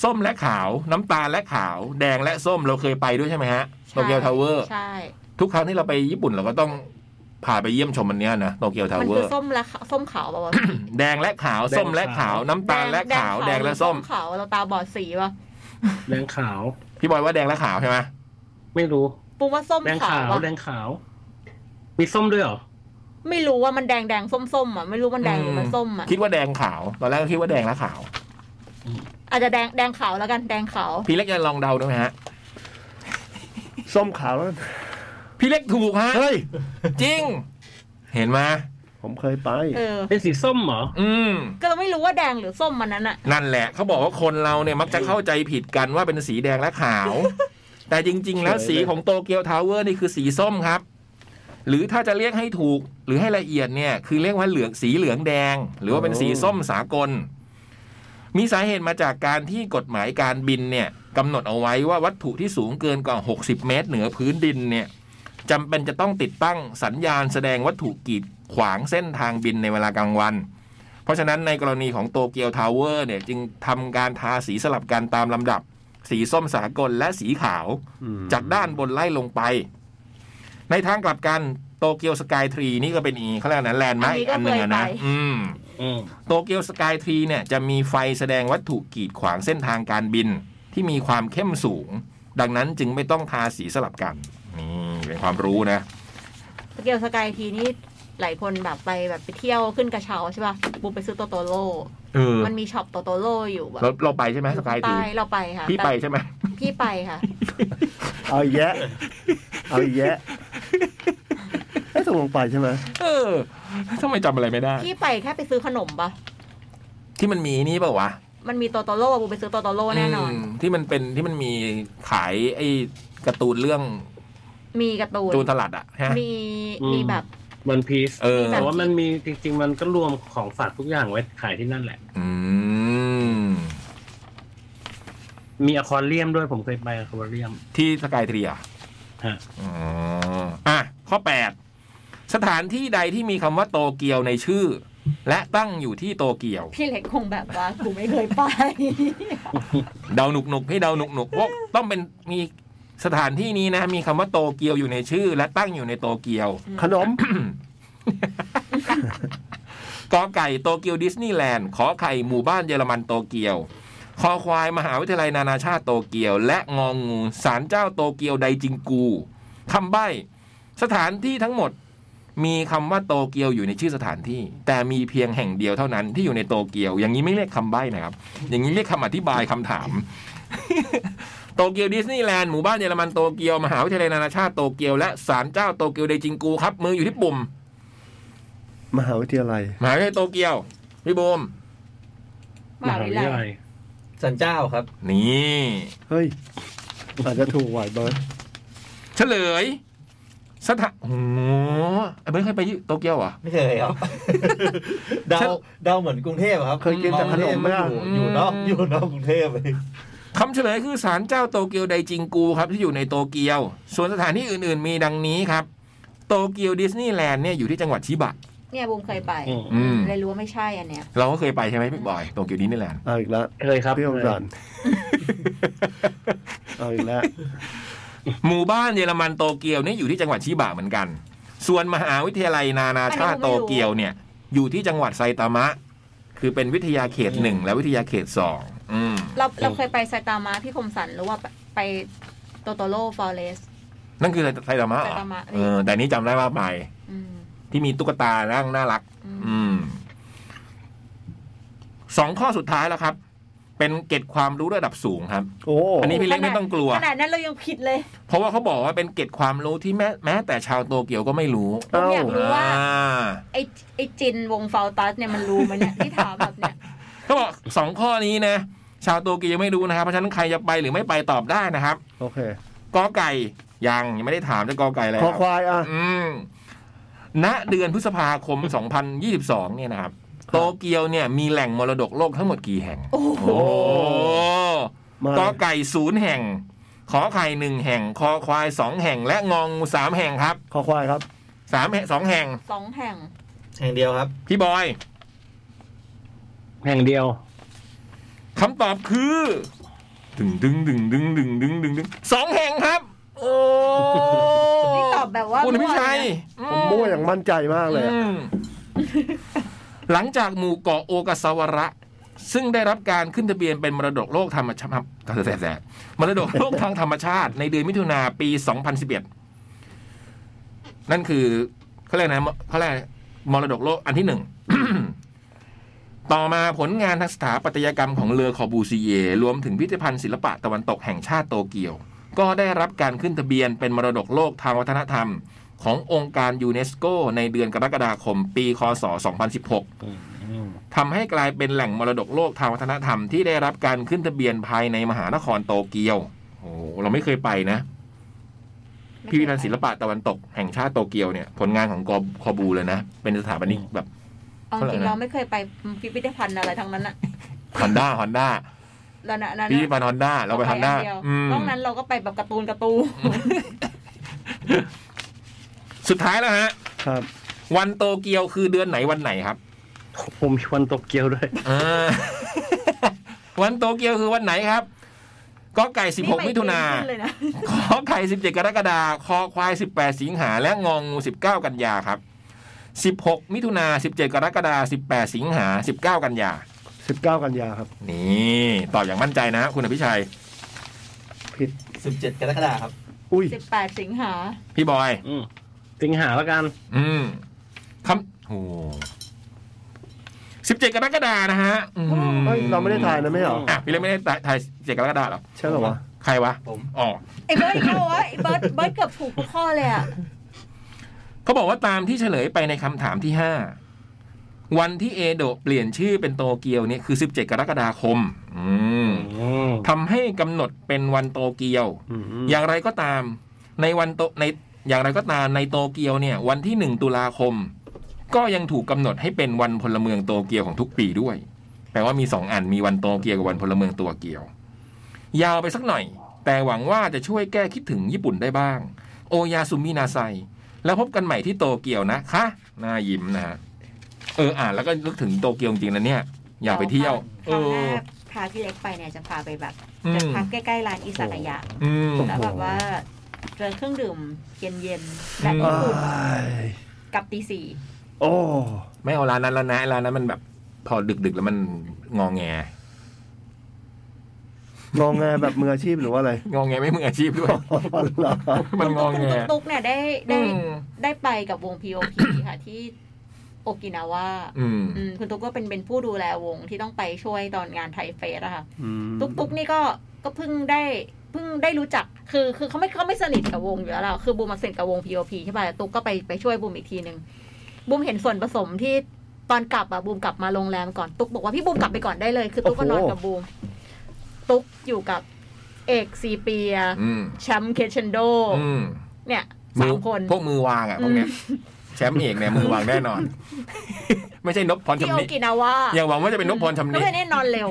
Speaker 1: ส้มและขาว น้ำตาลและขาว แดงและส้มเราเคยไปด้วยใช่ไหมฮะโตเกียวทาวเวอร์
Speaker 3: ใช่
Speaker 1: ทุกครั้งที่เราไปญี่ปุ่นเราก็ต้องผ่านไปเยี่ยมชมมันเนี้ยนะโตเกียวทาว
Speaker 3: มัน
Speaker 1: เวอ
Speaker 3: คือ
Speaker 1: ร์
Speaker 3: ส้มและขาวส้มขาวป่าวะ
Speaker 1: แดงและขาว ส้มและขาว น้ำตาลและขาว แดงและส้ม
Speaker 3: ขาวเราตาบอดสีป่ะ
Speaker 9: แดงขาว
Speaker 1: พี่บอยว่าแดงและขาวใช่ไหม
Speaker 9: ไม่รู้
Speaker 3: ปูว่าส้ม
Speaker 9: แดง
Speaker 3: ขา
Speaker 9: ขาวว
Speaker 3: ป่ะ
Speaker 9: แดงขาว มีส้มด้วยเหรอ
Speaker 3: ไม่รู้ว่ามันแดงแดงส้มส้มๆอ่ะไม่รู้มันแดงหรือมันส้มอ่ะ
Speaker 1: คิดว่าแดงขาว ตอนแรกก็คิดว่าแดงและขาว
Speaker 3: อาจจะแดงแดงขาวแล้วกันแดงขาว
Speaker 1: พี่เล็กจะลองเดาด้วยไหมฮะ
Speaker 2: ส้มขาวแล้วกัน
Speaker 1: พี่เล็กถูกฮะ
Speaker 2: เฮ้ย
Speaker 1: จริง เห็นไหม
Speaker 2: ผมเคยไป
Speaker 3: เออ
Speaker 9: เป็นสีส้มเหรอ
Speaker 1: อืม
Speaker 3: ก็เราไม่รู้ว่าแดงหรือส้มมันนั้นอ่ะ
Speaker 1: นั่นแหละเขาบอกว่าคนเราเนี่ยมักจะเข้าใจผิดกันว่าเป็นสีแดงและขาว แต่จริง ๆ แล้ว
Speaker 2: เฉยเลย
Speaker 1: สีของโตเกียวทาวเวอร์นี่คือสีส้มครับ หรือถ้าจะเรียกให้ถูกหรือให้ละเอียดเนี่ย คือเรียกว่าเหลืองสีเหลืองแดง หรือว่าเป็นสีส้มสากล มีสาเหตุมาจากการที่กฎหมายการบินเนี่ยกำหนดเอาไว้ว่าวัตถุที่สูงเกินกว่า 60 เมตร เหนือพื้นดินเนี่ยจำเป็นจะต้องติดตั้งสัญญาณแสดงวัตถุกีดขวางเส้นทางบินในเวลากลางวัน เพราะฉะนั้นในกรณีของโตเกียวทาวเวอร์เนี่ยจึงทำการทาสีสลับกันตามลำดับ สีส้มสากลและสีขาว จากด้านบนไล่ลงไป ในทางกลับกันโตเกียวสกายทรีนี่ก็เป็นอีกเขาเรียกนะแลนด์มาร์กอีก
Speaker 3: อั
Speaker 1: อั
Speaker 3: น
Speaker 1: น
Speaker 3: นี้
Speaker 1: ห
Speaker 3: ก็
Speaker 1: นึ่ง
Speaker 3: เคย
Speaker 1: อะ
Speaker 3: ไป
Speaker 1: นะอืม
Speaker 9: อืม
Speaker 1: โตเกียวสกายทรีเนี่ยจะมีไฟแสดงวัตถุกีดขวางเส้นทางการบินที่มีความเข้มสูง ดังนั้นจึงไม่ต้องทาสีสลับกัน นี่เป็นความรู้นะ
Speaker 3: สเกลสกายทีนี่หลายคนแบบไปแบบไปเที่ยวขึ้นกระเช้าใช่ป่ะบูมไปซื้อโตโตโร่
Speaker 1: เออ
Speaker 3: มันมีช็อปโตโตโร่อยู่แบบ
Speaker 1: เราเราไปใช่ไหม
Speaker 3: อ
Speaker 1: ส
Speaker 3: ยู่
Speaker 1: กายทรี
Speaker 3: ใต้เราไปค่ะ
Speaker 1: พี่ไป
Speaker 3: แต่
Speaker 1: ใช่ไหม
Speaker 3: พี่ไปค่ะ
Speaker 2: เอาอีกแยะ เอาอีกแยะไอ้ยตกลงไปใช่ไหม
Speaker 1: เออทำไมจำอะไรไม่ได้
Speaker 3: พี่ไปแค่ไปซื้อขนมปะ
Speaker 1: ที่มันมีนี่เปล่าวะ
Speaker 3: มันมีโตโตโร่อะบูมไปซื้อโตโตโร่แน่นอน
Speaker 1: มที่มันเป็นที่มันมีขายไอ้การ์ตูนเรื่อง
Speaker 3: มีการ์ตูน
Speaker 1: จูนตลัดอะฮะ
Speaker 3: มี
Speaker 9: อืม
Speaker 3: มีแบบ
Speaker 9: วันพีซ
Speaker 1: เออ
Speaker 3: มี
Speaker 9: แต่ว่ามันมีจริง ๆ มันก็รวมของฝากทุกอย่างไว้ขายที่นั่นแหละ
Speaker 1: อืม
Speaker 9: มีอควาเรียมด้วยผมเคยไปอควาเรียม
Speaker 1: ที่สกายทรีอ่ะ
Speaker 9: ฮะ
Speaker 1: อ๋ออ่ะ ข้อ 8 สถานที่ใดที่มีคำว่าโตเกียวในชื่อ และตั้งอยู่ที่โตเกียว
Speaker 3: พี่เล็กคงแบบว่ากูไม่เคยไป
Speaker 1: เดาหนุกหนุกๆให้เดาหนุกหนุกๆพวกต้องเป็นมีสถานที่นี้นะ มีคำว่าโตเกียวอยู่ในชื่อ และตั้งอยู่ในโตเกียว
Speaker 2: ขนม
Speaker 1: กอไก่โตเกียวดิสนีย์แลนด์ ขอไข่หมู่บ้านเยอรมันโตเกียว คอควายมหาวิทยาลัยนานาชาติโตเกียว และงองงูสารเจ้าโตเกียวไดจิงกูคำใบ้ สถานที่ทั้งหมด มีคำว่าโตเกียวอยู่ในชื่อสถานที่ แต่มีเพียงแห่งเดียวเท่านั้นที่อยู่ในโตเกียว อย่างนี้ไม่เรียกคำใบ้นะครับ อย่างนี้เรียกคำอธิบายคำถาม โตเกียวดิสนีย์แลนด์หมู่บ้านเยอรมันโตเกียวมหาวิทยาลัยนานาชาติโตเกียวและศาลเจ้าโตเกียวไดจิงกูครับมืออยู่ที่ปุ่ม
Speaker 2: มหาวิทยาลัย
Speaker 1: มหาวิทยาลัยโตเกียวพี่บูม
Speaker 3: มหาวิทยาลัย
Speaker 4: สันเจ้าครับ
Speaker 1: นี่
Speaker 2: เฮ้ย อาจจะถูกไหวเบิร์ด
Speaker 1: เฉลยสถานโอ้โหไอ้เบิร์ดเคยไปยี่โตเกียวเหรอ
Speaker 4: ไม่เคย ครับ เดาเดาเหมือนกรุงเทพอะครับ
Speaker 2: เคยกินแต่ขนมไหมล่ะ
Speaker 4: อยู่อยู่นอกอยู่นอกกรุงเทพเลย
Speaker 1: คำเฉลยคือศาลเจ้าโตเกียวไดจิงกูครับที่อยู่ในโตเกียว ส่วนสถานที่อื่นๆมีดังนี้ครับ โตเกียวดิสนีย์แลนด์เนี่ยอยู่ที่จังหวัดชิบะ
Speaker 3: เนี่ยบูมเคยไป
Speaker 9: อืม
Speaker 1: อืม
Speaker 3: เลยรู้ว่าไม่ใช่อันเนี้ย
Speaker 1: เราก็เคยไปใช่ไหมพี่บอยโตเกียวดิสนีย์แลนด์
Speaker 2: เอาอีกแล้ว
Speaker 9: เคยครับ
Speaker 2: พี่อง
Speaker 9: เคย
Speaker 2: สันเอาอีกแล้ว
Speaker 1: หมู่บ้านเยอรมันโตเกียวเนี่ยอยู่ที่จังหวัดชิบะเหมือนกัน ส่วนมหาวิทยาลัยนานาชาติโตเกียวเนี่ย อยู่ที่จังหวัดไซตามะ คือเป็นวิทยาเขตหนึ่งและวิทยาเขตสองอืม
Speaker 3: เราเราเคยไปไซตามะพี่คมสันหรือว่าไปไปโตโตโร่ฟอเรส
Speaker 1: นั่นคือไซตามะเหรอ
Speaker 3: ไซตามะ
Speaker 1: เออแต่นี้จำได้ว่าไป
Speaker 3: อืม
Speaker 1: ที่มีตุ๊กตาร่างน่ารัก
Speaker 3: อืม
Speaker 1: อืมสองข้อสุดท้ายแล้วครับ เป็นเกร็ดความรู้ระดับสูงครับ
Speaker 2: โอ้
Speaker 1: อันนี้พี่เล็กไม่ต้องกลัว
Speaker 3: ขนาดนั้นเรายังผิดเลย
Speaker 1: เพราะว่าเขาบอกว่าเป็นเกร็ดความรู้ที่แม้แม้แต่ชาวโตเกียวก็ไม่รู้
Speaker 3: ผ
Speaker 2: เอ้า
Speaker 3: มอยากรู้ว่า
Speaker 1: อ่า
Speaker 3: ไอ้ไอ้จินวงฟาวตัสเนี่ยมันรู้ไหมเนี่ยที่ถามแบบเนี้ย
Speaker 1: เขาบอกสองข้อนี้นะ ชาวโตเกียวยังไม่รู้นะครับ เพราะฉะนั้นใครจะไปหรือไม่ไปตอบได้นะครับ
Speaker 2: โอเค
Speaker 1: กอไก่ยังยังไม่ได้ถามจะกอไก่อะไร
Speaker 2: ข
Speaker 1: ค
Speaker 2: อ
Speaker 1: รับ
Speaker 2: ควายอ่ะ
Speaker 1: อืมณเดือนพฤษภาคม 2022 เนี่ยนะครับ โตเกียวเนี่ยมีแหล่งมรดกโลกทั้งหมดกี่แห่ง
Speaker 3: โอ้โห
Speaker 1: โอ้
Speaker 2: มา
Speaker 1: ก็ไก่ศูนย์แห่ง ขอไข่หนึ่งแห่ง คอควายสองแห่ง และงองงูสามแห่งครับ
Speaker 2: ขอควายครับ
Speaker 1: สามแห่งสองแห่ง
Speaker 3: สองแห่ง
Speaker 4: แห่งเดียวครับ
Speaker 1: พี่บอย
Speaker 9: แห่งเดียว
Speaker 1: คำตอบคือ ดึงดึงดึงดึงดึงดึงดึงดึงสองแห่งครับ โอ้
Speaker 3: นี่ตอบแบบว่า
Speaker 1: คุณพิชัย
Speaker 2: ผมมั่วอย่างมั่นใจมากเลยอะ
Speaker 1: อืม หลังจากหมู่เกาะโอกาซาวาระ ซึ่งได้รับการขึ้นทะเบียนเป็นมรดกโลกธรรมชาติแต่แต่มรดก โลกทางธรรมชาติ ในเดือนมิถุนาปี 2011 นั่นคือเขาเรียกนะเขาเรียกมรดกโลกอันที่หนึ่ง ต่อมาผลงานทางสถาปัตยกรรมของเลอคอร์บูซีเยรวมถึงพิพิธภัณฑ์ศิลปะตะวันตกแห่งชาติโตเกียว ก็ได้รับการขึ้นทะเบียนเป็นมรดกโลกทางวัฒนธรรม ขององค์การยูเนสโกในเดือนกรกฎาคมปี คศ 2016ทำให้กลายเป็นแหล่งมรดกโลกทางวัฒนธรรมที่ได้รับการขึ้นทะเบียนภายในมหานครโตเกียวโอ้โหเราไม่เคยไปนะ พิพิธภัณฑ์ศิลปะตะวันตกแห่งชาติโตเกียวเนี่ยผลงานของกอบคอบูเลยนะ เป็นสถาปนิกแบบ
Speaker 3: เอาจริงๆเราไม่เคยไปพิพิธภัณฑ์อะไรทั้งนั้นอะ
Speaker 1: ฮอนด้าฮอนด้า
Speaker 3: แล้วนะนั้น
Speaker 1: พี่
Speaker 3: อะ
Speaker 1: ไปฮอนด้าเราไปฮอนด้า
Speaker 3: เร
Speaker 1: อืม
Speaker 3: นอกนั้นเราก็ไปแบบการ์ตูนการ์ตูน
Speaker 1: สุดท้ายแล้วฮะ
Speaker 2: ครับ
Speaker 1: วันโตเกียวคือเดือนไหนวันไหนครับ
Speaker 9: ผมมีวันโตเกียว ด้วย
Speaker 1: เออ วันโตเกียวคือวันไหนครับก็ไก่ 16 มิถุนา
Speaker 3: ไเกรงขึ้เลยนะ
Speaker 1: ขอไข่ 17 กรกฎาคมคอควาย 18 สิงหา และงองงู 19 กันยาครับ 16 มิถุนา 17 กรกฎาคม18 สิงหา 19 กันยา
Speaker 2: สิบเก้ากันยาครับ
Speaker 1: นี่ตอบอย่างมั่นใจนะคุณอภิชัย
Speaker 2: ผิด
Speaker 4: สิบเจ็ดกรกฎาคมครับ
Speaker 2: อุ้ย
Speaker 3: สิบแปดสิงหา
Speaker 1: พี่บอย
Speaker 9: อืมสิงหาแล้วกัน
Speaker 1: อืมคำโอ้สิบเจ็ดกรกฎานะฮะอืม
Speaker 2: เฮ้ย เราไม่ได้ทายนะไม่เหรอ
Speaker 1: อ่ะพี่เล็กไม่ได้ถ่ายถ่ายสิบเจ็ดกรกฎาเหรอ
Speaker 2: ใช่เหรอวะ
Speaker 1: ใครวะ
Speaker 4: ผม
Speaker 1: อ๋อ
Speaker 3: ไอ้เบิร์ดเขาวะไอ้เบิร์ดเบิร์ดเกือบถูกทุกข้อเลยอะ
Speaker 1: เขาบอกว่าตามที่เฉลยไปในคำถามที่ห้าวันที่เอโดะเปลี่ยนชื่อเป็นโตเกียวเนี่ยคือสิบเจ็ดกรกฎาคม อืมทำให้กำหนดเป็นวันโตเกียว
Speaker 2: อืม
Speaker 1: อย่างไรก็ตาม ในวันโตในอย่างไรก็ตามในโตเกียวเนี่ย วันที่หนึ่งตุลาคม ก็ยังถูกกำหนดให้เป็นวันพลเมืองโตเกียวของทุกปีด้วย แปลว่ามีสองอันมีวันโตเกียวกับวันพลเมืองโตัวเกียว ยาวไปสักหน่อย แต่หวังว่าจะช่วยแก้คิดถึงญี่ปุ่นได้บ้าง โอยาซุมินาไซ แล้วพบกันใหม่ที่โตเกียวนะคะน่ายิ้มนะฮะเอออ่านแล้วก็นึกถึงโตเกียวจริงๆนะเนี่ย อยากไปเที่ยว
Speaker 3: ค
Speaker 1: เอ
Speaker 3: รั้งแร
Speaker 1: อก
Speaker 3: พาพี่เล็กไปเนี่ยจะพาไปแบบ
Speaker 1: อื
Speaker 3: จะ
Speaker 1: ม
Speaker 3: พักใกล้ๆร้านอิสระยะ
Speaker 1: อืม
Speaker 3: แล้วแบบว่าเจอเครื่องดื่มเย็นๆและ
Speaker 1: อืม
Speaker 3: ญี่
Speaker 2: อ้า
Speaker 3: ปุ่น
Speaker 2: ย
Speaker 3: กับตีสี่
Speaker 2: โอ้
Speaker 1: ไม่เอาร้านนั้นแล้วนะไอ้ร้านนั้นมันแบบพอดึกๆแล้วมันงองแง
Speaker 2: งองแงแบบมืออาชีพหรือว่าอะไร
Speaker 1: งองแงไม่มืออาชีพ ด้วย มันงอง
Speaker 3: คุณ
Speaker 1: แง
Speaker 3: ตุ๊กตุ๊กเนี่ยได้
Speaker 1: อื
Speaker 3: ได้
Speaker 1: ม
Speaker 3: ได้ไปกับวง P.O.P ค่ะที่โอกินาวา
Speaker 1: อืม
Speaker 3: อืมคุณตุ๊กก็เป็นเป็นผู้ดูแลวงที่ต้องไปช่วยตอนงานไทยเฟสอะค่ะ
Speaker 2: อืม
Speaker 3: ตุ๊กตุ๊กนี่ก็ก็เพิ่งได้เพิ่งได้รู้จักคือคือเขาไม่เขาไม่สนิทกับวงอยู่แล้วเราคือบูมมาสนิทกับวง P.O.P ใช่ป่ะตุ๊กก็ไปไปช่วยบูมอีกทีหนึ่งบูมเห็นส่วนผสมที่ตอนกลับอะบูมกลับมาโรงแรมก่อนตุ๊กบอกว่าพี่บูมกลับไปก่อนได้เลย คือตุ๊กก็นอนกับบูมตุ๊กอยู่กับเอกซีเปีย
Speaker 1: อืม
Speaker 3: แชมป์เคชเชนโด
Speaker 1: อืม
Speaker 3: เนี่ย
Speaker 1: มื
Speaker 3: สา
Speaker 1: อ
Speaker 3: มคน
Speaker 1: พวกมือวางอ่ะพวกเนี้ยแชมป์เอก เนี่ยมือวางแน่นอน ไม่ใช่นพพร
Speaker 3: ที่โอ
Speaker 1: ชำนิ
Speaker 3: กินาว่า
Speaker 1: อย่าหวังว่าจะเป็นนพพรชำนิ
Speaker 3: ก็ไม่ได้นอน เร็ว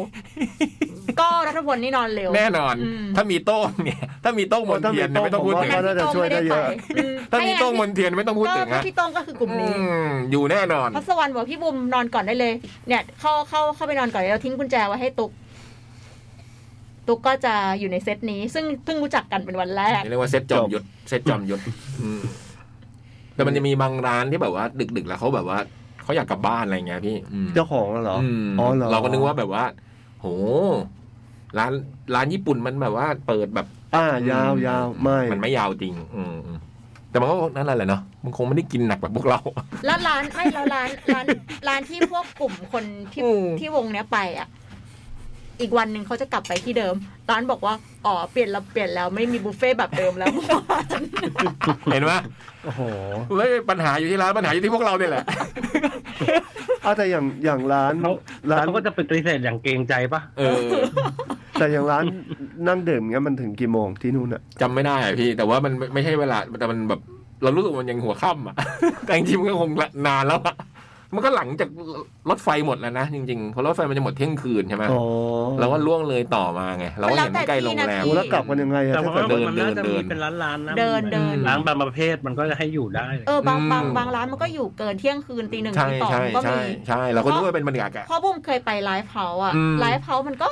Speaker 3: ก็รัฐพลนี่นอนเร็ว
Speaker 1: แน่นอน
Speaker 3: อืม
Speaker 1: ถ้ามีโต้งเนี่ยถ้ามีโต้งมนเทียนเนี่ยไม่ต้องพูดถึง
Speaker 2: ก็น่าจะช่วยได้เยอะ
Speaker 1: ถ้ามีโต้งมนเทียนไม่ต้องพูดถึง
Speaker 3: ก็
Speaker 1: นะ
Speaker 3: พี่โต้งก็คือกลุ่ม
Speaker 1: อื
Speaker 3: นี้
Speaker 1: มอยู่แน่นอน
Speaker 3: พัสวรรค์บอกพี่บุมนอนก่อนได้เลย เนี่ยเข้าเข้าเข้าไปนอนก่อนแล้วทิ้งกุญแจไว้ให้ตุ๊กตุ๊กก็จะอยู่ในเซตนี้ ซึ่งเพิ่งรู้จักกันเป็นวันแรก
Speaker 1: เรียกว่าเซตจอมยุทธเซตจอมยุทธอืมแต่มันจะมีบางร้านที่แบบว่า ดึก ๆ แล้วเขาแบบว่าเขาอยากกลับบ้านอะไรเงี้ยพี่อืม
Speaker 2: เจ้าของเหรอ
Speaker 1: ม
Speaker 2: อ๋อเหรอ
Speaker 1: เราก็นึกว่าแบบว่า โห ร้านร้านญี่ปุ่นมันแบบว่า เปิดแบบ
Speaker 2: อ่ายาวยาวไม่
Speaker 1: มันไม่ยาวจริง อืมอืมแต่มันก็นั่นแหละเนาะมันคงไม่ได้กินหนักแบบพวกเรา
Speaker 3: แล้วร้านไม่แล้วร้านร้านร้านที่พวกกลุ่มคนที่
Speaker 1: อืม
Speaker 3: ที่วงเนี้ยไปอ่ะ อีกวันหนึ่งเขาจะกลับไปที่เดิม ร้านบอกว่า อ๋อ เปลี่ยนแล้วเปลี่ยนแล้วไม่มีบุฟเฟ่ต์แบบเดิม แล้ว
Speaker 1: เห็นไหม
Speaker 2: โอ้โห
Speaker 1: ไม่ปัญหาอยู่ที่ร้านปัญหาอยู่ที่พวกเราเนี่ยแหละ
Speaker 2: อ่ะแต่อย่างอย่างร้าน
Speaker 9: เขา
Speaker 2: ร้าน
Speaker 9: เขาก็จะปฏิเสธอย่างเกรงใจปะ
Speaker 1: เออ
Speaker 2: แต่อย่างร้านนั่งดื่มเงี้ยมันถึงกี่โมงที่นู่นอ่ะ
Speaker 1: จำไม่ได้อะพี่ แต่ว่ามันไม่ไม่ใช่เวลาแต่มันแบบ เรารู้สึกว่ามันยังหัวค่ำอ่ะ แต่จริงๆมันก็คงนานแล้วอะมันก็หลังจากรถไฟหมดแล้วนะจริงๆเพราะรถไฟมันจะหมดเที่ยงคืนใช่ไหม
Speaker 2: อ๋อ
Speaker 1: เราก็ล่วงเลยต่อมาไงเราก็เห็นใกล้โรงแรม
Speaker 2: โอ้แล้วกลับกันยังไงอะ
Speaker 9: แต่
Speaker 2: ถ้า
Speaker 9: ว่า
Speaker 2: เกิด
Speaker 9: มัน
Speaker 1: เดิน
Speaker 9: น่าจะ
Speaker 1: เดิน
Speaker 9: มี
Speaker 1: เดิน
Speaker 9: เป็นร้านๆนะ
Speaker 3: เดินเดิน
Speaker 9: ร้านบางประเภทมันก็จะให้อยู่ได้
Speaker 3: เออบาง
Speaker 1: อืม
Speaker 3: บางบางร้านมันก็อยู่เกินเที่ยงคืนตีหนึ่ง
Speaker 1: ใช่
Speaker 3: ตีสอง
Speaker 1: ใช่
Speaker 3: ก็
Speaker 1: ใช่
Speaker 3: มี
Speaker 1: ใช่เราก็นึกว่าเป็นบรรยากาศ
Speaker 3: เพ่อบุ้มเคยไปไลฟ์เฮาส์อ่ะ
Speaker 1: อืม
Speaker 3: ไลฟ์เฮาส์มันก็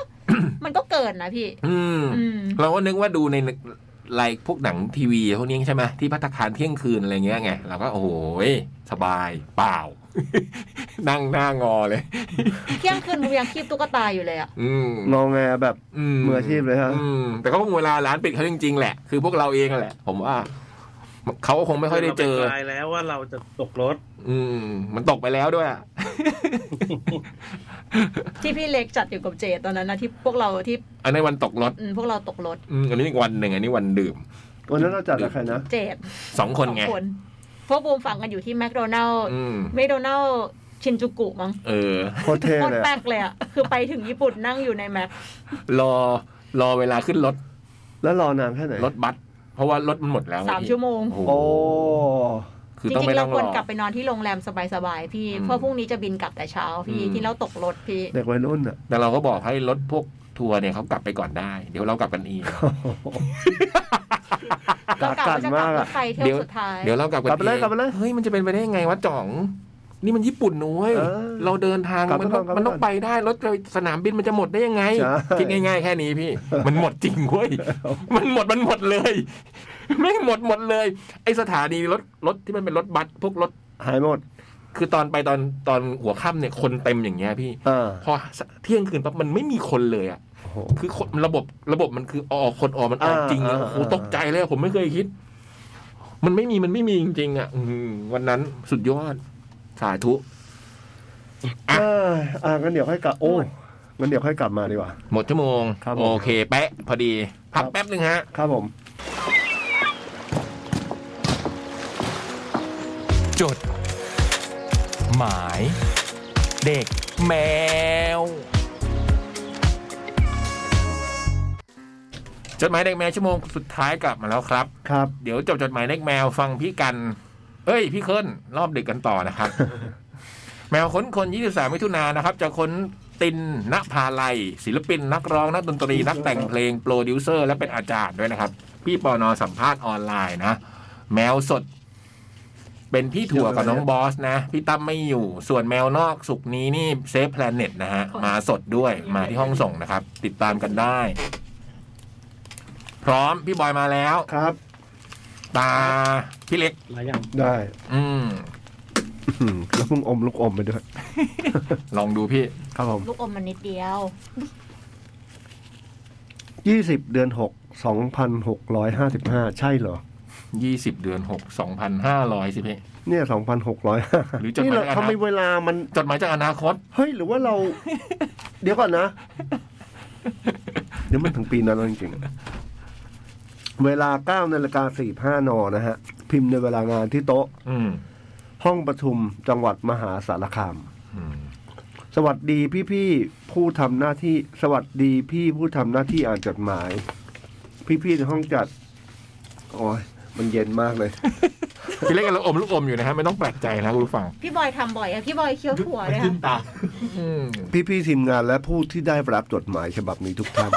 Speaker 3: มันก็เกินนะพี่
Speaker 1: อืม
Speaker 3: อืม
Speaker 1: เราก็นึกว่าดูในไลน์พวกหนังทีวีพวกนี้ใช่ไหมที่พัฒคารเที่ยงคืนอะไรเงี้ยไงเราก็โอ้โหยสบายเปล่า นั่งหน้างอเลย
Speaker 3: เที่ยงคืนบูมยังคีบตุ๊กตาอยู่เลยอะ
Speaker 1: อืม
Speaker 2: งอแงแบบ
Speaker 1: ม
Speaker 2: มืออาชีพเลยฮะ
Speaker 1: อืมแต่ก็คงเวลาร้านปิดเขาจริงๆแหละ คือพวกเราเองแหละ ผมว่าเขาก็คงไม่ค่อยได้เจอ
Speaker 9: ราปทายแล้วว่าเราจะตกรถ
Speaker 1: อืม มันตกไปแล้วด้วยอะ
Speaker 3: ที่พี่เล็กจัดอยู่กับเจตอนนั้นนะที่พวกเราที่
Speaker 1: อันนี้นวันตกรถ
Speaker 3: อืมพวกเราตกรถ
Speaker 1: อืมอันนี้อีกวันหนึ่งอันนี้วันดื่ม
Speaker 2: วันนั้นเราจัดกับใครนะ
Speaker 3: เจต
Speaker 1: สองคนไง
Speaker 3: สอเพวกบูมฟังกันอยู่ที่แมคโดนัลล์
Speaker 1: อืม
Speaker 3: แมคโดนัลล์ชินจูกุมั้ง
Speaker 1: เออ
Speaker 2: โคตรเท่
Speaker 3: โคตร
Speaker 2: เลย
Speaker 3: แปล
Speaker 2: อะ
Speaker 3: กเลยอะคือไปถึงญี่ปุ่นนั่งอยู่ในแมค
Speaker 1: รอรอเวลาขึ้นรถ
Speaker 2: แล้วรอนานแค่ไหน
Speaker 1: รถบัสเพราะว่ารถมันหมดแล้ว
Speaker 3: สามชั่วโมง
Speaker 1: โอ้โห
Speaker 2: โอ้
Speaker 1: คือ
Speaker 3: จ
Speaker 1: ต้อง
Speaker 3: ริ
Speaker 1: ไม่
Speaker 3: ง
Speaker 1: ต้
Speaker 3: ๆเรา
Speaker 1: อง
Speaker 3: ควร
Speaker 1: รอ
Speaker 3: กลับไปนอนที่โรงแรมสบายๆพี่
Speaker 1: อืม
Speaker 3: เพราะพรุ่งนี้จะบินกลับแต่เช้าพี่
Speaker 1: อืม
Speaker 3: ที่เราตกรถพี่
Speaker 2: เด็กวัยรุ่นอ่ะ
Speaker 1: แต่เราก็บอกให้รถพวกทัวร์เนี่ยเขากลับไปก่อนได้ เดี๋ยวเรากลับกันเอง
Speaker 3: เรากลับว่าจะกลับรถไฟเที่ยวสุดท้าย
Speaker 1: เดี๋ยวเรากลับกัน
Speaker 2: กลับไปเลย
Speaker 1: อง
Speaker 2: กลับไปเลย
Speaker 1: เฮ้ยมันจะเป็นไปได้ยังไงวะจ่อง นี่มันญี่ปุ่นนุ้ย
Speaker 2: เออ
Speaker 1: เราเดินทาง
Speaker 2: กลับไป
Speaker 1: มันต้อง
Speaker 2: ก่อนกลับไป
Speaker 1: มันต้องไปได้รถสนามบินมันจะหมดได้ยังไง
Speaker 2: ใช่
Speaker 1: คิดง่าย ๆ แค่นี้พี่ มันหมดจริงเว้ยมันหมดมันหมดเลยไม่งหมดหมดเลย ไอสถานีรถรถที่มันเป็นรถบัสพวกรถ
Speaker 2: หายหมด
Speaker 1: คือตอนไปตอนตอนหัวค่ำเนี่ยคนเต็มอย่างเงี้ยพี่
Speaker 2: อ่า
Speaker 1: พอเที่ยงคืนปั๊บมันไม่มีคนเลยอ่ะ
Speaker 2: โอ้โห
Speaker 1: คือคนระบบระบบมันคือออกคนออกมันออก
Speaker 2: อ่า
Speaker 1: จริงอะ
Speaker 2: อ่า
Speaker 1: โอ้โห
Speaker 2: อ่า
Speaker 1: ตกใจเลยอะผมไม่เคยคิด มันไม่มีมันไม่มีจริงๆอ่ะอืมวันนั้นสุดยอด สาธุ อ่ะ
Speaker 2: เอ้ยอ่างั้นเดี๋ยวให้กลับโอ้งั้นเดี๋ยวให้กลับมาดีกว่า
Speaker 1: หมดชั่วโมง
Speaker 2: ครับผม
Speaker 1: โอเค แปะพอดี พักแป๊บหนึ่งฮะ
Speaker 2: ครับผม
Speaker 1: จด หมาย เด็กแมว จดหมายเด็กแมวชั่วโมงสุดท้ายกลับมาแล้วครับ
Speaker 2: ครับ
Speaker 1: เดี๋ยวจบจดหมายเล็กแมวฟังพี่กัน เอ้ย พี่เคิลรอบดึกกันต่อนะครับ แมวค้นคน 23 มิถุนายนนะครับ จะค้นตินณภาลัย ศิลปิน นักร้อง นักดนตรี นักแต่งเพลง โปรดิวเซอร์ และเป็นอาจารย์ด้วยนะครับ พี่ปอนอสัมภาษณ์ออนไลน์นะ แมวสด เป็นพี่ถั่วกับน้องบอสนะ พี่ตั้มไม่อยู่ ส่วนแมวนอกสุกร์นี้นี่เซฟแพลเน็ตนะฮะ มาสดด้วยมาที่ห้องส่งนะครับ ติดตามกันได้ พร้อมพี่บอยมาแล้ว
Speaker 2: ครับ
Speaker 1: ตาพี่เล็ก
Speaker 9: แล้วยัง
Speaker 2: ได้
Speaker 1: อืม
Speaker 2: อืมแล้วเพิ่งอมลูกอมไปด้วย
Speaker 1: ลองดูพี่
Speaker 2: ครับผม
Speaker 3: ลูกอมมันนิดเดียว
Speaker 2: ยี่สิบเดือนหกสองพันหกร้อยห้าสิบห้าใช่เหรอ
Speaker 1: ยี่สิบเดือนหกสองพันห้าร้อยสิพี่
Speaker 2: เนี่ยสองพันหกร้อยห้า
Speaker 1: หรือจด
Speaker 2: นี่
Speaker 1: ห
Speaker 2: เรา
Speaker 1: มายจาก
Speaker 2: ทำ
Speaker 1: อ
Speaker 2: ไม
Speaker 1: นาคต
Speaker 2: เวลามัน
Speaker 1: จดหมายจากอนาคต
Speaker 2: เฮ้ย หรือว่าเรา เดี๋ยวก่อนนะ เดี๋ยวมันถึงปีนั้นแล้วจริงๆ เวลาเก้านาฬิกาสี่ห้านอนะฮะ พิมพ์ในเวลางานที่โต๊ะ
Speaker 1: อืม
Speaker 2: ห้องประชุมจังหวัดมหาสารคาม
Speaker 1: อืม
Speaker 2: สวัสดีพี่พี่ๆผู้ทำหน้าที่ สวัสดีพี่ผู้ทำหน้าที่อ่านจดหมาย พี่พี่ๆในห้องจัด โอ้ยมันเย็นมากเลย
Speaker 1: พี่เล็กกำลังอมลูกอมอยู่นะฮะ ไม่ต้องแปลกใจนะคุณผู้ฟัง
Speaker 3: พี่บอยทำบ่อยอะพี่บอยเคี้ยวถั่วเลย
Speaker 4: ขึ้
Speaker 3: ค่ะ
Speaker 4: นตา
Speaker 1: อืม
Speaker 2: พี่พี่ๆทีมงานและผู้ที่ได้รับจดหมายฉบับนี้ทุกท่าน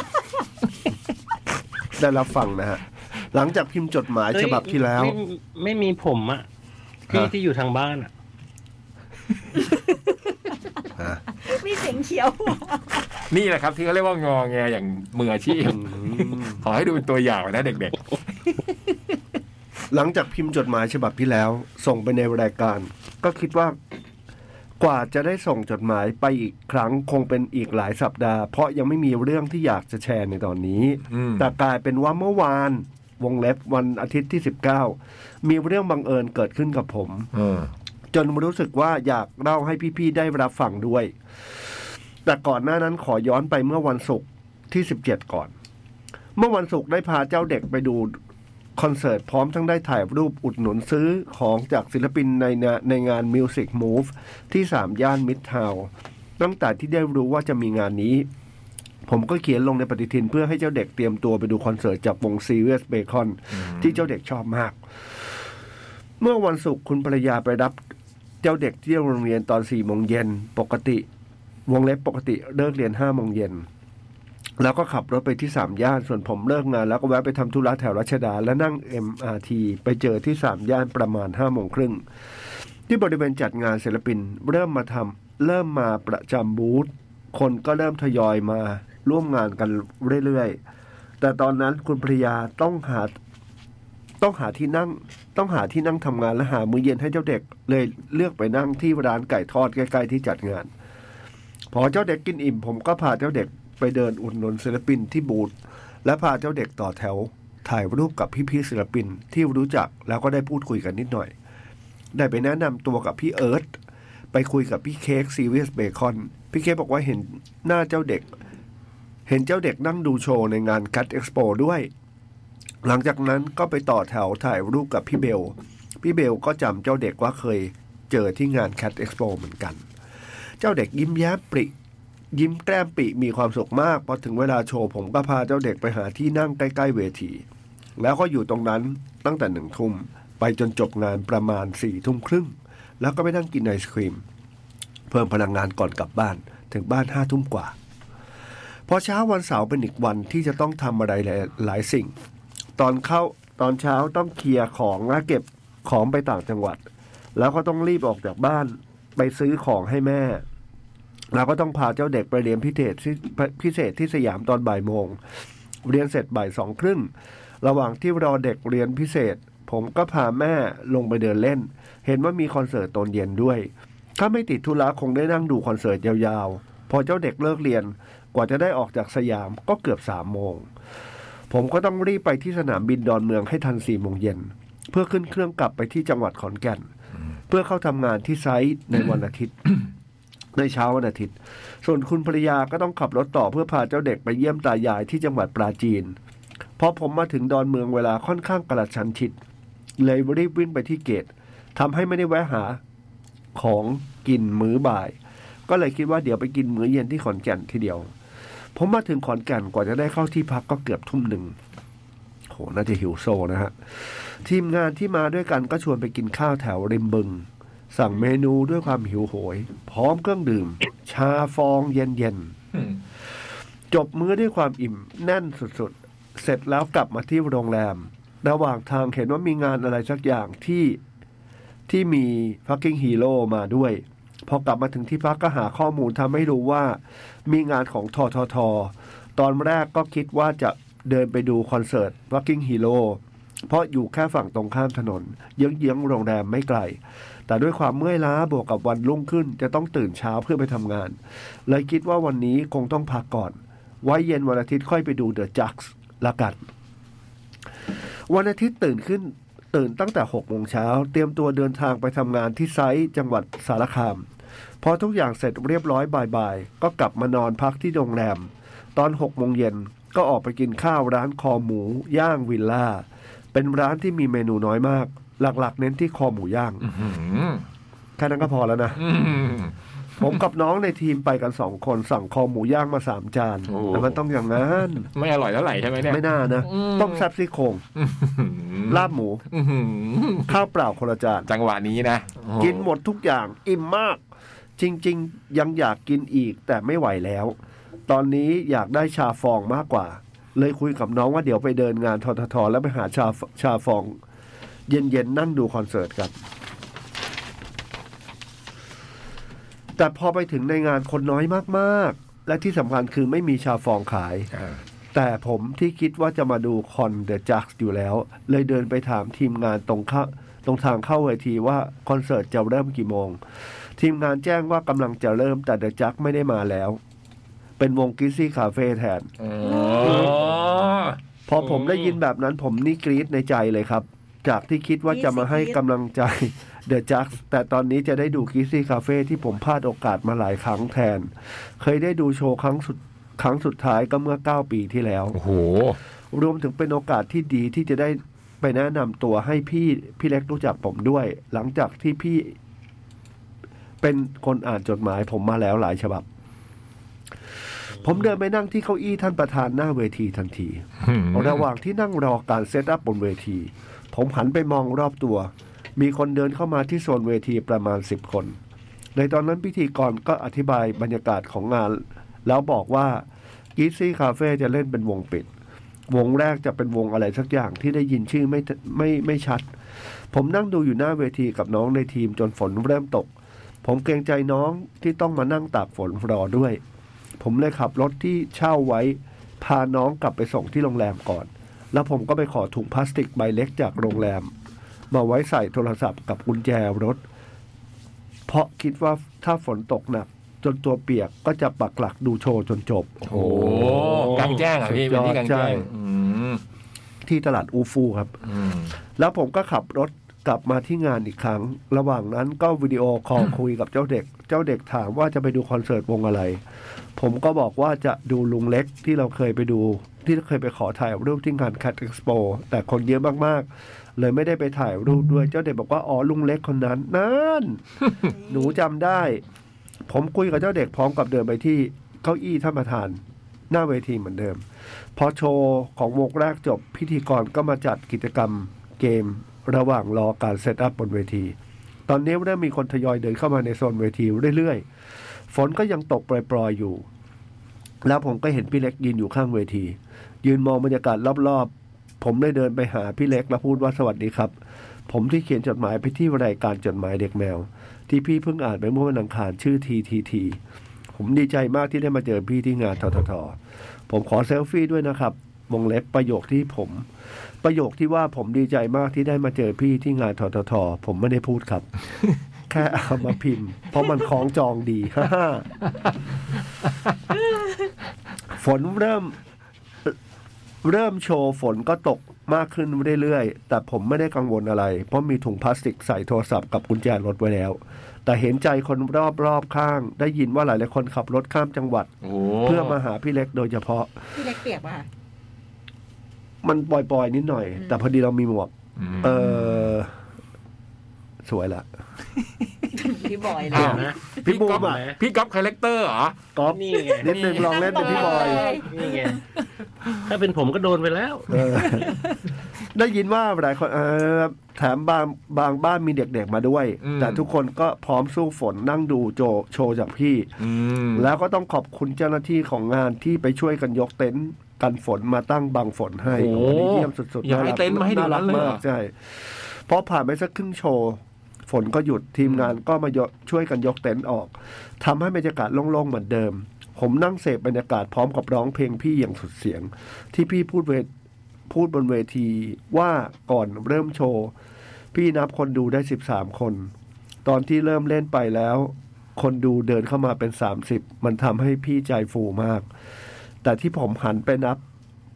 Speaker 2: ได้รับฟังนะฮะ หลังจากพิมพ์จดหมายฉบับที่แล้ว
Speaker 9: เอ้ยไม่ไม่มีผมอ่ะที่
Speaker 2: ฮะ
Speaker 9: ที่อยู่ทางบ้านอ่ะ
Speaker 2: ฮะ
Speaker 3: มีเสียงเคี้ยว
Speaker 1: นี่แหละครับที่เขาเรียกว่างอแงอย่างมืออาชีพ
Speaker 2: อืม
Speaker 1: ขอให้ดูเป็นตัวอย่างไว้นะเด็ก
Speaker 2: หลังจากพิมพ์จดหมายฉบับที่แล้ว ส่งไปในรายการ ก็คิดว่า กว่าจะได้ส่งจดหมายไปอีกครั้งคงเป็นอีกหลายสัปดาห์ เพราะยังไม่มีเรื่องที่อยากจะแชร์ในตอนนี้
Speaker 1: ๆ อืม
Speaker 2: แต่กลายเป็นว่าเมื่อวานวงเล็บวันอาทิตย์ที่ 19 มีเรื่องบังเอิญเกิดขึ้นกับผม
Speaker 1: เออ
Speaker 2: จนรู้สึกว่าอยากเล่าให้พี่ ๆ ได้รับฟังด้วย แต่ก่อนหน้านั้นขอย้อนไปเมื่อวันศุกร์ที่ 17 ก่อน เมื่อวันศุกร์ได้พาเจ้าเด็กไปดูคอนเสิร์ตพร้อมทั้งได้ถ่ายรูปอุดหนุนซื้อของจากศิลปินในนะในงาน Music Move ที่ 3 ย่านมิดทาวน์ตั้งแต่ที่ได้รู้ว่าจะมีงานนี้ ผมก็เขียนลงในปฏิทินเพื่อให้เจ้าเด็กเตรียมตัวไปดูคอนเสิร์ตจากวง Serious Bacon ที่เจ้าเด็กชอบมาก เมื่อวันศุกร์คุณภรรยาไปรับ เจ้าเด็กที่โรงเรียนตอนสี่โมงเย็นปกติ วงเล็บปกติเลิกเรียนห้าโมงเย็น แล้วก็ขับรถไปที่สามย่าน ส่วนผมเลิกงาน แล้วก็แวะไปทำธุระแถวรัชดา และนั่ง MRT ไปเจอที่สามย่านประมาณห้าโมงครึ่ง ที่บริเวณจัดงานศิลปินเริ่มมาทำเริ่มมาประจำบูธคนก็เริ่มทยอยมา ร่วมงานกันเรื่อยๆ แต่ตอนนั้นคุณภรรยาต้องหาต้องหาที่นั่ง ต้องหาที่นั่งทำงานและหามื้อเย็นให้เจ้าเด็กเลยเลือกไปนั่งที่ร้านไก่ทอดใกล้ๆที่จัดงาน พอเจ้าเด็กกินอิ่ม ผมก็พาเจ้าเด็กไปเดินอุดหนุนศิลปินที่บูธและพาเจ้าเด็กต่อแถว ถ่ายรูปกับพี่ๆศิลปินที่รู้จักแล้วก็ได้พูดคุยกันนิดหน่อย ได้ไปแนะนำตัวกับพี่เอิร์ธไปคุยกับพี่เค้กซีเรียสเบคอนพี่เค้กบอกว่าเห็นหน้าเจ้าเด็ก เห็นเจ้าเด็กนั่งดูโชว์ในงานคัตเอ็กซ์โปด้วย หลังจากนั้นก็ไปต่อแถวถ่ายรูปกับพี่เบล พี่เบลก็จำเจ้าเด็กว่าเคยเจอที่งานแค t เอ็กซ์โปเหมือนกัน เจ้าเด็กยิ้มแย้มปริ ยิ้มแกล้มปริมีความสุขมาก พอถึงเวลาโชว์ผมก็พาเจ้าเด็กไปหาที่นั่งใกล้ ๆ เวที แล้วก็อยู่ตรงนั้นตั้งแต่หนึ่งทุ่ม ไปจนจบงานประมาณสี่ทุ่มครึ่ง แล้วก็ไปนั่งกินไอศครีม เพิ่มพลังงานก่อนกลับบ้านถึงบ้านห้าทุ่มกว่า พอเช้าวันเสาร์เป็นอีกวันที่จะต้องทำอะไรหลายหลายสิ่ง ตอนเข้าตอนเช้าต้องเคลียร์ของและเก็บของไปต่างจังหวัด แล้วก็ต้องรีบออกจากบ้านไปซื้อของให้แม่ แล้วก็ต้องพาเจ้าเด็กไปเรียนพิเศษที่พิเศษที่สยามตอนบ่ายโมง เรียนเสร็จบ่ายสองครึ่งระหว่างที่รอเด็กเรียนพิเศษ ผมก็พาแม่ลงไปเดินเล่น เห็นว่ามีคอนเสิร์ตตอนเย็นด้วย ถ้าไม่ติดธุระคงได้นั่งดูคอนเสิร์ตยาวๆ พอเจ้าเด็กเลิกเรียนกว่าจะได้ออกจากสยามก็เกือบสามโมง ผมก็ต้องรีบไปที่สนามบินดอนเมืองให้ทันสี่โมงเย็น เพื่อขึ้นเครื่องกลับไปที่จังหวัดขอนแก่น เพื่อเข้าทำงานที่ไซต์ในวันอาทิตย์ ในเช้าวันอาทิตย์ ส่วนคุณภรรยาก็ต้องขับรถต่อเพื่อพาเจ้าเด็กไปเยี่ยมตายายที่จังหวัดปราจีน พอผมมาถึงดอนเมืองเวลาค่อนข้างกระชันชิด เลยรีบวิ่งไปที่เกตทำให้ไม่ได้แวะหาของกินมื้อบ่าย ก็เลยคิดว่าเดี๋ยวไปกินมื้อเย็นที่ขอนแก่นทีเดียว ผมมาถึงขอนแก่นกว่าจะได้เข้าที่พักก็เกือบทุ่มหนึ่งโหน่าจะหิวโซนะฮะ ทีมงานที่มาด้วยกันก็ชวนไปกินข้าวแถวริมบึง สั่งเมนูด้วยความหิวโหย พร้อมเครื่องดื่ม ชาฟองเย็นๆ
Speaker 1: อืม
Speaker 2: จบมื้อด้วยความอิ่มแน่นสุดๆ เสร็จแล้วกลับมาที่โรงแรม ระหว่างทางเห็นว่ามีงานอะไรสักอย่างที่ที่มี fucking hero มาด้วย พอกลับมาถึงที่พักก็หาข้อมูลทำให้รู้ว่า มีงานของทอทอทอตอนแรกก็คิดว่าจะเดินไปดูคอนเสิร์ต fucking hero เพราะอยู่แค่ฝั่งตรงข้ามถนน เยื้องๆโรงแรมไม่ไกล แต่ด้วยความเมื่อยล้าบวกกับวันรุ่งขึ้น จะต้องตื่นเช้าเพื่อไปทำงาน เลยคิดว่าวันนี้คงต้องพักก่อน ไว้เย็นวันอาทิตย์ค่อยไปดูเดอะจักส์ละกัน วันอาทิตย์ตื่นขึ้น ตื่นตั้งแต่หกโมงเช้า เตรียมตัวเดินทางไปทำงานที่ไซต์จังหวัดสารคาม พอทุกอย่างเสร็จเรียบร้อยบ่ายๆ ก็กลับมานอนพักที่โรงแรม ตอนหกโมงเย็นก็ออกไปกินข้าวร้านคอหมู ย่างวิลล่า เป็นร้านที่มีเมนูน้อยมาก หลักๆ เน้นที่คอหมูย่าง
Speaker 1: อืม
Speaker 2: แค่นั้นก็พอแล้วนะ
Speaker 1: อืม
Speaker 2: ผมกับน้องในทีมไปกันสองคนสั่งคอหมูย่างมาสามจาน
Speaker 1: โอ้
Speaker 2: แต่มันต้องอย่างนั้น
Speaker 1: ไม่อร่อยเท่าไหร่ใช่ไหมเนี่ย
Speaker 2: ไม่น่านะ
Speaker 1: อืม
Speaker 2: ต้องแซบซี่โครง
Speaker 1: อืม
Speaker 2: ลาบหมู
Speaker 1: อื้อหือ
Speaker 2: ข้าวเปล่าคนละจาน
Speaker 1: จังหวะนี้นะ
Speaker 2: กินหมดทุกอย่างอิ่มมาก จริง ๆ ยังอยากกินอีกแต่ไม่ไหวแล้ว ตอนนี้อยากได้ชาฟองมากกว่า เลยคุยกับน้องว่าเดี๋ยวไปเดินงานทททแล้วไปหาชาชาฟอง เย็นๆนั่งดูคอนเสิร์ตกัน แต่พอไปถึงในงานคนน้อยมากๆ และที่สำคัญคือไม่มีชาฟองขาย
Speaker 1: อ่า
Speaker 2: แต่ผมที่คิดว่าจะมาดูคอนเดอะจักอยู่แล้ว เลยเดินไปถามทีมงานตรงเข้าตรงทางเข้าเวทีว่าคอนเสิร์ตจะเริ่มกี่โมง ทีมงานแจ้งว่ากำลังจะเริ่มแต่เดอะจักไม่ได้มาแล้ว เป็นวงกิซี่คาเฟ่แทน
Speaker 1: อ๋อ
Speaker 2: พอผมได้ยินแบบนั้นผมนี่กรี๊ดในใจเลยครับ จากที่คิดว่าจะมาให้กำลังใจเดอะจักแต่ตอนนี้จะได้ดูกิซี่คาเฟ่ที่ผมพลาดโอกาสมาหลายครั้งแทน เคยได้ดูโชว์ครั้งสุดครั้งสุดท้ายก็เมื่อ 9 ปีที่แล้ว
Speaker 1: โอ้โห
Speaker 2: รวมถึงเป็นโอกาสที่ดีที่จะได้ไปแนะนำตัวให้พี่พี่เล็กรู้จักผมด้วย หลังจากที่พี่ เป็นคนอ่านจดหมายผมมาแล้วหลายฉบับ ผมเดินไปนั่งที่เก้าอี้ท่านประธานหน้าเวทีทันที ระหว่างที่นั่งรอการเซตอัพบนเวที ผมหันไปมองรอบตัว มีคนเดินเข้ามาที่โซนเวทีประมาณสิบคน ในตอนนั้นพิธีกรก็อธิบายบรรยากาศของงาน แล้วบอกว่ากีซี่คาเฟ่จะเล่นเป็นวงปิด วงแรกจะเป็นวงอะไรสักอย่างที่ได้ยินชื่อไม่ไม่ไม่ชัด ผมนั่งดูอยู่หน้าเวทีกับน้องในทีมจนฝนเริ่มตก ผมเกรงใจน้องที่ต้องมานั่งตากฝนรอด้วย ผมเลยขับรถที่เช่าไว้ พาน้องกลับไปส่งที่โรงแรมก่อน แล้วผมก็ไปขอถุงพลาสติกใบเล็กจากโรงแรม มาไว้ใส่โทรศัพท์กับกุญแจรถ เพราะคิดว่าถ้าฝนตกหนัก จนตัวเปียกก็จะปักหลักดูโชว์จนจบ
Speaker 1: โอ้กลางแจ้งเหรอ่ะพี่
Speaker 2: สุ
Speaker 1: เป็น
Speaker 2: ดยอด
Speaker 1: ที่กลาง
Speaker 2: ใช่
Speaker 1: แจ้งอืม
Speaker 2: ที่ตลาดอูฟูครับ
Speaker 1: อืม
Speaker 2: แล้วผมก็ขับรถกลับมาที่งานอีกครั้ง ระหว่างนั้นก็วิดีโอคอลคุยกับเจ้าเด็ก เจ้าเด็กถามว่าจะไปดูคอนเสิร์ตวงอะไร ผมก็บอกว่าจะดูลุงเล็กที่เราเคยไปดู ที่เคยไปขอถ่ายรูปที่งานคัตเอ็กซ์โปแต่คนเยอะมากๆ เลยไม่ได้ไปถ่ายรูปด้วย เจ้าเด็กบอกว่าอ๋อลุงเล็กคนนั้นนั่น หนูจำได้ ผมคุยกับเจ้าเด็กพร้อมกับเดินไปที่เก้าอี้ท่านประธาน หน้าเวทีเหมือนเดิม พอโชว์ของวงแรกจบพิธีกรก็มาจัดกิจกรรมเกมระหว่างรอการเซตอัพบนเวที ตอนนี้เริ่มมีคนทยอยเดินเข้ามาในโซนเวทีเรื่อยๆ ฝนก็ยังตกปล่อยๆอยู่ แล้วผมก็เห็นพี่เล็กยืนอยู่ข้างเวที ยืนมองบรรยากาศรอบๆ ผมเลยเดินไปหาพี่เล็กแล้วพูดว่าสวัสดีครับ ผมที่เขียนจดหมายไปที่รายการจดหมายเด็กแมว ที่พี่เพิ่งอ่านไปเมื่อวันอังคารชื่อทีทีทีผมดีใจมากที่ได้มาเจอพี่ที่งานททท ผมขอเซลฟี่ด้วยนะครับวงเล็บประโยคที่ผม ประโยคที่ว่าผมดีใจมากที่ได้มาเจอพี่ที่งานททท ผมไม่ได้พูดครับ แค่เอามาพิมพ์ เพราะมันคล้องจองดี ฮ่าฮ่าฝนเริ่ม เริ่มโชว์ฝนก็ตกมากขึ้นเรื่อยๆ แต่ผมไม่ได้กังวลอะไร เพราะมีถุงพลาสติกใส่โทรศัพท์กับกุญแจรถไว้แล้ว แต่เห็นใจคนรอบๆข้าง ได้ยินว่าหลายๆคนขับรถข้ามจังหวัด
Speaker 1: โอ้
Speaker 2: เพื่อมาหาพี่เล็กโดยเฉพาะ
Speaker 3: พี่เล็กเปียกป่ะคะ
Speaker 2: มันปล่อยๆนิดหน่อย
Speaker 3: อืม
Speaker 2: แต่พอดีเรามีหมวก
Speaker 1: ม
Speaker 2: เออสวยละ
Speaker 3: พี่บอยเล
Speaker 9: เดี๋
Speaker 3: ย
Speaker 9: ยวนะ
Speaker 1: พี่ก๊อฟ
Speaker 2: พี่บูมอะ
Speaker 1: พี่ก๊อฟคาแรคเตอร์เหรอ
Speaker 2: ก๊อฟ
Speaker 9: นี่ไง
Speaker 2: นิดนึงลองเล่นเป็นพี่บอย
Speaker 9: นี่ไงถ้าเป็นผมก็โดนไปแล้ว
Speaker 2: เออ ได้ยินว่าหลายคนเออแถมบางบางบ้านมีเด็กๆมาด้วย
Speaker 1: อืม
Speaker 2: แต่ทุกคนก็พร้อมสู้ฝนนั่งดูโจโชว์จากพี่
Speaker 1: อืม
Speaker 2: แล้วก็ต้องขอบคุณเจ้าหน้าที่ของงานที่ไปช่วยกันยกเต็นท์กันฝนมาตั้งบังฝนให้
Speaker 1: โอ้
Speaker 2: โอ้โหนี่เยี่ยมสุดๆ
Speaker 1: อยากให้
Speaker 2: รั
Speaker 1: เต็นท์มาให้ดู
Speaker 2: น่ารัก
Speaker 1: นั้นเลย
Speaker 2: มา
Speaker 1: เหร
Speaker 2: ก
Speaker 1: อ
Speaker 2: ใช่พอผ่านไปสักครึ่งโชว์ ฝนก็หยุดทีมงานก็มายกช่วยกันยกเต็นท์ออกทำให้บรรยากาศโล่งๆเหมือนเดิม ผมนั่งเสพบรรยากาศพร้อมกับร้องเพลงพี่อย่างสุดเสียง ที่พี่พูดเวทพูดบนเวทีว่าก่อนเริ่มโชว์ พี่นับคนดูได้สิบสามคน ตอนที่เริ่มเล่นไปแล้ว คนดูเดินเข้ามาเป็นสามสิบมันทำให้พี่ใจฟูมาก แต่ที่ผมหันไปนับ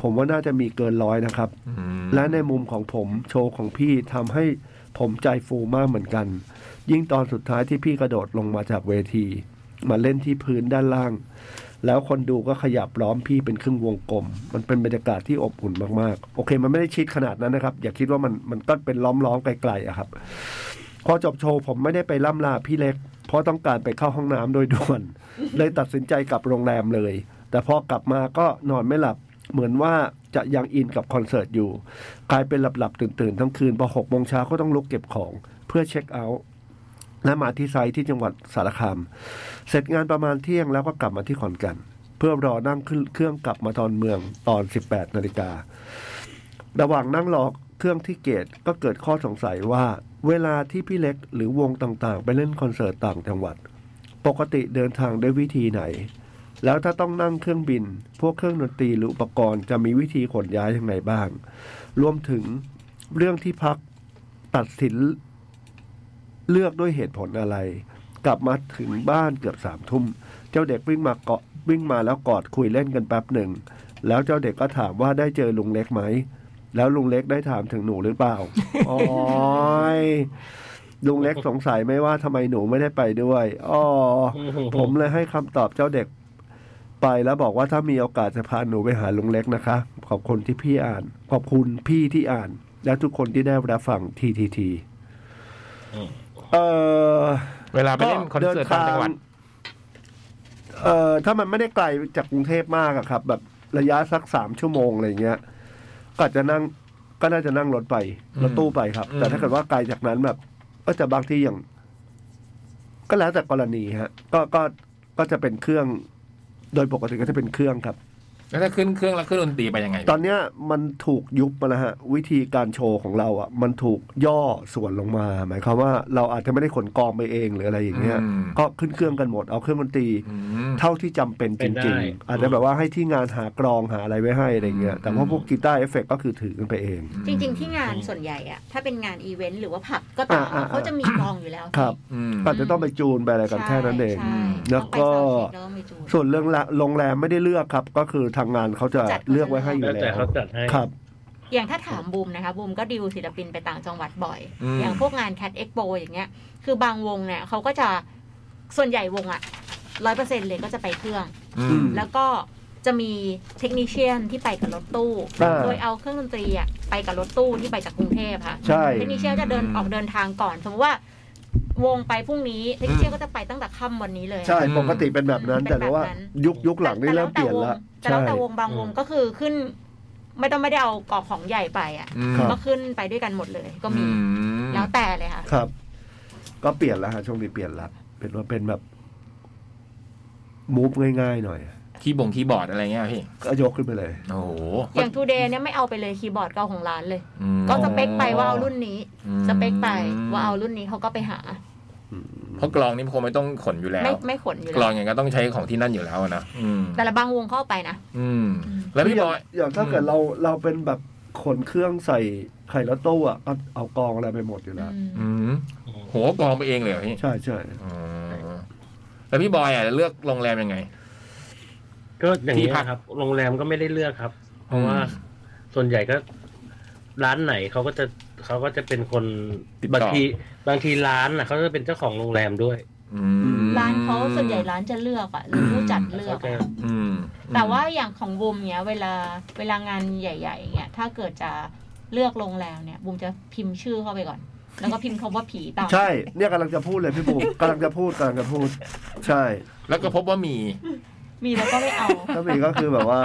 Speaker 2: ผมว่าน่าจะมีเกินร้อยนะครับ
Speaker 1: อืม
Speaker 2: และในมุมของผมโชว์ของพี่ทำให้ผมใจฟูมากเหมือนกัน ยิ่งตอนสุดท้ายที่พี่กระโดดลงมาจากเวที มาเล่นที่พื้นด้านล่าง แล้วคนดูก็ขยับล้อมพี่เป็นครึ่งวงกลม มันเป็นบรรยากาศที่อบอุ่นมากๆ โอเค มันไม่ได้ชิดขนาดนั้นนะครับ อย่าคิดว่ามันมันก็เป็นล้อมๆไกลๆอะครับ พอจบโชว์ผมไม่ได้ไปล่ำลาพี่เล็ก เพราะต้องการไปเข้าห้องน้ำโดยด่วน เลยตัดสินใจกลับโรงแรมเลย แต่พอกลับมาก็นอนไม่หลับ เหมือนว่าจะยังอินกับคอนเสิร์ตอยู่ กลายเป็นหลับๆตื่นๆทั้งคืนพอหกโมงเช้าก็ต้องลุกเก็บของ เพื่อเช็คเอาท์และมาที่ไซต์ที่จังหวัดสารคาม เสร็จงานประมาณเที่ยงแล้วก็กลับมาที่ขอนแก่นเพื่อรอนั่งขึ้นเครื่องกลับมาตอนเมืองตอน 18นาฬิการะหว่างนั่งรอเครื่องที่เกตก็เกิดข้อสงสัยว่า เวลาที่พี่เล็กหรือวงต่างๆ ไปเล่นคอนเสิร์ตต่างจังหวัด ปกติเดินทางด้วยวิธีไหน แล้วถ้าต้องนั่งเครื่องบิน พวกเครื่องดนตรีหรืออุปกรณ์จะมีวิธีขนย้ายยังไงบ้าง รวมถึงเรื่องที่พักตัดสินเลือกด้วยเหตุผลอะไร กลับมาถึงบ้านเกือบสามทุ่ม เจ้าเด็กวิ่งมาเกาะวิ่งมาแล้วกอดคุยเล่นกันแป๊บหนึ่ง แล้วเจ้าเด็กก็ถามว่าได้เจอลุงเล็กไหม แล้วลุงเล็กได้ถามถึงหนูหรือเปล่า โอ้ยลุงเล็กสงสัยไหมว่าทำไมหนูไม่ได้ไปด้วยอ๋อ ผมเลยให้คำตอบเจ้าเด็กไปแล้วบอกว่าถ้ามีโอกาสจะพาหนูไปหาลุงเล็กนะคะ ขอบคุณที่พี่อ่าน ขอบคุณพี่ที่อ่าน และทุกคนที่ได้รับฟังทีทีที
Speaker 9: อืม
Speaker 2: เออ
Speaker 1: เวลาไปเล่นคอนเสิร์ตต่างจังหวัด
Speaker 2: เออถ้ามันไม่ได้ไกลจากกรุงเทพมากอะครับ แบบระยะสักสามชั่วโมงอะไรเงี้ยก็อาจจะนั่งก็น่าจะนั่งรถไปรถตู้ไปครับ
Speaker 1: อืม
Speaker 2: แต่ถ้าเกิดว่าไกลจากนั้นแบบก็จะบางที่อย่าง ก็แล้วแต่กรณีฮะ ก็ก็ก็จะเป็นเครื่อง โดยปกติก็จะเป็นเครื่องครับ
Speaker 1: แล้วถ้าขึ้นเครื่องแล้วขึ้นดนตรีไปยังไง
Speaker 2: ตอนเนี้ยมันถูกยุบมาแล้วฮะ วิธีการโชว์ของเราอ่ะ มันถูกย่อส่วนลงมา หมายความว่าเราอาจจะไม่ได้ขนกองไปเองหรืออะไรอย่างเงี้ย
Speaker 1: อืม
Speaker 2: ก็ขึ้นเครื่องกันหมดเอาเครื่องดนตรี
Speaker 1: อืม
Speaker 2: เท่าที่จำเป็นจ
Speaker 9: เป็น
Speaker 2: ริ
Speaker 9: ได้
Speaker 2: งๆ อาจจะแบบว่าให้ที่งานหากรองหาอะไรไว้ให้อะไรเงี้ย แต่ว่า
Speaker 1: อืม
Speaker 2: พวกกีตาร์เอฟเฟกต์ก็คือถือกันไปเอง
Speaker 3: จริง ๆ ที่งานส่วนใหญ่อะถ้าเป็นงานอีเวนต์หรือว่าผับก็ตาม
Speaker 2: อ่าๆๆ
Speaker 3: เขาจะมีกลองอยู่แล้ว
Speaker 2: ครับ
Speaker 1: อืม
Speaker 2: อาจจะต้องไปจูนไปอะไรกันแค่นั้นเอง
Speaker 3: ใช่
Speaker 2: แล้ว
Speaker 3: ต้องไป
Speaker 2: ก็
Speaker 3: ซาวด์เช็คแล้วก็มีจูน
Speaker 2: ส่วนเรื่องละโรงแรมไม่ได้เลือกครับ ก็คือทางงานเขาจะ
Speaker 3: จัด
Speaker 2: เลือกไว้ให้อยู่
Speaker 9: แล้วแต่เขาจัดให้
Speaker 2: ครับ
Speaker 3: อย่างถ้าถามบูมนะคะบูมก็ดิวศิลปินไปต่างจังหวัดบ่อย
Speaker 1: อืม
Speaker 3: อย่างพวกงานแคดเอ็กโปอย่างเงี้ย คือบางวงเนี่ยเขาก็จะส่วนใหญ่วงอะร้อยเปอร์เซ็นเลยก็จะไปเครื่อง
Speaker 1: อืม
Speaker 3: แล้วก็จะมีเทคนิชเชียนที่ไปกับรถตู้
Speaker 2: อ่า
Speaker 3: โดยเอาเครื่องดนตรีอะไปกับรถตู้ที่ไปจากกรุงเทพค่ะ
Speaker 2: ใช่
Speaker 3: เทคนิชเชียนจะเดิน
Speaker 1: อืม
Speaker 3: ออกเดินทางก่อน สมมติว่าวงไปพรุ่งนี้ เทคนิชเชียนก็จะไปตั้งแต่ค่ำวันนี้เลย
Speaker 2: ใช่
Speaker 1: อืม
Speaker 2: ปกติเป็นแบบนั้น
Speaker 3: เป็น
Speaker 2: แต่
Speaker 3: แบบนั้น
Speaker 2: ว่ายุคยุคหลังนี่เริ่มเปลี่ยนละ
Speaker 3: แต่แล้ว
Speaker 2: ใช่
Speaker 3: แต่วงบางวงก็คือขึ้น ไม่ต้องไม่ได้เอากล่องของใหญ่ไปอ่ะ
Speaker 1: อืม
Speaker 2: ครับ
Speaker 3: ก็ขึ้นไปด้วยกันหมดเลยก็มี
Speaker 1: อื
Speaker 3: แล้วแต่เลยค่ะ
Speaker 2: ครับ ก็เปลี่ยนแล้วฮะช่วงนี้เปลี่ยนละเป็นว่าเป็นแบบมูฟง่ายๆหน่อย
Speaker 1: คีย์บงคีย์บอร์ดอะไรเงี้ยพี่
Speaker 2: ก็ยกขึ้นไปเลย
Speaker 1: โอ้โห
Speaker 3: อย่างทูเดย์เนี่ยไม่เอาไปเลยคีย์บอร์ดเก่าของร้านเลย
Speaker 1: อืม
Speaker 3: ก็สเปคไปว่าเอารุ่นนี้
Speaker 1: อืม
Speaker 3: สเปคไปว่าเอารุ่นนี้เขาก็ไปหา
Speaker 1: เพราะกลองนี่คงไม่ต้องขนอยู่แล้ว
Speaker 3: ไม่ไม่ขนอยู่
Speaker 1: กลอ
Speaker 3: แล้
Speaker 1: ง
Speaker 3: ว
Speaker 1: อย่างก็ต้องใช้ของที่นั่นอยู่แล้วอะนะอืม
Speaker 3: แต่ละบางวงเข้าไปนะ
Speaker 1: อืมแล้วพี่บอย
Speaker 2: อย่างถ้าเกิด
Speaker 1: อืม
Speaker 2: เราเราเป็นแบบขนเครื่องใส่ไข่แล้วตู้อ่ะก็เอากองอะไรไปหมดอยู่แล้ว
Speaker 1: อืมโหกลองไปเองเลยเหรอพี่
Speaker 2: ใช่ใช่
Speaker 1: อ๋อแล้วพี่บอยอ่ะเลือกโรงแรมยังไง
Speaker 9: ก็อย่าง
Speaker 1: ที่
Speaker 9: นี้
Speaker 1: พัก
Speaker 9: ครับ โรงแรมก็ไม่ได้เลือกครับ เพราะว่าส่วนใหญ่ก็ร้านไหนเขาก็จะเขาก็จะเป็นคน
Speaker 1: ติดต่อ
Speaker 9: บางทีบางทีร้านน่ะเขาจะเป็นเจ้าของโรงแรมด้วย
Speaker 1: อืม
Speaker 3: ร้านเขาส่วนใหญ่ร้านจะเลือกอ่ะหรือผู้จัดเลือ
Speaker 9: เขา
Speaker 3: ก
Speaker 9: จะ
Speaker 3: อะ
Speaker 1: อืม
Speaker 3: แต่ว่าอย่างของบูมเนี้ยเวลาเวลางานใหญ่ๆเนี้ยถ้าเกิดจะเลือกโรงแรมเนี่ยบูมจะพิมพ์ชื่อเข้าไปก่อน แล้วก็พิมพ์คำว่าผีตาม
Speaker 2: ใช่ เนี่ยกำลังจะพูดเลยพี่บุ๋ม กำลังจะพูดกำลังจะพูด ใช่
Speaker 1: แล้วก็พบว่ามี
Speaker 3: มีแล้วก็ไม่เอา
Speaker 2: ถ้ามีก็คือแบบว่า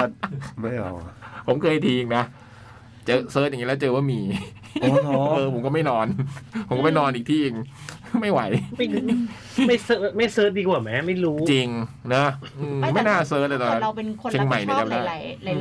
Speaker 2: ไม่เอาอะ
Speaker 1: ผมเคยทีงนะ เจอเซิร์ชอย่างนี้แล้วเจอว่ามี
Speaker 2: โอ้โห
Speaker 1: เออผมก็ไม่นอน ผมก็ไปนอนอีกที่หนึ่งไม่ไหว
Speaker 9: ไม่ไม่เซิร์ชไม่เซิร์ชดีกว่าไหมไม่รู้
Speaker 1: จริงนะอืม
Speaker 3: ไม่แต่
Speaker 1: ไม่น่าเซิร์ชเลยตอน
Speaker 3: แต่
Speaker 1: นั้น
Speaker 3: เราเป็นคน
Speaker 1: เชีย
Speaker 3: รับ
Speaker 1: งใหม่
Speaker 3: ผิด
Speaker 1: เนี่ย
Speaker 3: ชอ
Speaker 1: จำ
Speaker 3: บห
Speaker 1: ได้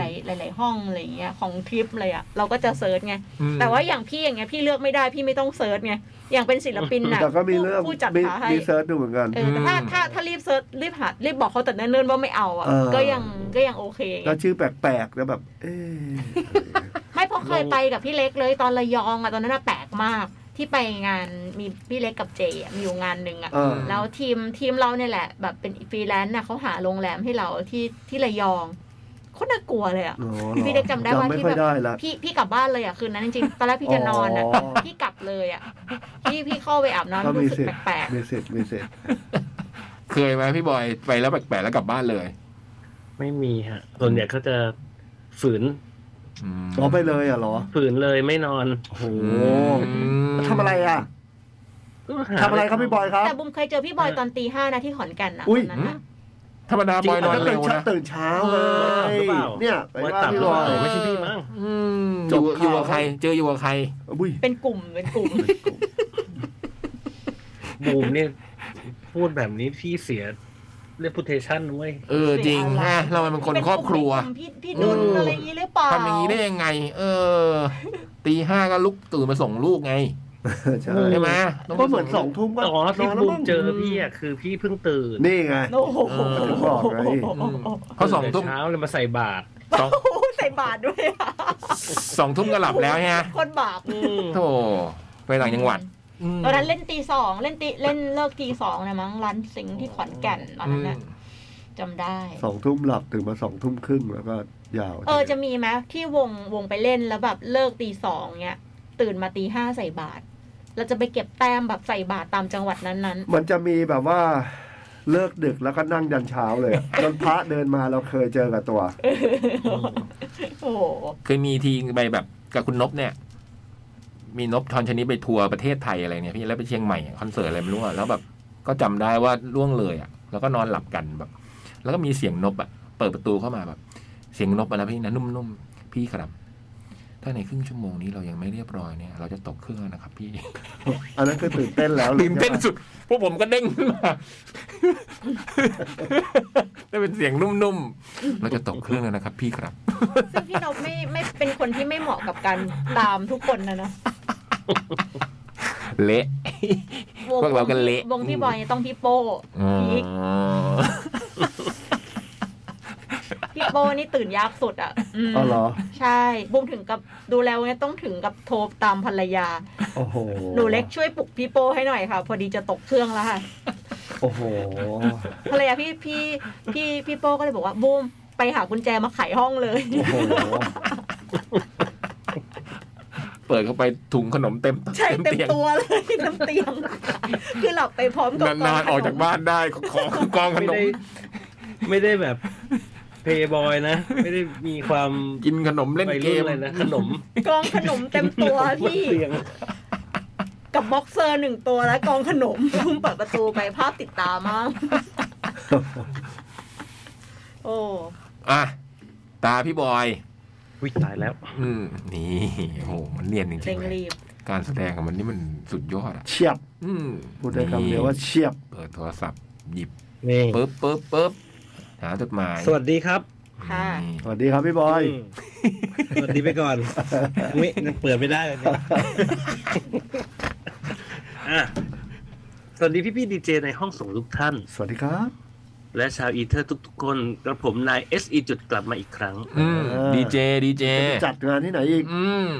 Speaker 3: ลายๆหลายๆหลายๆห้องอะไรอย่างเงี้ยของทริปเลยอ่ะเราก็จะเซิร์ชไง
Speaker 1: อืม
Speaker 3: แต่ว่าอย่างพี่อย่างเงี้ยพี่เลือกไม่ได้พี่ไม่ต้องเซิร์ชไงอย่างเป็นศิลปินน่ะ
Speaker 2: แต่ก็มีเรื่อง
Speaker 3: ผู้ผู้จัด
Speaker 2: มี
Speaker 3: หาให้
Speaker 2: มีเซิร์ชดูเหมือนกัน
Speaker 3: เออแต่ถ้าถ้าถ้ารีบเซิร์ชรีบหารีบบอกเขาแต่เนิ่นๆว่าไม่เอาอ่ะ
Speaker 2: เออ
Speaker 3: ก็ยังก็ยังโอเคไง
Speaker 2: แล้วชื่อแปลกๆแล้วแบบ เอ๊ะ
Speaker 3: ไม่เพราะเคยไปกับพี่เล็กเลยตอนระยองอะตอนนั้นอะแปลกมาก ที่ไปงานมีพี่เล็กกับเจอะมีอยู่งานหนึ่งอะ
Speaker 2: เออ
Speaker 3: แล้วทีมทีมเราเนี่ยแหละ แบบเป็นฟรีแลนซ์น่ะเขาหาโรงแรมให้เราที่ที่ระยองโคตรน่ากลัวเลยอะ
Speaker 2: โอ้โห
Speaker 3: พี่เล็กจำได้ว่า
Speaker 2: จำไม่
Speaker 3: ที่
Speaker 2: ค่อย
Speaker 3: แบบ
Speaker 2: ได้ละ
Speaker 3: พี่พี่กลับบ้านเลยอะคืนนั้นจริงๆตอนแรกพี่จะนอนอะ
Speaker 2: อ๋อ
Speaker 3: พี่กลับเลยอะพี่พี่เข้าไปอาบ
Speaker 2: ก็
Speaker 3: น้ำ
Speaker 2: มี
Speaker 3: รู้สึก
Speaker 2: เสร็จ
Speaker 3: แปลก
Speaker 2: มีเสร็จมีเสร็จ
Speaker 1: เคยไหมพี่บอยไปแล้วแปลกๆแล้วกลับบ้านเลย
Speaker 9: ไม่มีฮะ ส่วนใหญ่เขาจะฝืน
Speaker 1: ม
Speaker 2: อ๋อไปเลยอ่ะเหรอ
Speaker 9: ฝืนเลยไม่นอน
Speaker 2: โอ้โห
Speaker 1: ม
Speaker 2: ทำอะไรอ่ะ
Speaker 9: ก็หา
Speaker 2: ทำอะไรครับพี่บอยค
Speaker 3: ๆ
Speaker 2: รับ
Speaker 3: แต่บุมเคยเจอพี่บอยตอนตีห้านะที่ขอนแก่นนะ
Speaker 2: อุ๊ย
Speaker 3: ตอนนั้นนะ
Speaker 1: ธรรมดาบอยนอน
Speaker 2: ก็
Speaker 1: เร็วนะ
Speaker 2: ตื่นเช้า
Speaker 1: เออ
Speaker 2: เลย
Speaker 9: หรือเปล่า
Speaker 2: เนี่ยไป
Speaker 9: ว่า
Speaker 2: ว่า
Speaker 9: ตับ
Speaker 2: พี่
Speaker 9: หรื
Speaker 2: บ
Speaker 9: อ
Speaker 2: อ
Speaker 9: เป
Speaker 2: ย
Speaker 9: ล่าไม่ใช่พี่มั้ง
Speaker 1: อืม
Speaker 2: จบ
Speaker 1: อยู่อยู่
Speaker 2: ข่าว
Speaker 1: กับใคร เจออยู่กับใคร
Speaker 2: อุ้ย
Speaker 3: เป็นกลุ่มเป็นกลุ่ม
Speaker 9: บูมเนี่ยพูดแบบนี้พี่เสีย reputation เว้ย
Speaker 1: เออจริง
Speaker 3: เป็นอะไร
Speaker 1: ฮะเรามันเป็นคนครอบครัว
Speaker 3: เป็นกลุ่มพี่พี่ดุลอะไรอย่างงี้หรือเปล่า
Speaker 1: ทำอย่างนี้ได้ยังไง เออ ตีห้าก็ลุกตื่นมาส่งลูกไง
Speaker 2: ใช่
Speaker 1: ใช่ไหมต้
Speaker 2: ก็
Speaker 1: ไป
Speaker 2: เหมือนสองทุ่มก็
Speaker 9: อ๋อที่
Speaker 2: นนแล้ว
Speaker 9: บูม
Speaker 2: ง
Speaker 9: เจอพี่อ่ะคือพี่เพิ่งตื่น
Speaker 2: นี่ไง
Speaker 3: โอ้โห
Speaker 2: ถึงบอกไง
Speaker 1: อืมเพราะสอง
Speaker 9: ตื่น
Speaker 1: ทุ่ม
Speaker 9: แต่เช้าเลยมาใส่บาตร
Speaker 1: สอง
Speaker 3: โอ้โหใส่บาทด้วยอะ
Speaker 1: สองทุ่มก็หลับแล้วฮะ
Speaker 3: คนบาป
Speaker 9: อืม
Speaker 1: โธ่ไปต่างจังหวัดม
Speaker 3: ตอนนั้นเล่นตีสองเล่นตีเล่นเลิกตีสองนะมั้งร้านสิงห์ที่ขอนแก่นตอนนั้นนะจำได้
Speaker 2: สองทุ่มหลับตื่นมาสองทุ่มครึ่งแล้วก็ยาว
Speaker 3: เออจะมีไหมที่วงวงไปเล่นแล้วแบบเลิกตีสองเนี้ยตื่นมาตีห้าใส่บาทเราจะไปเก็บแต้มแบบใส่บาทตามจังหวัดนั้น
Speaker 2: มันจะมีแบบว่าเลิกดึกแล้วก็นั่งยันเช้าเลย อะจนพระเดินมาเราเคยเจอกับตัว
Speaker 3: ๆ โอ้โห
Speaker 1: เคยมีทีไปแบบกับคุณนบเนี่ย มีนบทอนชนิดไปทัวร์ประเทศไทยอะไรเนี่ยพี่แล้วไปเชียงใหม่อะคอนเสิร์ตอะไรไม่รู้อะแล้วแบบ ก็จำได้ว่าล่วงเลยอะแล้วก็นอนหลับกันแบบ แล้วก็มีเสียงนบอะเปิดประตูเข้ามาแบบ เสียงนบอะนะพี่นะนุ่มๆพี่ครับ ถ้าในครึ่งชั่วโมงนี้เรายังไม่เรียบร้อยเนี่ย เราจะตกเครื่องแล้วนะครับพี่
Speaker 2: อันนั้นคือตื่นเต้นแล้วลย
Speaker 1: ตื่นเต้นสุด พวกผมก็เด้งขึ้นมา จะเป็นเสียงนุ่มๆ เราจะตกเครื่องแล้วนะครับ พี่ครับ
Speaker 3: ซึ่งพี่นพไม่ไม่เป็นคนที่ไม่เหมาะกับการตามทุกคนนะเนาะ
Speaker 1: เละ พวกเราก็เละ
Speaker 3: วงพี่บอยต้องพี่โป้
Speaker 1: อ๋อ
Speaker 3: พีคพี่โป้นี่ตื่นยากสุดอ่ะอืม
Speaker 2: อ๋อเหรอ
Speaker 3: ใช่บูมถึงกับดูแล้วเนี่ยต้องถึงกับโทรตามภรรยา
Speaker 2: โอ้โห
Speaker 3: หนูเล็กช่วยปลุกพี่โป้ให้หน่อยค่ะ พอดีจะตกเครื่องแล้วค่ะ
Speaker 2: โอ้โห
Speaker 3: ภรรยาพี่พี่พี่พี่โป้ก็เลยบอกว่าบูมไปหากุญแจมาไขห้องเลย
Speaker 2: โอ้โห
Speaker 1: เปิดเข้าไปถุงขนมเต็ม
Speaker 3: ใช่เต็ม
Speaker 1: เตียง
Speaker 3: ตัวเลยเต็มเตียง คือหลับไปพร้อมกับ
Speaker 1: นานๆออกจากบ้านได้ก็ของกองข
Speaker 9: ไม่
Speaker 1: นม
Speaker 9: ได้ไม่ได้แบบเพย์บอยนะ ไม่ได้มีความ
Speaker 1: กินขนมเล่น
Speaker 9: วัย
Speaker 1: เก
Speaker 9: รุ่น
Speaker 1: ม
Speaker 9: อะไรนะขนม
Speaker 3: กองขนมเต็มตัวพี่
Speaker 9: เตียง
Speaker 3: กับบ็อกเซอร์หนึ่งตัวและกองขนมบูมเปิดประตูไปภาพติดตามากโอ้
Speaker 1: อ่ะตาพี่บอย
Speaker 9: วิตายแล้ว
Speaker 1: อืมนี่โอ้โหมันเนียนจริ
Speaker 3: เร่
Speaker 1: งๆ
Speaker 3: ง
Speaker 1: เลย
Speaker 3: รีบ
Speaker 1: การแสดงของมันนี่มันสุดยอดอ่ะ
Speaker 2: เฉียบ
Speaker 1: อืม
Speaker 2: พูดได้คำเดียวว่าเฉียบ
Speaker 1: เปิดโทรศัพท์หยิบ
Speaker 4: นี่
Speaker 1: ปึ๊บปึ๊บปึ๊บหาจดหมาย
Speaker 4: สวัสดีครับ
Speaker 3: ค่ะ
Speaker 1: นี่
Speaker 2: สวัสดีครับพี่บอย
Speaker 4: อืมสวัสดีไปก่อนไม่เปิดไม่ได้เลยเนี่ย
Speaker 9: อ่ะ
Speaker 7: สวัสดีพี่พี่ดีเจในห้องส่งทุกท่าน
Speaker 2: สวัสดีครับ
Speaker 7: และชาวอีเทอร์ทุกๆ คนกระผมนาย SE จุดกลับมาอีกครั้ง
Speaker 1: อืม
Speaker 2: เออ
Speaker 1: ดีเจดีเจ
Speaker 2: จัดงานที่ไหนอีก
Speaker 1: อืม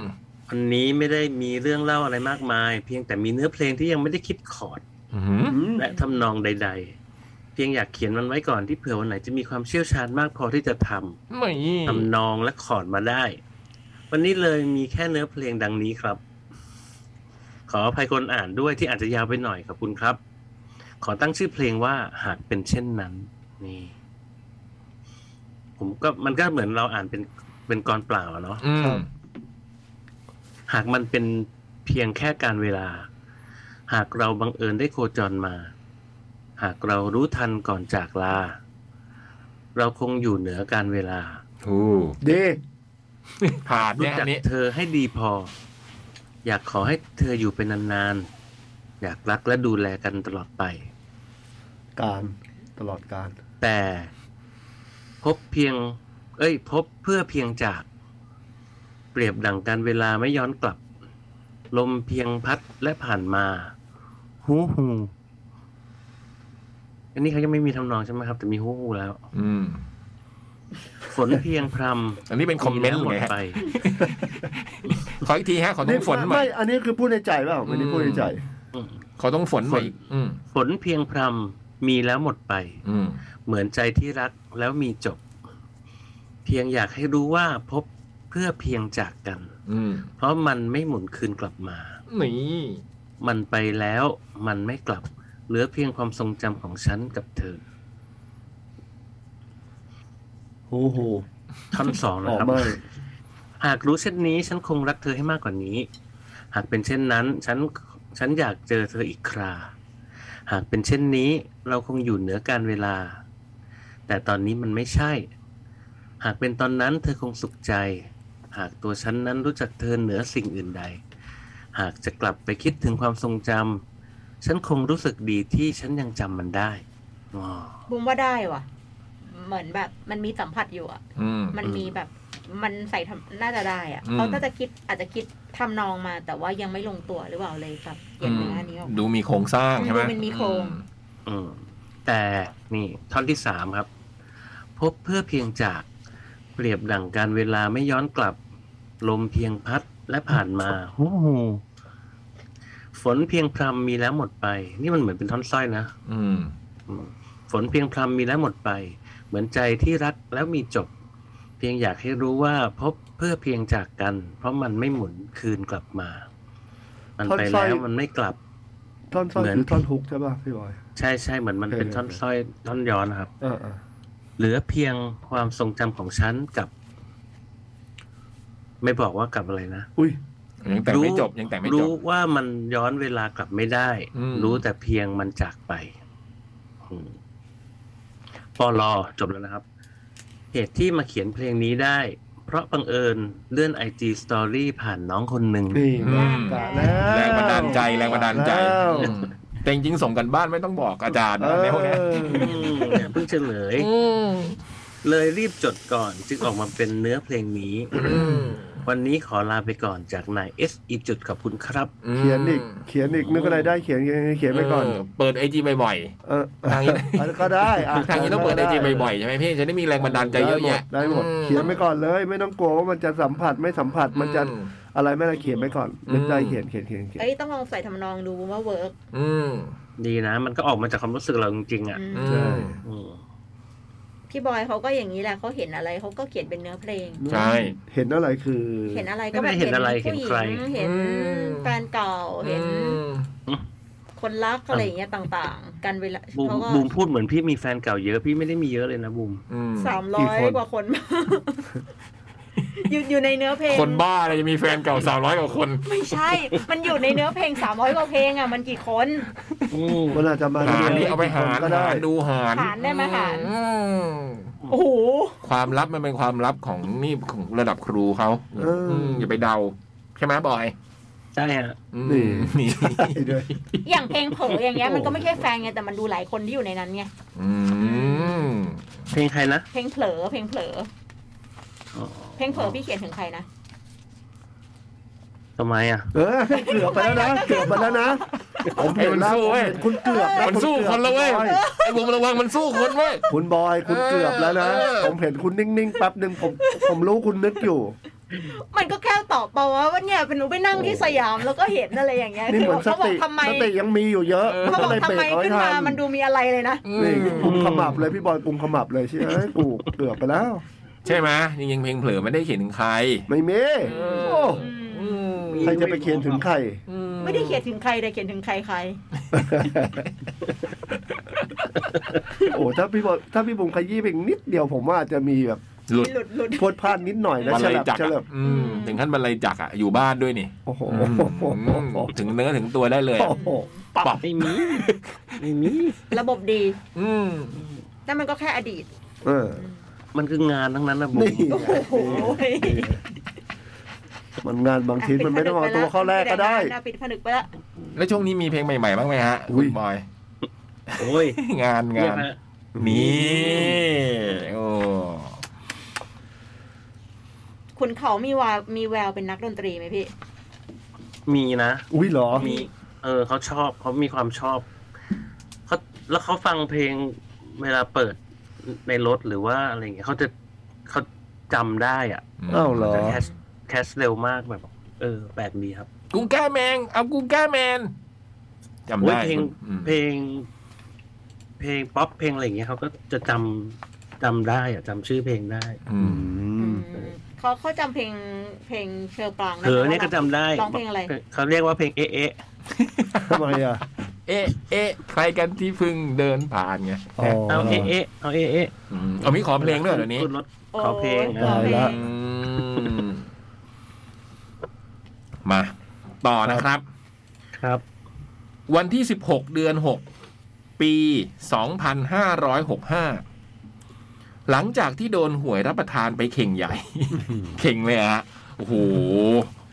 Speaker 7: วันนี้ไม่ได้มีเรื่องเล่าอะไรมากมาย เพียงแต่มีเนื้อเพลงที่ยังไม่ได้คิดคอร์ด
Speaker 1: อื้อหือ
Speaker 7: และทำนองใด ๆ เพียงอยากเขียนมันไว้ก่อนที่เผื่อวันไหนจะมีความเชี่ยวชาญมากพอที่จะท
Speaker 1: ไม่
Speaker 7: ำทำนองและคอร์ดมาได้ วันนี้เลยมีแค่เนื้อเพลงดังนี้ครับ ขออภัยคนอ่านด้วยที่อาจจะยาวไปหน่อยขอบคุณครับ ขอตั้งชื่อเพลงว่าหากเป็นเช่นนั้น นี่ ผมก็มันก็เหมือนเราอ่านเป็นเป็นกลอนเปล่าอะเนาะ
Speaker 1: อืม
Speaker 7: หากมันเป็นเพียงแค่การเวลา หากเราบังเอิญได้โคจรมา หากเรารู้ทันก่อนจากลา เราคงอยู่เหนือการเวลา
Speaker 1: ถูก
Speaker 2: ดี
Speaker 1: ผ่าน
Speaker 7: รู้
Speaker 1: เนี่ย
Speaker 7: จั
Speaker 1: อั
Speaker 7: ก
Speaker 1: นนี้
Speaker 7: เธอให้ดีพอ อยากขอให้เธออยู่เป็นนานๆ อยากรักและดูแลกันตลอดไป
Speaker 2: การตลอดการ
Speaker 7: แต่พบเพียง เอ้ย พบเพื่อเพียงจาก เปรียบดังการเวลาไม่ย้อนกลับ ลมเพียงพัดและผ่านมาฮูฮูอันนี้เขายังไม่มีทำนองใช่ไหมครับ แต่มีฮูฮูแล้ว
Speaker 1: อืม
Speaker 7: ฝนเพียงพรำ
Speaker 1: อันนี้เป็นคอมเมนต์
Speaker 7: แล้วหม
Speaker 1: ไง
Speaker 7: ด
Speaker 1: ฮะ
Speaker 7: ไป
Speaker 1: ขออีกทีฮะ ขอต้องฝนใหม่
Speaker 2: ไม่ อันนี้คือพูดในใจเปล่าไม่ได้พูดในใจ
Speaker 1: ขอต้องฝนใหม่
Speaker 7: ฝน
Speaker 1: อีกอืม
Speaker 7: ฝนเพียงพรำมีแล้วหมดไป
Speaker 1: อืม
Speaker 7: เหมือนใจที่รักแล้วมีจบ เพียงอยากให้รู้ว่าพบเพื่อเพียงจากกัน
Speaker 1: อืม
Speaker 7: เพราะมันไม่หมุนคืนกลับมา
Speaker 1: นี่
Speaker 7: มันไปแล้วมันไม่กลับ เหลือเพียงความทรงจำของฉันกับเธอ
Speaker 2: โอ้โห
Speaker 7: ท่อนสอง
Speaker 2: อ
Speaker 7: นะ
Speaker 2: อก
Speaker 7: ครับ
Speaker 2: ไม่
Speaker 7: หากรู้เช่นนี้ฉันคงรักเธอให้มากกว่านี้ หากเป็นเช่นนั้น ฉันฉันอยากเจอเธออีกครา หากเป็นเช่นนี้เราคงอยู่เหนือการเวลา แต่ตอนนี้มันไม่ใช่ หากเป็นตอนนั้นเธอคงสุขใจ หากตัวฉันนั้นรู้จักเธอเหนือสิ่งอื่นใด หากจะกลับไปคิดถึงความทรงจำฉันคงรู้สึกดีที่ฉันยังจำมันได้อ๋อ
Speaker 3: บูมว่าได้ว่ะ เหมือนแบบมันมีสัมผัสอยู่อ่ะ
Speaker 1: อืม
Speaker 3: มันมีแบบมันใส่ทำน่าจะได้อะ
Speaker 1: อืม
Speaker 3: เขาน่าจะคิดอาจจะคิดทำนองมา แต่ว่ายังไม่ลงตัวหรือเปล่าเลยครับเขียนเนื้ออันนี้ออกมา
Speaker 1: ดูมีโครงสร้างใช่ไหม
Speaker 3: ดูมันมีโครง
Speaker 1: อืม
Speaker 7: อืมแต่นี่ท่อนที่สามครับ พบเพื่อเพียงจากเปรียบดั่งการเวลาไม่ย้อนกลับ ลมเพียงพัดและผ่านมาฮู้ฮู้ฝนเพียงพรำมีแล้วหมดไป นี่มันเหมือนเป็นท่อนสร้อยนะ
Speaker 1: อืม
Speaker 7: อืมฝนเพียงพรำมีแล้วหมดไป เหมือนใจที่รักแล้วมีจบ เพียงอยากให้รู้ว่าพบเพื่อเพียงจากกัน เพราะมันไม่หมุนคืนกลับมา มัน
Speaker 2: ท่อน
Speaker 7: ไป
Speaker 2: สร้อย
Speaker 7: แล้วมันไม่กลับ
Speaker 2: ท่อนสร้อย
Speaker 7: เหมือน
Speaker 2: หรือท่อนฮุกใช่ป่ะพี่บอย
Speaker 7: ใช่ใช่เหมือนมันเป็นท่อนสร้อยท่อนย้อนนะครับ
Speaker 2: เออเออ
Speaker 7: เหลือเพียงความทรงจำของฉันกับ ไม่บอกว่ากับอะไรนะ
Speaker 2: อุ้ย
Speaker 1: ยังแต่งไม่จบยังแต่งไม่จ
Speaker 7: รู้
Speaker 1: บ
Speaker 7: ว่ามันย้อนเวลากลับไม่ได้
Speaker 1: อืม
Speaker 7: รู้แต่เพียงมันจากไปอืมปอลอจบแล้วนะครับ เหตุที่มาเขียนเพลงนี้ได้ เพราะบังเอิญเลื่อน IG Story ผ่านน้องคนหนึ่ง
Speaker 2: นี่
Speaker 1: อืม
Speaker 2: กะแล้ว
Speaker 1: แรงบันดาลใจแรงบันดาลใจ
Speaker 2: กะแล้ว
Speaker 1: แต่จริงๆส่งกันบ้านไม่ต้องบอกอาจารย์นะในพวกเนี้ย
Speaker 2: เออ
Speaker 7: อืมเนี่ยเพิ่งเฉลย
Speaker 1: ม
Speaker 7: เลยรีบจดก่อนจึงออกมาเป็นเนื้อเพลงนี้
Speaker 1: อืม
Speaker 7: วันนี้ขอลาไปก่อนจากนายเอสอีจุดขอบคุณครับ
Speaker 1: อืม
Speaker 2: เขียนอีก เขียนอีกนึกอะไรได้เขียนเขียนเขียนไปก่อน
Speaker 1: เเปิดไอจีบ่อย
Speaker 2: เออ
Speaker 1: ทางนี้
Speaker 2: อันก็ได้ะ
Speaker 1: ๆทางนี้ต้องเปิดไอจีบ่อยๆใช่ไหมพี่จะได้มีแรงบันดาลใจเยอะแยะ
Speaker 2: ได้หมด
Speaker 1: อืม
Speaker 2: เขียนไปก่อนเลย ไม่ต้องกลัวว่ามันจะสัมผัสไม่สัมผัสมันจะ
Speaker 1: อืม
Speaker 2: อะไรไม่อะไรเขียนไปก่อน
Speaker 1: อืม
Speaker 2: นึกได้เขียนเขียนเขียนเขียน
Speaker 3: เอ้ยต้องลองใส่ทำนองดูว่าเวิร์ก
Speaker 1: อืม
Speaker 7: ดีนะ มันก็ออกมาจากความรู้สึกเราจริงๆอ่ะ
Speaker 1: อืม
Speaker 7: อืม
Speaker 3: พี่บอยเขาก็อย่างนี้แหละเขาเห็นอะไรเขาก็เขียนเป็นเนื้อเพลง
Speaker 1: ใช่
Speaker 2: เห็นอะไรคือ
Speaker 3: เห็นอะไรก็แบบผู้หญิงเห็นแฟนเก่าเห็นคนรักอะไรอย่างเงี้ยต่าง ๆ กันเวลา
Speaker 7: บูม
Speaker 3: เขาก็
Speaker 7: บูมพูดเหมือนพี่มีแฟนเก่าเยอะพี่ไม่ได้มีเยอะเลยนะบูม
Speaker 1: อืม
Speaker 3: สามร้อยกว่าคน อยู่อยู่ในเนื้อเพลง
Speaker 1: คนบ้าเลยจะมีแฟนเก่าสามร้อยกว่าคน
Speaker 3: ไม่ใช่ มันอยู่ในเนื้อเพลงสามร้อยกว่าเพลงอ่ะ มันกี่คน
Speaker 2: มันอาจจะมา
Speaker 1: หาร
Speaker 2: เรื่
Speaker 1: นี่
Speaker 2: ยๆ
Speaker 1: เอาไปหาร
Speaker 2: ก็ได้
Speaker 1: หารดูหาร
Speaker 3: หารได้ไหมหาร
Speaker 1: อืม
Speaker 3: โอ้โห
Speaker 1: ความลับมันเป็นความลับของนี่ของระดับครูเขา
Speaker 2: เอออื
Speaker 1: มอย่าไปเดา ใช่ไหมบอย
Speaker 7: ใช่ฮะ
Speaker 1: อืม
Speaker 2: นี่
Speaker 1: นี่
Speaker 2: ได้ด้วย
Speaker 3: อย่างเพลงเผลออย่างเงี้ยมันก็ไม่ใช่แฟนไงแต่มันดูหลายคนที่อยู่ในนั้นไง
Speaker 1: อืม
Speaker 7: เพลงใครนะ
Speaker 3: เพลงเผลอเพลงเผลอ
Speaker 7: อ๋อ
Speaker 3: เพลงเผลอพี่เขียนถึงใครนะ
Speaker 7: ทำไมอ่ะ
Speaker 2: เออเกือบไปแล้วนะเกือบไปแล้วนะผม
Speaker 1: ไอ้
Speaker 2: เห็น
Speaker 1: มัน
Speaker 2: แล้ว
Speaker 1: สู้เว้ย
Speaker 2: คุณเกือบแล้ว
Speaker 1: มันสู้คนละเว้ยไอ้วงระวังมันสู้คนเว้ย
Speaker 2: คุณบอยคุณเกือบแล้วนะ
Speaker 1: เออ
Speaker 2: ผมเห็นคุณนิ่งๆแป๊บหนึ่งผมผมรู้คุณนึกอยู่
Speaker 3: มันก็แค่ตอบเปล่าว่าว่าเนี่ยเป็นหนูไปนั่งที่สยามแล้วก็เห็นอะไรอย่างเงี้ย
Speaker 2: นี่เหมือนส
Speaker 3: เขาบอก
Speaker 2: ติ
Speaker 3: ทำไม
Speaker 2: สติยังมีอยู่เยอะ
Speaker 3: เขาบอก
Speaker 2: เลย
Speaker 3: ทำไม
Speaker 2: เบรกเอาว้
Speaker 3: ขึ้นมามันดูมีอะไรเลยนะ
Speaker 1: อื
Speaker 2: นี่
Speaker 1: ม
Speaker 2: กุมขมับเลยพี่บอยกุมขมับเลยใช่ไหมกูเกือบไปแล้ว
Speaker 1: ใช่ไหมจริงๆเพลงเผลอไม่ได้เขียนถึงใคร
Speaker 2: ไม่มีโอ้
Speaker 1: อืม
Speaker 2: ใครจะไปเขียนถึงใคร
Speaker 3: ไม่ได้เขียนถึงใครแต่เขียนถึงใครใคร
Speaker 2: โอ้ถ้าพี่บอยถ้าพี่บุ๋มขยี้ไปอีกนิดเดียวผมว่าจะมีแบบ
Speaker 1: หลุด
Speaker 3: หลุดหลุด
Speaker 2: พวดพลาดนิดหน่อยนะ
Speaker 1: บรร
Speaker 2: เฉ
Speaker 1: ลัย
Speaker 2: ลับ
Speaker 1: จักร
Speaker 2: เฉลั
Speaker 1: อะ
Speaker 2: บ
Speaker 1: อืมถึงขั้นบรรลัยจักรอะอยู่บ้านด้วยนี่
Speaker 2: โอ้โห
Speaker 1: อืม ถึงเนื้อถึงตัวได้เลย
Speaker 2: โอ้
Speaker 1: อะ
Speaker 2: โห
Speaker 1: ปับ
Speaker 7: ไม่มีไม่มี
Speaker 3: ระบบดี
Speaker 1: อืม
Speaker 3: แต่มันก็แค่อดีต
Speaker 2: เออ
Speaker 7: มันคืองานทั้งนั้นนะบูม
Speaker 2: นี่
Speaker 3: โอ้โห
Speaker 2: มันงานบางทีมันไม่ต้องเอาตัวเข้าแรกก็ได้
Speaker 3: ปิดผนึกไปละ
Speaker 1: แล้วช่วงนี้มีเพลงใหม่ๆบ้างไหมฮะ
Speaker 2: อุ้
Speaker 1: คุ
Speaker 2: ย
Speaker 1: ณบอย
Speaker 7: โอ้ย
Speaker 1: งาน
Speaker 7: เรี
Speaker 1: งาย
Speaker 7: ก
Speaker 1: น
Speaker 7: ฮะ
Speaker 1: นี่โอ้
Speaker 3: คุณเขามีวามีแววเป็นนักดนตรีไหมพี่
Speaker 7: มีนะ
Speaker 2: อุ้ยเหรอ
Speaker 7: มี เออเขาชอบเขามีความชอบเขาแล้วเขาฟังเพลงเวลาเปิดในรถหรือว่าอะไรอย่างเงี้ยเขาจะเขาจำได้อ่ะ
Speaker 1: ม
Speaker 2: เอ้าเหรอ
Speaker 7: จะแคชแคชเร็วมากแบบ เออแปลกดีครับ
Speaker 1: กูแก้แมง เอากูแก้แมนจำ
Speaker 7: โอ้ย
Speaker 1: ได้
Speaker 7: เพลง
Speaker 1: อืม
Speaker 7: เพลง เพลงป๊อปเพลงอะไรอย่างเงี้ยเขาก็จะจำจำได้อ่ะจำชื่อเพลงได้
Speaker 1: อืม
Speaker 3: อืมเขาเขาจำเพลงเพลงเชอร์ปรางได้
Speaker 7: เธอ
Speaker 3: ไหม
Speaker 7: เนี่ยก็จำได้
Speaker 3: ร้องเพลงอะไร
Speaker 7: เขาเรียกว่าเพลงเอะเอะ
Speaker 2: ทำไมอ่ะ
Speaker 1: เอ๊ะเอ๊ะใครกันที่เพึ่งเดินผ่านไง
Speaker 2: อ๋อ
Speaker 7: เอาเอะเอะเอาเอะเอะ
Speaker 1: มเอามีขอเพลงด้วยเดี๋ยวนี้
Speaker 7: ขึ้รถขอเพลง
Speaker 3: โอ้ย
Speaker 7: เออ
Speaker 2: ได้ละ
Speaker 1: อืมมา ต่อนะครับ
Speaker 7: ครับ
Speaker 1: วันที่ 16 เดือน 6 ปี 2565 หลังจากที่โดนหวยรับประทานไปเข่งใหญ่ เข่งเลยฮะ โอ้โห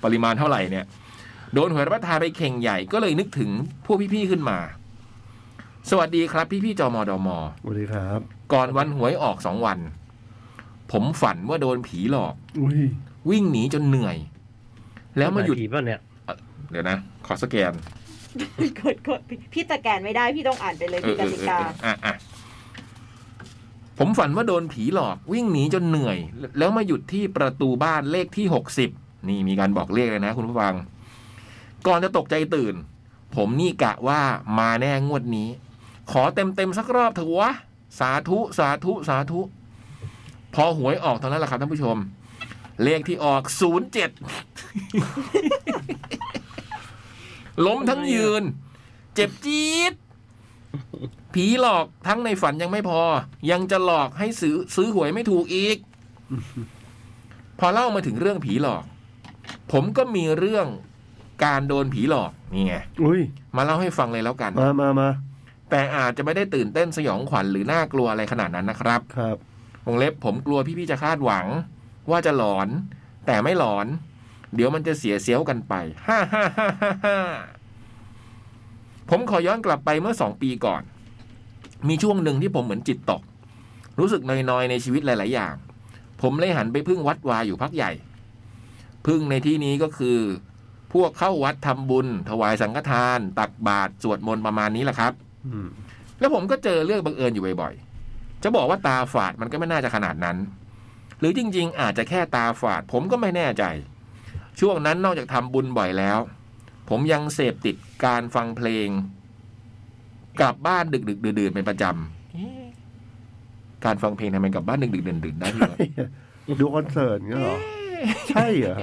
Speaker 1: ปริมาณเท่าไหร่เนี่ย โดนหวยรับประทานไปเข่งใหญ่ก็เลยนึกถึงพวกพี่ ๆ ขึ้นมา สวัสดีครับพี่ ๆ จอมอดอมอ
Speaker 2: สวัสดีครับ
Speaker 1: ก่อนวันหวยออกสองวัน ผมฝันว่าโดนผีหลอก
Speaker 2: อุ้ย
Speaker 1: วิ่งหนีจนเหนื่อย แล้วมาหยุด
Speaker 7: ผีป่ะเนี่ย
Speaker 1: เดี๋ยวนะ ขอสแกน
Speaker 3: กดกดพี่ตะแกนไม่ได้พี่ต้องอ่านไปเลยพี่กติกา
Speaker 1: เออเออเอออ่ะอ่ะผมฝันว่าโดนผีหลอกวิ่งหนีจนเหนื่อย แล้วมาหยุดที่ประตูบ้านเลขที่หกสิบนี่มีการบอกเลขเลยนะคุณผู้ฟัง ก่อนจะตกใจตื่น ผมนี่กะว่ามาแน่งวดนี้ ขอเต็มเต็มๆสักรอบเถอะวะ สาธุสาธุสาธุ พอหวยออกเท่านั้นแหละครับท่านผู้ชม เลขที่ออกศูนย์ เจ็ดล้มทั้งยืน เจ็บจี๊ด ผีหลอกทั้งในฝันยังไม่พอ ยังจะหลอกให้ซื้อซื้อหวยไม่ถูกอีก พอเล่ามาถึงเรื่องผีหลอก ผมก็มีเรื่องการโดนผีหลอกนี่ไง
Speaker 2: อุ้ย
Speaker 1: มาเล่าให้ฟังเลยแล้วกัน
Speaker 2: มามามา
Speaker 1: แต่อาจจะไม่ได้ตื่นเต้นสยองขวัญหรือน่ากลัวอะไรขนาดนั้นนะครับ
Speaker 2: ครับ
Speaker 1: วงเล็บผมกลัวพี่ๆจะคาดหวัง ว่าจะหลอน แต่ไม่หลอน เดี๋ยวมันจะเสียเซียวกันไป ฮ่าฮ่าฮ่าฮ่าฮ่า ผมขอย้อนกลับไปเมื่อสองปีก่อน มีช่วงหนึ่งที่ผมเหมือนจิตตก รู้สึกนอยๆ ในชีวิตหลาย ๆ อย่าง ผมเลยหันไปพึ่งวัดวาอยู่พักใหญ่ พึ่งในที่นี้ก็คือ พวกเข้าวัดทำบุญ ถวายสังฆทาน ตักบาตรสวดมนต์ประมาณนี้แหละครับ
Speaker 2: อืม
Speaker 1: แล้วผมก็เจอเรื่องบังเอิญอยู่บ่อยๆ จะบอกว่าตาฝาดมันก็ไม่น่าจะขนาดนั้น หรือจริง ๆ อาจจะแค่ตาฝาด ผมก็ไม่แน่ใจ ช่วงนั้นนอกจากทำบุญบ่อยแล้ว ผมยังเสพติดการฟังเพลง กลับบ้านดึกดึกๆดื่นๆเป็นประจำการฟังเพลงทำไมกลับบ้านดึกดึกๆดื่นๆได้พี่วะ
Speaker 2: ดูคอนเสิร์ตเงี้ยเหรอ ใช่เหรอ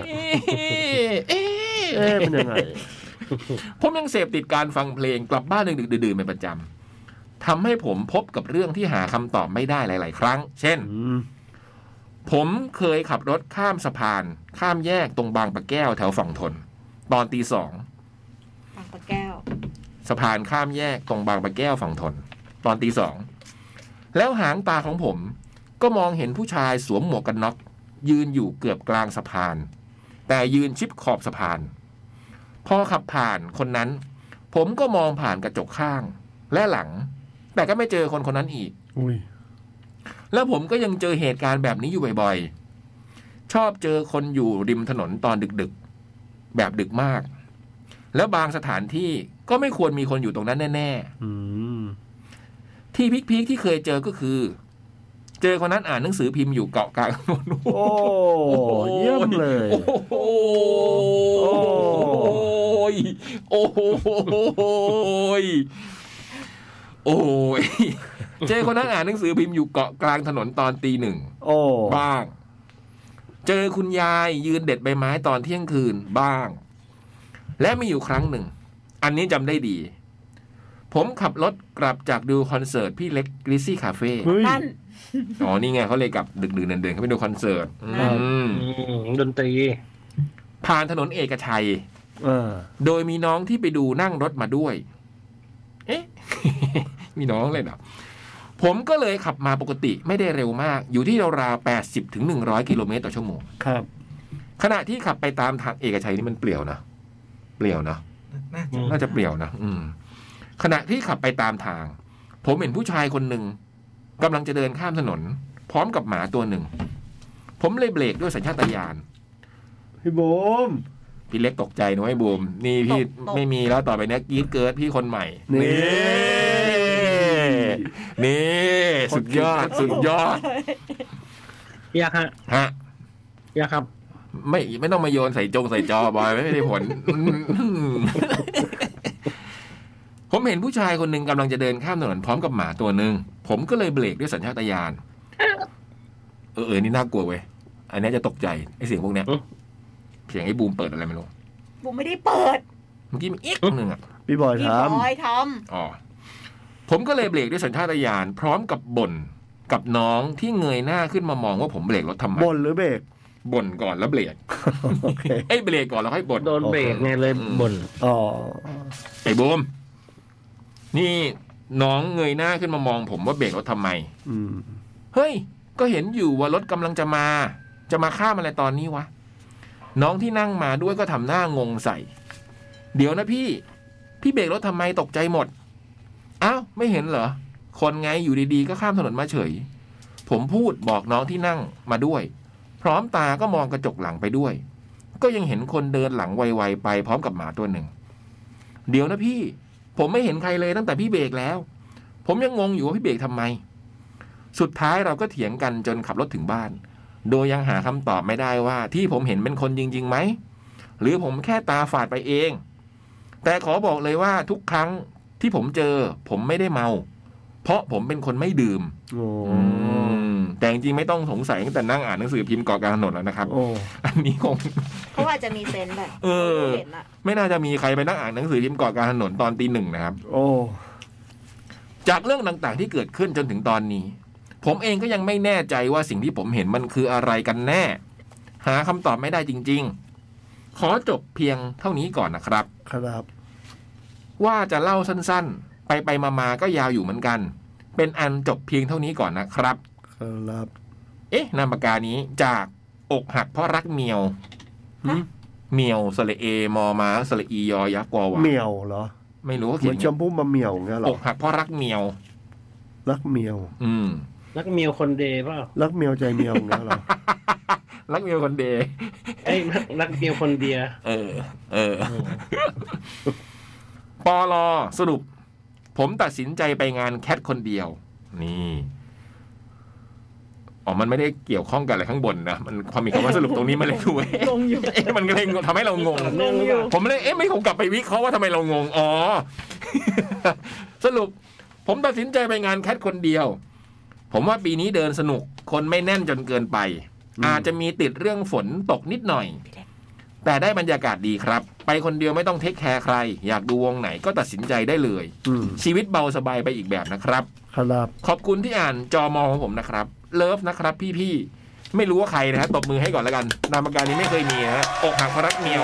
Speaker 2: เอ๊ะมันยังไง
Speaker 1: ผมยังเสพติดการฟังเพลงกลับบ้านดึกๆดื่นๆเป็นประจำทำให้ผมพบกับเรื่องที่หาคำตอบไม่ได้หลาย ๆ ครั้ง เช่น
Speaker 2: อืม
Speaker 1: ผมเคยขับรถข้ามสะพาน ข้ามแยกตรงบางปะแก้วแถวฝั่งทน ตอนตีสอง
Speaker 3: ปากปะแก้ว
Speaker 1: สะพานข้ามแยกตรงบางปะแก้วฝั่งทน ตอนตีสองแล้วหางตาของผมก็มองเห็นผู้ชายสวมหมวกกันน็อก ยืนอยู่เกือบกลางสะพาน แต่ยืนชิดขอบสะพาน พอขับผ่านคนนั้น ผมก็มองผ่านกระจกข้างและหลัง แต่ก็ไม่เจอคนคนนั้นอีก
Speaker 2: อุ้ย
Speaker 1: แล้วผมก็ยังเจอเหตุการณ์แบบนี้อยู่บ่อยๆ ชอบเจอคนอยู่ริมถนนตอนดึกๆ แบบดึกมาก แล้วบางสถานที่ก็ไม่ควรมีคนอยู่ตรงนั้นแน่
Speaker 2: อืม
Speaker 1: ๆ ที่พีคๆที่เคยเจอก็คือ เจอคนนั้นอ่านหนังสือพิมพ์อยู่เกาะกลางถนน
Speaker 2: โอ้เยี่ยมเลย
Speaker 1: โอ้โหโอ้โหโอ้ยเจอคนนั้นอ่านหนังสือพิมพ์อยู่เกาะกลางถนนตอนตีหนึ่ง
Speaker 2: โอ้
Speaker 1: บ้าง เจอคุณยายยืนเด็ดใบไม้ตอนเที่ยงคืนบ้าง และมีอยู่ครั้งหนึ่ง อันนี้จำได้ดี ผมขับรถกลับจากดูคอนเสิร์ตพี่เล็กกริซซี่คาเฟ่
Speaker 2: เฮ้ย
Speaker 3: นั่น
Speaker 1: อ๋อ นี่ไงเขาเลยกลับดึกดื่นเดินๆเขาไปดูคอนเสิร์ตอืม
Speaker 9: อืมดนตรี
Speaker 1: ผ่านถนนเอกชัย
Speaker 2: เออ
Speaker 1: โดยมีน้องที่ไปดูนั่งรถมาด้วย เอ๊ะ มีน้องเลยเหรอผมก็เลยขับมาปกติไม่ได้เร็วมาก อยู่ที่ราวๆแปดสิบถึงหนึ่งร้อยกิโลเมตรต่อชั่วโมง
Speaker 2: ครับ
Speaker 1: ขณะที่ขับไปตามทางเอกชัยนี่มันเปลี่ยวนะ เปลี่ยวนะ น่าจะเปลี่ยวนะ อืม ขณะที่ขับไปตามทาง ผมเห็นผู้ชายคนหนึ่งกำลังจะเดินข้ามถนน พร้อมกับหมาตัวหนึ่ง ผมเลยเบรกด้วยสัญชาตญาณ
Speaker 2: พี่บูม
Speaker 1: พี่เล็กตกใจนะไอ้บูม นี่พี่
Speaker 3: ตกตก
Speaker 1: ไม่มีแล้วต่อไปเนี้ยกรีดเกิร์ดพี่คนใหม่
Speaker 2: นี่
Speaker 1: นี่ นี่ สุดยอด สุดยอด
Speaker 9: ยากฮะ
Speaker 1: ฮะ
Speaker 9: ยากครับ
Speaker 1: ไม่ไม่ต้องมาโยนใส่จงใส่จอบอยไม่ไม่ได้ผล ผมเห็นผู้ชายคนหนึ่งกำลังจะเดินข้ามถนนพร้อมกับหมาตัวหนึ่งผมก็เลยเบรกด้วยสัญชาตญาณเออเออนี่น่ากลัวเว้ยอันนี้จะตกใจไอเสียงพวกเนี้ย
Speaker 9: อืม
Speaker 1: เสียงไอ้บูมเปิดอะไรไม่รู้
Speaker 3: บูมไม่ได้เปิด
Speaker 1: เมื่อกี้มีอีกหนึ่งอ่ะ
Speaker 2: พี่บอย
Speaker 3: พี่
Speaker 2: ถาม
Speaker 3: บอยท
Speaker 1: อ๋อผมก็เลยเบรกด้วยสัญชาตญาณพร้อมกับบ่นกับน้องที่เงยหน้าขึ้นมามองว่าผมเบรกรถทำไม
Speaker 2: บนหรือเบร ก
Speaker 1: บ่นก่อนแล้วเบรก
Speaker 2: โอเค
Speaker 1: ไอ้ยเบรกก่อนแล้วค่อยบ่น
Speaker 9: โดนเบรกไงเลยบ่น
Speaker 2: อ๋อ
Speaker 1: ไอ้บูมนี่น้องเงยหน้าขึ้นมามองผมว่าเบรกรถทำไม
Speaker 2: อืม
Speaker 1: เฮ้ย ก็เห็นอยู่ว่ารถกำลังจะมา จะมาข้ามอะไรตอนนี้วะ น้องที่นั่งมาด้วยก็ทำหน้างงใส่ เดี๋ยวนะพี่ พี่เบรกรถทำไมตกใจหมด อ้าว ไม่เห็นเหรอ คนไงอยู่ดีๆ ก็ข้ามถนนมาเฉย ผมพูดบอกน้องที่นั่งมาด้วย พร้อมตาก็มองกระจกหลังไปด้วย ก็ยังเห็นคนเดินหลังไวๆไปพร้อมกับหมาตัวหนึ่ง เดี๋ยวนะพี่ ผมไม่เห็นใครเลยตั้งแต่พี่เบรกแล้ว ผมยังงงอยู่ว่าพี่เบรกทำไม สุดท้ายเราก็เถียงกันจนขับรถถึงบ้าน โดยยังหาคำตอบไม่ได้ว่าที่ผมเห็นเป็นคนจริงๆไหม หรือผมแค่ตาฝาดไปเอง แต่ขอบอกเลยว่าทุกครั้งที่ผมเจอ ผมไม่ได้เมา เพราะผมเป็นคนไม่ดื่ม
Speaker 2: โอ้
Speaker 1: แต่จริงๆไม่ต้องสงสัยตั้งแต่นั่งอ่านหนังสือพิมพ์เกาะกลางถนนแล้วนะครับ
Speaker 2: โอ้
Speaker 1: อันนี้คง
Speaker 3: ำเขาอาจจะมีเซนส์แบบ
Speaker 1: เออ
Speaker 3: ขาเห็นอะ
Speaker 1: ไม่น่าจะมีใครไปนั่งอ่านหนังสือพิมพ์เกาะกลางถนนตอนตีหนึ่งนะครับ
Speaker 2: โอ้
Speaker 1: จากเรื่องต่างๆที่เกิดขึ้นจนถึงตอนนี้ ผมเองก็ยังไม่แน่ใจว่าสิ่งที่ผมเห็นมันคืออะไรกันแน่ หาคำตอบไม่ได้จริง ๆ ขอจบเพียงเท่านี้ก่อนนะครับ
Speaker 2: ครับ
Speaker 1: ว่าจะเล่าสั้นๆ ไปไปๆมาๆก็ยาวอยู่เหมือนกัน เป็นอันจบเพียงเท่านี้ก่อนนะครับ
Speaker 2: ครับ
Speaker 1: เอ๊ะนามปากกานี้จากอกหักเพราะรักเมียว
Speaker 2: หืม
Speaker 1: เมียวสระเอมอมาสระอียอยักษ์กอหวา
Speaker 2: เหมียวเหรอ
Speaker 1: ไม่รู้ว่า
Speaker 2: เห
Speaker 1: เขี
Speaker 2: มื
Speaker 1: ย
Speaker 2: อน นชมพู่มาเหมียวเงี้ยเหร
Speaker 1: อ
Speaker 2: อก
Speaker 1: หักเพราะรักเมียว
Speaker 2: รักเหมียว
Speaker 1: อืม
Speaker 9: แล้วก็มีคนเดย์เปล่า
Speaker 2: รักเหมียวใจเหมียวเงี้ยเหรอ
Speaker 1: รักเมียวคนเดย์
Speaker 9: ไอ้ย รักเมียคนเดีย
Speaker 1: เออ เออ ปอลอสรุป ผมตัดสินใจไปงานแคทคนเดียว นี่อ๋อมันไม่ได้เกี่ยวข้องกับอะไรข้างบนนะมันความมีคำว่าสรุปตรงนี้มาเลยด้วย
Speaker 6: งงอยู่
Speaker 1: เอ๊ะมันก็เลยทำให้เรางง
Speaker 9: ต่อเนื่องหรือเปล่า
Speaker 1: ผมเลยเอ๊ะไม่ผมกลับไปวิเคราะห์ว่าทำไมเรางง อ๋อ สรุป ผมตัดสินใจไปงานแคทคนเดียว ผมว่าปีนี้เดินสนุก คนไม่แน่นจนเกินไป
Speaker 2: อืม
Speaker 1: อาจจะมีติดเรื่องฝนตกนิดหน่อย
Speaker 6: พี่เล็ก
Speaker 1: แต่ได้บรรยากาศดีครับ ไปคนเดียวไม่ต้องเทคแคร์ใคร อยากดูวงไหนก็ตัดสินใจได้เลย
Speaker 2: อืม
Speaker 1: ชีวิตเบาสบายไปอีกแบบนะครับ
Speaker 2: ครับ
Speaker 1: ขอบคุณที่อ่านจอมอของผมนะครับ เลิฟนะครับพี่ๆไม่รู้ว่าใครนะฮะตบมือให้ก่อนแล้วกัน นามปากการนี้ไม่เคยมีนะฮะอกหักเพราะรักเมียว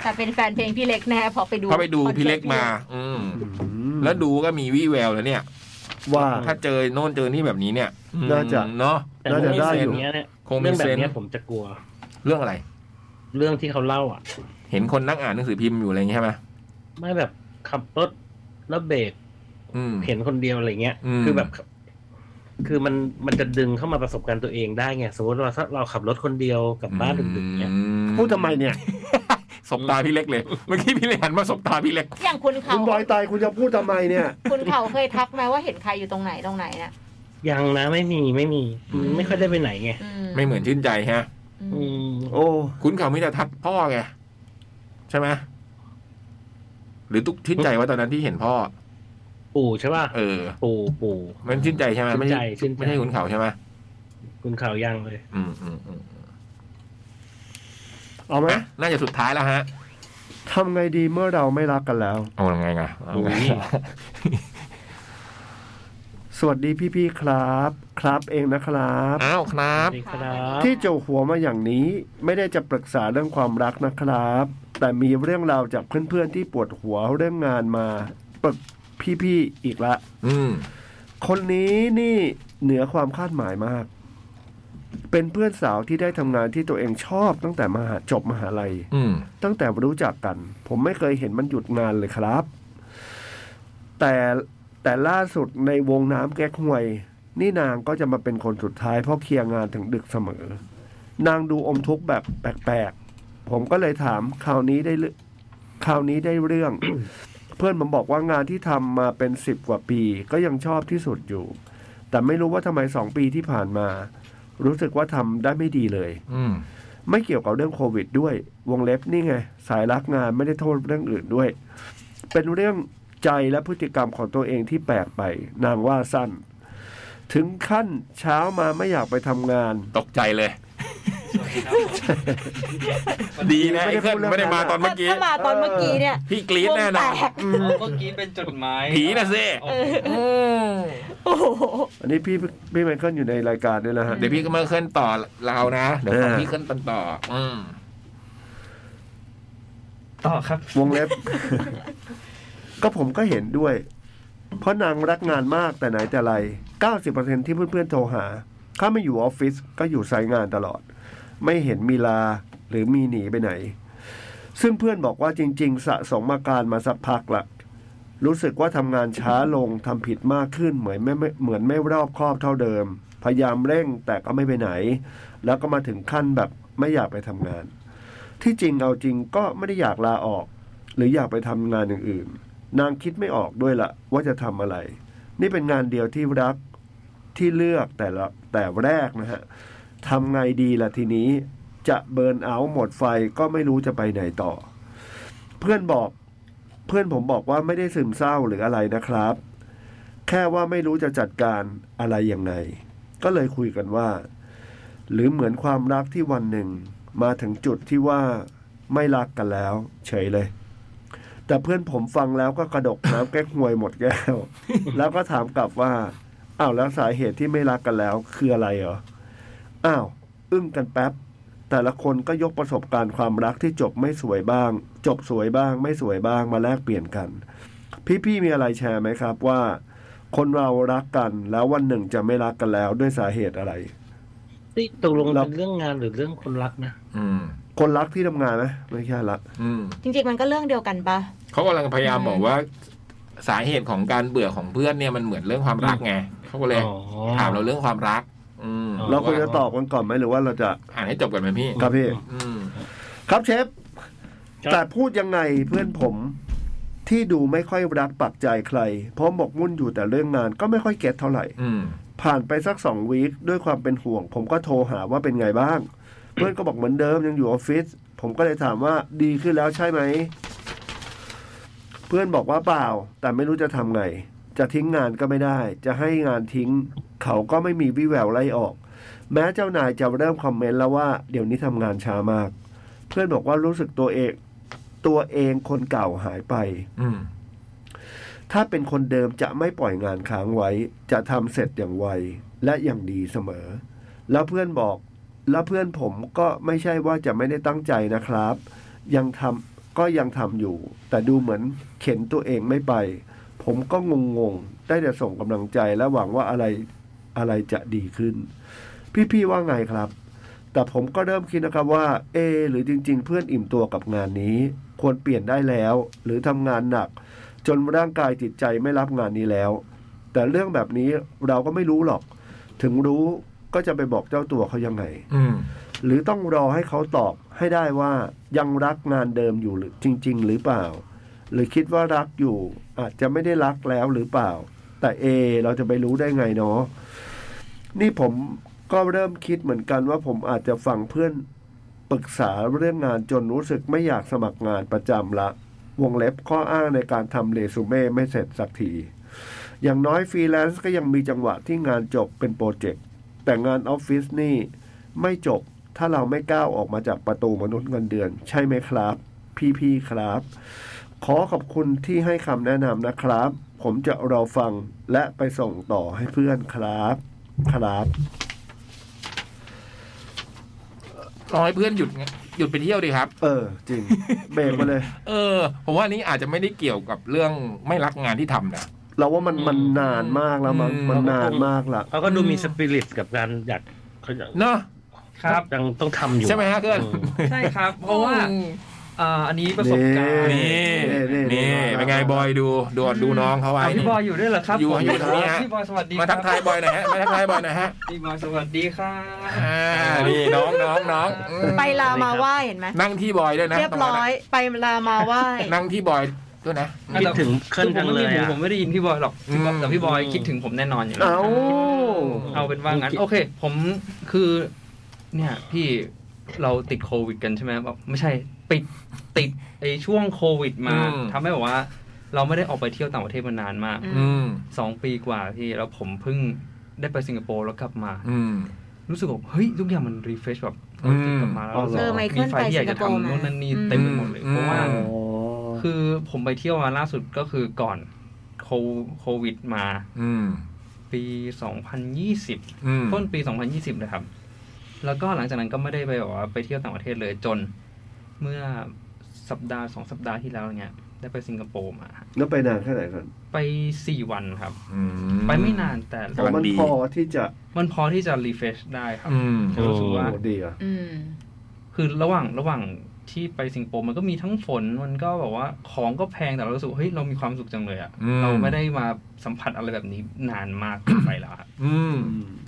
Speaker 3: แต่เป็นแฟนเพลงพี่เล็กแน่พอไปดู
Speaker 1: พอไปดู
Speaker 3: คอนสิร์ต
Speaker 1: พี่เล็กมา อืม
Speaker 2: อืม
Speaker 1: แล้วดูก็มีวี่แววแล้วเนี่ย
Speaker 2: ว่า
Speaker 1: ถ้าเจอโน่นเจอนี่แบบนี้เนี่ยอืม
Speaker 2: น่าจะ
Speaker 1: เนาะ
Speaker 9: แต่
Speaker 2: น่าจะได้อ
Speaker 9: เรื่อง
Speaker 2: ยู่
Speaker 9: แบบเนี้ยเนี่ย
Speaker 1: คงมี
Speaker 9: เรื่องแบ
Speaker 1: เซนส์
Speaker 9: บเนี้ยผมจะกลัว
Speaker 1: เรื่องอะไร
Speaker 9: เรื่องที่เขาเล่าอ่ะ
Speaker 1: เห็นคนนั่งอ่านหนังสือพิมพ์อยู่อะไรอย่างเงี้ยใช่ไหม
Speaker 9: ไม่แบบขับรถแล้วเบรก
Speaker 1: อืม
Speaker 9: เห็นคนเดียวอะไรเงี้ย
Speaker 1: อืม
Speaker 9: คือแบบ คือมันมันจะดึงเข้ามาประสบการณ์ตัวเองได้ไงสมมติว่าถ้าเราขับรถคนเดียวกลับบ้านดึกๆเนี้ย
Speaker 2: พูดทำไมเนี่ย
Speaker 1: สบตาพี่เล็กเลย เมื่อกี้พี่เล็กหันมาสบตาพี่เล็ก
Speaker 3: อย่างคุณเขา
Speaker 2: คุณบอยตายคุณจะพูดทำไมเนี่ย
Speaker 3: คุณเขาเคยทักไหมว่าเห็นใครอยู่ตรงไหนตรงไหนน่ะ
Speaker 9: ยังนะไม่มีไม่มี ไม่ค่อยได้ไปไหนไง
Speaker 3: อื
Speaker 1: ไม่เหมือนชื่นใจฮะ
Speaker 3: อื
Speaker 9: อื
Speaker 3: ม
Speaker 9: ม
Speaker 2: โอ้
Speaker 1: คุณเขามิตรทัศน์พ่อไงใช่ไหมหรือตุกชื่นใจว่าตอนนั้นที่เห็นพ่อ
Speaker 9: ปู่ใช่ป่ะ
Speaker 1: เออ
Speaker 9: ปู่ปู่
Speaker 1: มันชื่นใจใช่ไหมไม่ใช่
Speaker 9: ชื่นใจ
Speaker 1: ไม่ใช่คุณเขาใช่ไหม
Speaker 9: คุณข่าวยังเลย
Speaker 1: อืมอืมอืม
Speaker 2: เอาไหม
Speaker 1: อ่ะน่าจะสุดท้ายแล้วฮะ
Speaker 2: ทำไงดีเมื่อเราไม่รักกันแล้ว
Speaker 1: เอาไงไงเอาไง
Speaker 2: สวัสดีพี่ๆครับ ครับเองนะครับ
Speaker 1: อ้าวครับ
Speaker 9: สวัสดีครับ
Speaker 2: ที่เจ้าหัวมาอย่างนี้ไม่ได้จะปรึกษาเรื่องความรักนะครับ แต่มีเรื่องราวจากเพื่อนๆที่ปวดหัวเรื่องงานมาปรึกพี่ๆอีกละ
Speaker 1: อืม
Speaker 2: คนนี้นี่เหนือความคาดหมายมาก เป็นเพื่อนสาวที่ได้ทำงานที่ตัวเองชอบตั้งแต่มหาจบมหาลัย
Speaker 1: อืม
Speaker 2: ตั้งแต่รู้จักกัน ผมไม่เคยเห็นมันหยุดงานเลยครับ แต่แต่ล่าสุดในวงน้ำแก๊กหวย นี่นางก็จะมาเป็นคนสุดท้ายเพราะเคลียร์งานถึงดึกเสมอ นางดูอมทุกข์แบบแปลกๆ ผมก็เลยถามคราวนี้ได้เรื่องคราวนี้ได้เรื่อง เพื่อนผมบอกว่างานที่ทำมาเป็นสิบกว่าปี ก็ยังชอบที่สุดอยู่ แต่ไม่รู้ว่าทำไมสองปีที่ผ่านมา รู้สึกว่าทำได้ไม่ดีเลย
Speaker 1: อืม
Speaker 2: ไม่เกี่ยวกับเรื่องโควิดด้วย วงเล็บนี่ไง สายรักงานไม่ได้โทษเรื่องอื่นด้วย เป็นเรื่องใจและพฤติกรรมของตัวเองที่แปลกไป นางว่าสั้น ถึงขั้นเช้ามาไม่อยากไปทำงาน
Speaker 1: ตกใจเลย ดีนะไอ้เพื่อนไม่ได้มาตอนเมื่อกี้
Speaker 3: ถ้ามาตอนเมื่อกี้เนี่ย
Speaker 1: พี่กรี๊ดแน่นอน
Speaker 3: วงตก
Speaker 6: เมื่อกี้เป็นจดหมาย
Speaker 1: ผีนะซิ
Speaker 6: เออ
Speaker 3: โอ้โห
Speaker 2: อันนี้พี่พี่ไมเคิลอยู่ในรายการด้วยนะฮะ
Speaker 1: เดี๋ยวพี่ก็มาเคลื่อนต่อเรานะ เดี๋ยวฟัง
Speaker 2: เออ
Speaker 1: พี่เคลื่อนตอนต่อ อืม
Speaker 6: ต่อครับ
Speaker 2: วงเล็บ ก็ผมก็เห็นด้วย เพราะนางรักงานมากแต่ไหนแต่ไร 90%ที่เพื่อนๆโทรหา ถ้าไม่อยู่ออฟฟิศก็อยู่ไซต์งานตลอด ไม่เห็นมีลาหรือมีหนีไปไหน ซึ่งเพื่อนบอกว่าจริง ๆ สะสมอาการมาสักพักละ รู้สึกว่าทำงานช้าลงทำผิดมากขึ้นเหมือนไม่ไม่เหมือนไม่รอบคอบเท่าเดิม พยายามเร่งแต่ก็ไม่ไปไหน แล้วก็มาถึงขั้นแบบไม่อยากไปทำงาน ที่จริงเอาจริงก็ไม่ได้อยากลาออก หรืออยากไปทำงานอย่างอื่น นางคิดไม่ออกด้วยละว่าจะทำอะไร นี่เป็นงานเดียวที่รักที่เลือกแต่ละแต่แรกนะฮะทำไงดีล่ะทีนี้ จะเบิร์นเอาท์หมดไฟก็ไม่รู้จะไปไหนต่อ เพื่อนบอกเพื่อนผมบอกว่าไม่ได้ซึมเศร้าหรืออะไรนะครับ แค่ว่าไม่รู้จะจัดการอะไรยังไง ก็เลยคุยกันว่า หรือเหมือนความรักที่วันหนึ่ง มาถึงจุดที่ว่าไม่รักกันแล้ว เฉยเลย แต่เพื่อนผมฟังแล้วก็กระดกน้ำ แก้หวยหมดแก้ ว แล้วก็ถามกลับว่า อ้าวแล้วสาเหตุที่ไม่รักกันแล้ว คืออะไรเหรอ อ้าว อึ้งกันแป๊บ แต่ละคนก็ยกประสบการณ์ความรักที่จบไม่สวยบ้าง จบสวยบ้าง ไม่สวยบ้างมาแลกเปลี่ยนกัน พี่ๆมีอะไรแชร์ไหมครับว่า คนเรารักกันแล้ววันหนึ่งจะไม่รักกันแล้วด้วยสาเหตุอะไร
Speaker 9: นี่ตกลงเป็นเรื่องงานหรือเรื่องคนรักนะ
Speaker 1: อืม
Speaker 2: คนรักที่ทำงานไหมไม่ใช่ละ
Speaker 1: อืม
Speaker 3: จริงๆมันก็เรื่องเดียวกันปะ
Speaker 1: เขากำลังพยายาม
Speaker 3: อืม
Speaker 1: บอกว่า สาเหตุของการเบื่อของเพื่อนเนี่ยมันเหมือนเรื่องความรักไงเขาก็เลย
Speaker 9: อ๋อ
Speaker 1: ถามเราเรื่องความรัก อืม
Speaker 9: อ๋อ
Speaker 2: เราควรจะตอบกันก่อนไหมหรือว่าเราจะ
Speaker 1: อ่านให้จบก่อนไหมพี่
Speaker 2: ครับพี่
Speaker 1: อืม
Speaker 2: ครับเชฟ
Speaker 9: ครับ
Speaker 2: แต่พูดยังไงเพื่อนผมที่ดูไม่ค่อยรักปักใจใคร เพราะหมกมุ่นอยู่แต่เรื่องงานก็ไม่ค่อยเก็ตเท่าไหร่
Speaker 1: อืม
Speaker 2: ผ่านไปสักสองวีคด้วยความเป็นห่วง ผมก็โทรหาว่าเป็นไงบ้าง เพื่อนก็บอกเหมือนเดิมยังอยู่ออฟฟิศผมก็เลยถามว่าดีขึ้นแล้วใช่ไหม เพื่อนบอกว่าเปล่า แต่ไม่รู้จะทำไง จะทิ้งงานก็ไม่ได้ จะให้งานทิ้ง เขาก็ไม่มีวี่แววไล่ออก แม้เจ้านายจะเริ่มคอมเมนต์แล้วว่าเดี๋ยวนี้ทำงานช้ามาก เพื่อนบอกว่ารู้สึกตัวเอง ตัวเองคนเก่าหายไป
Speaker 1: อืม
Speaker 2: ถ้าเป็นคนเดิมจะไม่ปล่อยงานค้างไว้ จะทำเสร็จอย่างไวและอย่างดีเสมอ แล้วเพื่อนบอก แล้วเพื่อนผมก็ไม่ใช่ว่าจะไม่ได้ตั้งใจนะครับ ยังทำก็ยังทำอยู่ แต่ดูเหมือนเข็นตัวเองไม่ไป ผมก็งงๆ ได้แต่ส่งกำลังใจและหวังว่าอะไรอะไรจะดีขึ้น พี่ๆว่าไงครับ แต่ผมก็เริ่มคิดนะครับว่า เอะหรือจริง ๆ เพื่อนอิ่มตัวกับงานนี้ ควรเปลี่ยนได้แล้ว หรือทำงานหนัก จนร่างกายจิตใจไม่รับงานนี้แล้ว แต่เรื่องแบบนี้เราก็ไม่รู้หรอก ถึงรู้ก็จะไปบอกเจ้าตัวเขายังไง
Speaker 1: อืม
Speaker 2: หรือต้องรอให้เขาตอบให้ได้ว่ายังรักงานเดิมอยู่หรือจริง ๆ หรือเปล่า หรือคิดว่ารักอยู่ อาจจะไม่ได้รักแล้วหรือเปล่า แต่เอ เราจะไปรู้ได้ไงเนาะนี่ผมก็เริ่มคิดเหมือนกันว่าผมอาจจะฟังเพื่อนปรึกษาเรื่องงานจนรู้สึกไม่อยากสมัครงานประจำละ วงเล็บข้ออ้างในการทำเรซูเม่ไม่เสร็จสักที อย่างน้อยฟรีแลนซ์ก็ยังมีจังหวะที่งานจบเป็นโปรเจกต์แต่งานออฟฟิศนี่ ไม่จบถ้าเราไม่ก้าวออกมาจากประตูมนุษย์เงินเดือน ใช่ไหมครับ พี่ๆครับ ขอขอบคุณที่ให้คำแนะนำนะครับ ผมจะรอฟังและไปส่งต่อให้เพื่อนครับ ครับ
Speaker 1: รอให้เพื่อนหยุดไงหยุดไปเที่ยวดีครับ
Speaker 2: เออ จริง เบรกมาเลย
Speaker 1: เออ ผมว่าอันนี้อาจจะไม่ได้เกี่ยวกับเรื่องไม่รักงานที่ทำนะ
Speaker 2: เราว่ามันมันนานมากแล้วมัน
Speaker 1: อืม
Speaker 2: มันนานมากละ
Speaker 9: เขาก็ดูมีสปิริตกับการอยากเขาอยาก
Speaker 1: เนอะ
Speaker 10: ครับ
Speaker 9: ยังต้องทำอยู่
Speaker 1: ใช่ไหมฮะเพื่อน
Speaker 10: ใช่ครับ เพราะว่าอ่าอันนี้ประสบการณ์
Speaker 1: นี่ นี่เป็นไงบอยดูดูดูน้องเขาไว้
Speaker 10: อ่ะพี่บอยอยู่ด้วยเหรอครับ
Speaker 1: อยู่
Speaker 10: ผม
Speaker 1: อยู่ตรงนี้ฮะ
Speaker 10: พี่บอยสวัสดี
Speaker 1: มาทัก
Speaker 10: ค
Speaker 1: ทา
Speaker 10: รับ
Speaker 1: ยบอยหน่อยฮะมาทักทายบอยหน่อยฮะ
Speaker 10: พี่บอยสวัสดีครับ
Speaker 1: อ่านี่น้องน้องน้องอืม
Speaker 3: ไปลามาไหว้เห็นไหม
Speaker 1: นั่งที่บอยด้วยนะ
Speaker 3: เรียบร้อยไปลามาไหว้
Speaker 1: ตรงนั้นอะนั่งที่บอยด้วยนะ
Speaker 10: อ่ะ
Speaker 9: คิด
Speaker 10: แต่
Speaker 9: ถึงเคลื่อนจังเลย
Speaker 10: คือ
Speaker 9: อ่ะ
Speaker 10: ผมไม่ได้ยินผมไม่ได้ยินพี่บอยหรอกพี่บอย
Speaker 1: อืม
Speaker 10: แต่พี่บอยคิดถึงผมแน่นอนอยู่แล้ว
Speaker 2: เอา
Speaker 10: เอาเป็นว่างั้น โอเค ผมคือ เนี่ยพี่เราติดโควิดกันใช่ไหมแบบไม่ใช่ไปติดไอ้ช่วงโควิดมา
Speaker 1: อืม
Speaker 10: ทำให้แบบว่า เราไม่ได้ออกไปเที่ยวต่างประเทศมานานมาก
Speaker 1: อืม
Speaker 10: สองปีกว่าพี่แล้วผมเพิ่งได้ไปสิงคโปร์แล้วกลับมา
Speaker 1: อืม
Speaker 10: รู้สึกว่าเฮ้ยทุกอย่างมันรีเฟรชแบบ
Speaker 1: อืม
Speaker 10: กลับมาแล้ว
Speaker 2: อ๋อเหรอ
Speaker 10: รู้สึก
Speaker 3: เออไมเคิล
Speaker 10: มีไฟ
Speaker 3: ไป
Speaker 10: ที่อยาก
Speaker 3: สิ
Speaker 10: จะ
Speaker 3: งคโปร์มา
Speaker 10: ทำนู่นนั่นนี่เต็มไปหมดเลยเพราะว่า
Speaker 1: อืม
Speaker 2: อ๋อ
Speaker 10: คือผมไปเที่ยวมาล่าสุดก็คือก่อนโคโควิดมา
Speaker 1: อืม
Speaker 10: ปี 2020
Speaker 1: อืม
Speaker 10: ต้นปี 2020 นะครับ แล้วก็หลังจากนั้นก็ไม่ได้ไปแบบว่าไปเที่ยวต่างประเทศเลยจนเมื่อสัปดาห์สองสัปดาห์ที่แล้วเนี้ยได้ไปสิงคโปร์มา
Speaker 2: แล้วไปนานแค่ไหนกัน
Speaker 10: ไป 4 วันครับ
Speaker 1: อื
Speaker 10: ไปไม่นานแต่
Speaker 1: กำลัง
Speaker 2: มัน
Speaker 1: ดี
Speaker 2: พอที่จะ
Speaker 10: มันพอที่จะรีเฟชได้ครับ
Speaker 1: อืม
Speaker 10: รู้สึกว่า
Speaker 2: โอ้ดีอ่ะ
Speaker 3: อืม
Speaker 10: คือระหว่างระหว่างที่ไปสิงคโปร์มันก็มีทั้งฝนมันก็แบบว่าของก็แพงแต่เรารู้สึกเฮ้ยเรามีความสุขจังเลยอะ
Speaker 1: อืม
Speaker 10: เราไม่ได้มาสัมผัสอะไรแบบนี้นานมาก ไปแล้วครับ
Speaker 1: อืม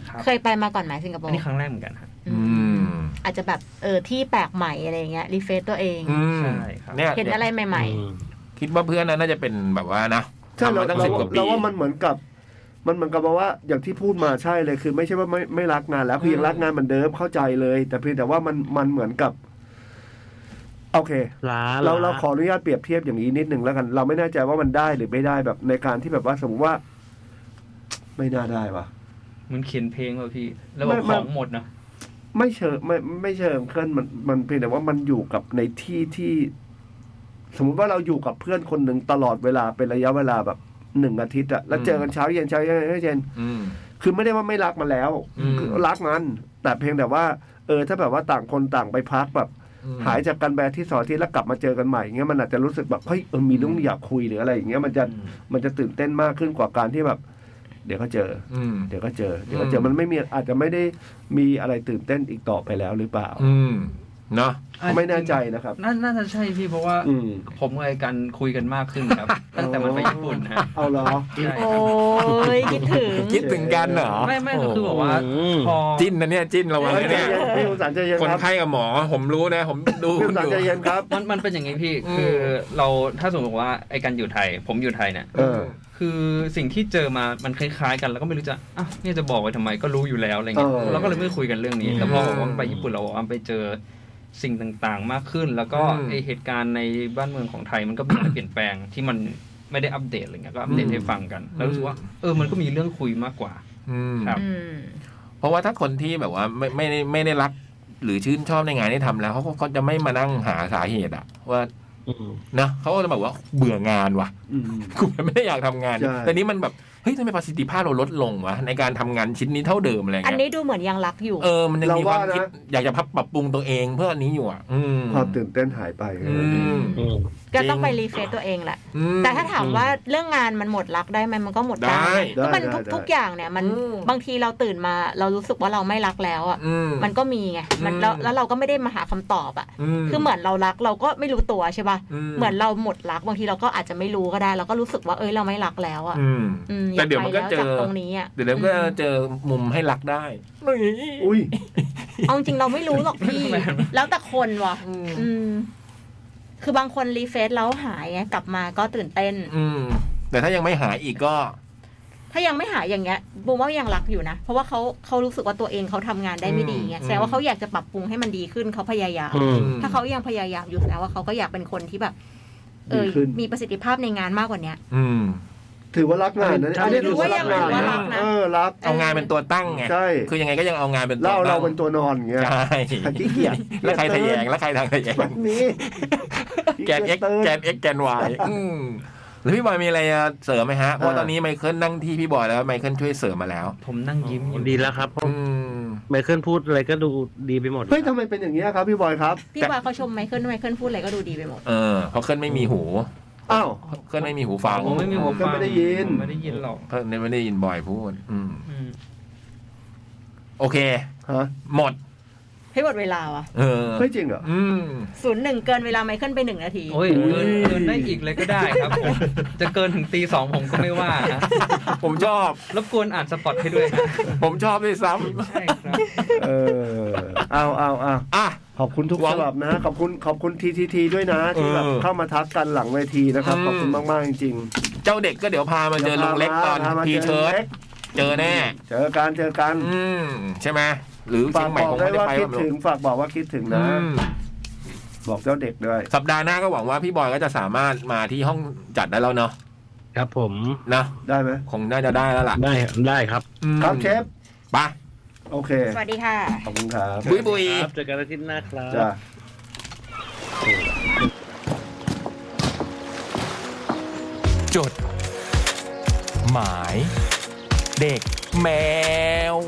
Speaker 10: ครับ
Speaker 3: เคยไปมาก่อนไหมสิงคโป
Speaker 10: อัน
Speaker 3: ร์
Speaker 10: นี้ครั้งแรกเหมือนกันฮะ
Speaker 1: อืม
Speaker 3: อาจจะแบบเออที่แปลกใหม่อะไรเงี้ยรีเฟซตัวเอง
Speaker 1: อืม
Speaker 10: ใช่ครับ
Speaker 1: เนี่ย
Speaker 3: เห็นอะไรใหม่
Speaker 1: คิดว่าเพื่อนน่ะน่าจะเป็นแบบว่านะ
Speaker 2: ใช่
Speaker 1: ทำ
Speaker 2: เรา
Speaker 1: มาตั้ง
Speaker 2: เรา
Speaker 1: สิบกว่าปี
Speaker 2: เราว่ามันเหมือนกับ มันเหมือนกับว่าอย่างที่พูดมาใช่เลยคือ ไม่ใช่ว่าไม่ไม่รักงานแล้วคือยังรักงานเหมือนเดิมเข้าใจเลย แต่เพียงแต่ว่ามันมันเหมือนกับ โอเค
Speaker 7: ล้า
Speaker 2: เรา
Speaker 7: ล้
Speaker 2: เราขออนุญาตเปรียบเทียบอย่างนี้นิดหนึ่งแล้วกัน เราไม่แน่ใจว่ามันได้หรือไม่ได้แบบ ในการที่แบบว่าสมมติว่า ไม่น่าได้ปะ
Speaker 10: มันเขียนเพลงว่าพี่ แล้วแบ
Speaker 2: ไม่
Speaker 10: บ
Speaker 2: ไม่
Speaker 10: ของหมดนะ
Speaker 2: ไม่เชิงไม่ไม่เชิงเคลื่อนมันมันเพียงแต่ว่ามันอยู่กับในที่ที่ สมมุติว่าเราอยู่กับเพื่อนคนหนึ่งตลอดเวลาเป็นระยะเวลาแบบหนึ่งอาทิตย์อะแล้วเจอกันเช้าเย็นเช้าเย็นเช้าเย็น
Speaker 1: อืม
Speaker 2: คือไม่ได้ว่าไม่รักมันแล้ว
Speaker 1: อืม
Speaker 2: คือรักมัน แต่เพียงแต่ว่า เออ ถ้าแบบว่าต่างคนต่างไปพักแบบ
Speaker 1: อืม
Speaker 2: หายจากกันแบบที่สองอาที่แล้วกลับมาเจอกันใหม่เงี้ยมันอาจจะรู้สึกแบบเฮ้ยเออมีเรื่องอยากคุยหรืออะไรอย่างเงี้ยมันจะมันจะตื่นเต้นมากขึ้นกว่าการที่แบบ เดี๋ยวก็เจอ
Speaker 1: อืม
Speaker 2: เดี๋ยวก็เจอ เดี๋ยวก็เจ
Speaker 1: อื
Speaker 2: อ
Speaker 1: ม
Speaker 2: มันไม่มีอาจจะไม่ได้มีอะไรตื่นเต้นอีกต่อไปแล้วหรือเปล่า
Speaker 1: อืม เนาะ
Speaker 2: ไม่แน่ใจนะครับ
Speaker 10: น่าน่าจะใช่พี่เพราะว่า
Speaker 2: อืม
Speaker 10: ผมกับไอ้กันคุยกันมากขึ้นครับ ตั้งแต่มันไปญี่ปุ่นนะ
Speaker 2: เอาเหรอ
Speaker 10: ใช่
Speaker 3: โอ้ยคิดถึง
Speaker 1: คิดถึงกันเหรอ
Speaker 10: ไม่ไม่แต่คือบอกว่าพอ
Speaker 1: จิ้นนะเนี่ยจิ้นระวัง
Speaker 2: เฮ้ย
Speaker 1: นะ
Speaker 2: ใจ
Speaker 1: เนี่ย
Speaker 2: เย็นพี่อุตสารใจเย็น
Speaker 1: คน
Speaker 2: ครับ
Speaker 1: ไข้กับหมอผมรู้นะ ผมดู
Speaker 2: พี่
Speaker 1: คุ
Speaker 2: อุ
Speaker 1: ณ
Speaker 2: ตสา
Speaker 1: อ
Speaker 2: ร
Speaker 1: ยู่
Speaker 2: ใจเย็นครับ
Speaker 10: มันมันเป็นอย่างนี้พี่คืออเราถ้าสมมติว่าไอ้กันอยู่ไทย ผมอยู่ไทยเนี่ย
Speaker 2: เออ
Speaker 10: คือสิ่งที่เจอมามันคล้ายๆกันแล้วก็ไม่รู้จะอ่ะเนี่ยจะบอกไว้ทำไมก็รู้อยู่แล้วอะไรเงี้ย
Speaker 2: เออ
Speaker 10: เราก็เลยไม่คุยกันเรื่องนี้
Speaker 1: อืม
Speaker 10: แต่พอบอกว่าไปญี่ปุ่นเราบอกว่าไปเจอสิ่งต่างๆ มากขึ้น แล้วก็
Speaker 1: อืม
Speaker 10: ไอเหตุการณ์ในบ้านเมืองของไทยมันก็มีการเปลี่ยนแปลงที่มันไม่ได้อัปเดตอะไรเงี้ยก็อัปเดตให้ฟังกัน แล้วรู้สึกว่าเออมันก็มีเรื่องคุยมากกว่า
Speaker 1: ืม
Speaker 10: ครับ
Speaker 6: อืม
Speaker 1: เพราะว่าถ้าคนที่แบบว่าไม่ไม่ได้ไม่ได้รัก หรือชื่นชอบในงานที่ทำแล้วเขาก็เขาจะไม่มานั่งหาสาเหตุอะว่า
Speaker 7: อืม
Speaker 1: นะเขาก็จะแบบว่าเบื่องานว่ะ
Speaker 2: อืม
Speaker 1: กูไม่ได้อยากทำงาน
Speaker 2: ใช่
Speaker 1: แต่นี้มันแบบ เฮ้ยทำไมประสิทธิภาพเราลดลงวะ ในการทำงานชิ้นนี้เท่าเดิมอะไร
Speaker 3: อัน
Speaker 1: เงี้ย
Speaker 3: นี้ดูเหมือนยังรักอยู่
Speaker 1: เออ มันยังมีความ
Speaker 2: เราว่านะ
Speaker 1: คิดอยากจะพับปรับปรุงตัวเองเพื่ออันนี้อยู่อ่ะ อืม
Speaker 2: ความตื่นเต้นหายไป
Speaker 1: อืม
Speaker 7: อืม
Speaker 3: ก็ต้อ
Speaker 1: จ
Speaker 3: ง
Speaker 1: ริง
Speaker 3: ไปรีเฟรชตัวเองแหละ
Speaker 1: อืม
Speaker 3: แต่ถ้าถามว่าเรื่องงานมันหมดรักได้ไหมมันก็หมด
Speaker 1: ได้
Speaker 3: ก็มัน
Speaker 2: ได้
Speaker 3: ทุก
Speaker 2: ได้
Speaker 3: ทุกอย่างเนี่ย มัน
Speaker 1: อืม
Speaker 3: บางทีเราตื่นมา เรารู้สึกว่าเราไม่รักแล้วอ่ะ
Speaker 1: อืม
Speaker 3: มันก็มีไงมัน
Speaker 1: อืม
Speaker 3: แล้วแล้วเราก็ไม่ได้มาหาคำตอบอ่ะ คือเหมือนเรารักเราก็ไม่รู้ตัวใช่ป่ะ เหมือนเราหมดรักบางทีเราก็อาจจะไม่รู้ก็ได้ เราก็รู้สึกว่าเอ้ยเราไม่รักแล้วอ่ะ
Speaker 1: อืม
Speaker 3: อืมอ
Speaker 1: แต่
Speaker 3: ยาก
Speaker 1: เดี๋ยว
Speaker 3: ไป
Speaker 1: มันก็
Speaker 3: แล้ว
Speaker 1: เจ
Speaker 3: จาก
Speaker 1: อ
Speaker 3: ตรงนี้อ่ะ
Speaker 1: เดี๋ยวมันก็
Speaker 3: อืม
Speaker 1: เจอมุมให้รักได้
Speaker 2: อุ้ย
Speaker 3: เอาจริงเราไม่รู้หรอกพี่ แล้วแต่คนว่ะ อืม คือบางคนรีเฟซแล้วหายไงกลับมาก็ตื่นเต้น
Speaker 1: อืม แต่ถ้ายังไม่หายอีกก็
Speaker 3: ถ้ายังไม่หายอย่างเงี้ยบูมว่ายังรักอยู่นะ เพราะว่าเขาเขารู้สึกว่าตัวเองเขาทำงานได้ไม่ดีไง
Speaker 1: อืม
Speaker 3: แสดงว่าเขาอยากจะปรับปรุงให้มันดีขึ้นเขาพยายาม
Speaker 7: อืม
Speaker 3: ถ้าเขายังพยายามอยู่แสดงว่าเขาก็อยากเป็นคนที่แบบ เออ
Speaker 2: ดีขึ้น
Speaker 3: มีประสิทธิภาพในงานมากกว่าเนี้ย
Speaker 1: อืม
Speaker 2: ถือว่ารักงานนะเนี่ยอันนี้ถือว่ารักงาน
Speaker 3: ถือว่ารั
Speaker 2: นะ
Speaker 3: กนะ
Speaker 2: เออรัก
Speaker 1: เอางานเป็นตัวตั้งไง
Speaker 2: ใช่
Speaker 1: คือยังไงก็ยังเอางานเป็นตัว
Speaker 2: เล่า
Speaker 1: ตั้ง
Speaker 2: เราเป็นตัวนอนอย่างเงี้ย
Speaker 1: ใช่
Speaker 2: ขี้เกียจ
Speaker 1: แล้วใครทะแยงแล้วใครทางทะแย
Speaker 2: แบ
Speaker 1: ง
Speaker 2: บนี้
Speaker 1: แกน x แกน x แกน y อืมแล้วพี่บอยมีอะไรจะเสริมไหมฮะ เพราะตอนนี้ไมเคิลนั่งที่พี่บอยแล้วไมเคิลช่วยเสริมมาแล้ว
Speaker 10: ผมนั่งยิ้มอยู่
Speaker 7: ดีแล้วครับเพราะ
Speaker 1: อืม
Speaker 7: ไมเคิลพูดอะไรก็ดูดีไปหมด
Speaker 2: เฮ้ยทำไมเป็นอย่างเงี้ยครับพี่บอยครับ
Speaker 3: พี่
Speaker 1: แต่
Speaker 3: ว่าเขาชมไมเคิลไมเคิลพูดอะไรก็ดูดีไปหมด
Speaker 1: เออเพราะเคิลไม่มีหู
Speaker 2: อ้าว
Speaker 1: เคิลไม่มีหูฟัง
Speaker 10: ผมไม่มีหัว
Speaker 2: ก็
Speaker 10: ฟัง
Speaker 2: ไม่ได้ยิน
Speaker 10: ผมไม่ได้ยินหรอก
Speaker 1: เคิลไม่ได้ยินบอยพูด อืม
Speaker 10: อืม
Speaker 1: โอเค
Speaker 2: ฮะ
Speaker 1: หมด
Speaker 3: ให้หมดเวลาอ่ะ
Speaker 1: เออ
Speaker 2: ไม่จริงเหรอ
Speaker 1: อืม
Speaker 3: ศูนย์หนึ่งเกินเวลาไมเคิลไปหนึ่งนาที
Speaker 10: โอ้ยเกินเกินได้อีกเลยก็ได้ครับผมจะเกินถึงตีสองผมก็ไม่ว่านะ
Speaker 1: ผมชอบ
Speaker 10: รบกวนอ่านสปอตให้ด้วยนะ
Speaker 1: ผมชอบด้วยซ้
Speaker 10: ใช่ครับ
Speaker 2: เออเอาเอาเอา
Speaker 1: ำอ่ะ
Speaker 2: ขอบคุณทุก
Speaker 1: หวั
Speaker 2: ฉ
Speaker 1: ง
Speaker 2: บับนะ ขอบคุณขอบคุณทีทีทีด้วยนะ ที่แบบ
Speaker 1: เออ
Speaker 2: เข้ามาทักกันหลังเวทีนะครับ
Speaker 1: อืม
Speaker 2: ขอบคุณมาก ๆ จริง
Speaker 1: เจ้าเด็กก็เดี๋ยวพา
Speaker 2: ๆ
Speaker 1: มาเจอลุงเล็กตอน
Speaker 2: พามา
Speaker 1: พี
Speaker 2: จอลุ
Speaker 1: เชิ
Speaker 2: ง
Speaker 1: ร์ต
Speaker 2: ล็ก
Speaker 1: เจอแน่
Speaker 2: เจอกันเจอกัน
Speaker 1: อืม ใช่ไหมหรือเชี
Speaker 2: ฝาย ก
Speaker 1: งใหม่
Speaker 2: บ
Speaker 1: ผ
Speaker 2: อก
Speaker 1: ม
Speaker 2: ได้
Speaker 1: ไม่ได้
Speaker 2: ว่า
Speaker 1: ไป
Speaker 2: คิ
Speaker 1: กั
Speaker 2: ด
Speaker 1: บลุ
Speaker 2: ถึ
Speaker 1: ง
Speaker 2: งฝากบอกว่าคิดถึง
Speaker 1: อื
Speaker 2: นะ
Speaker 1: ม
Speaker 2: บอกเจ้าเด็กด้วย
Speaker 1: สัปดาห์หน้าก็หวังว่าพี่บอยก็จะสามารถมาที่ห้องจัดได้แล้วเนาะ
Speaker 7: ครับผม
Speaker 1: นะ
Speaker 2: ได้ไหม
Speaker 1: คงน่าจะได้แล้วล่ะ
Speaker 7: ได้ได้ครับ
Speaker 1: อืม
Speaker 2: ครับเชฟ
Speaker 1: ไป
Speaker 2: โอเค
Speaker 3: สวัสดีค่ะ
Speaker 2: ขอบคุณครับ
Speaker 1: บุยบุย
Speaker 7: ครับเจอกันอาทิตย์หน้าครับ
Speaker 2: จ้า
Speaker 1: จด หมาย เด็กแมว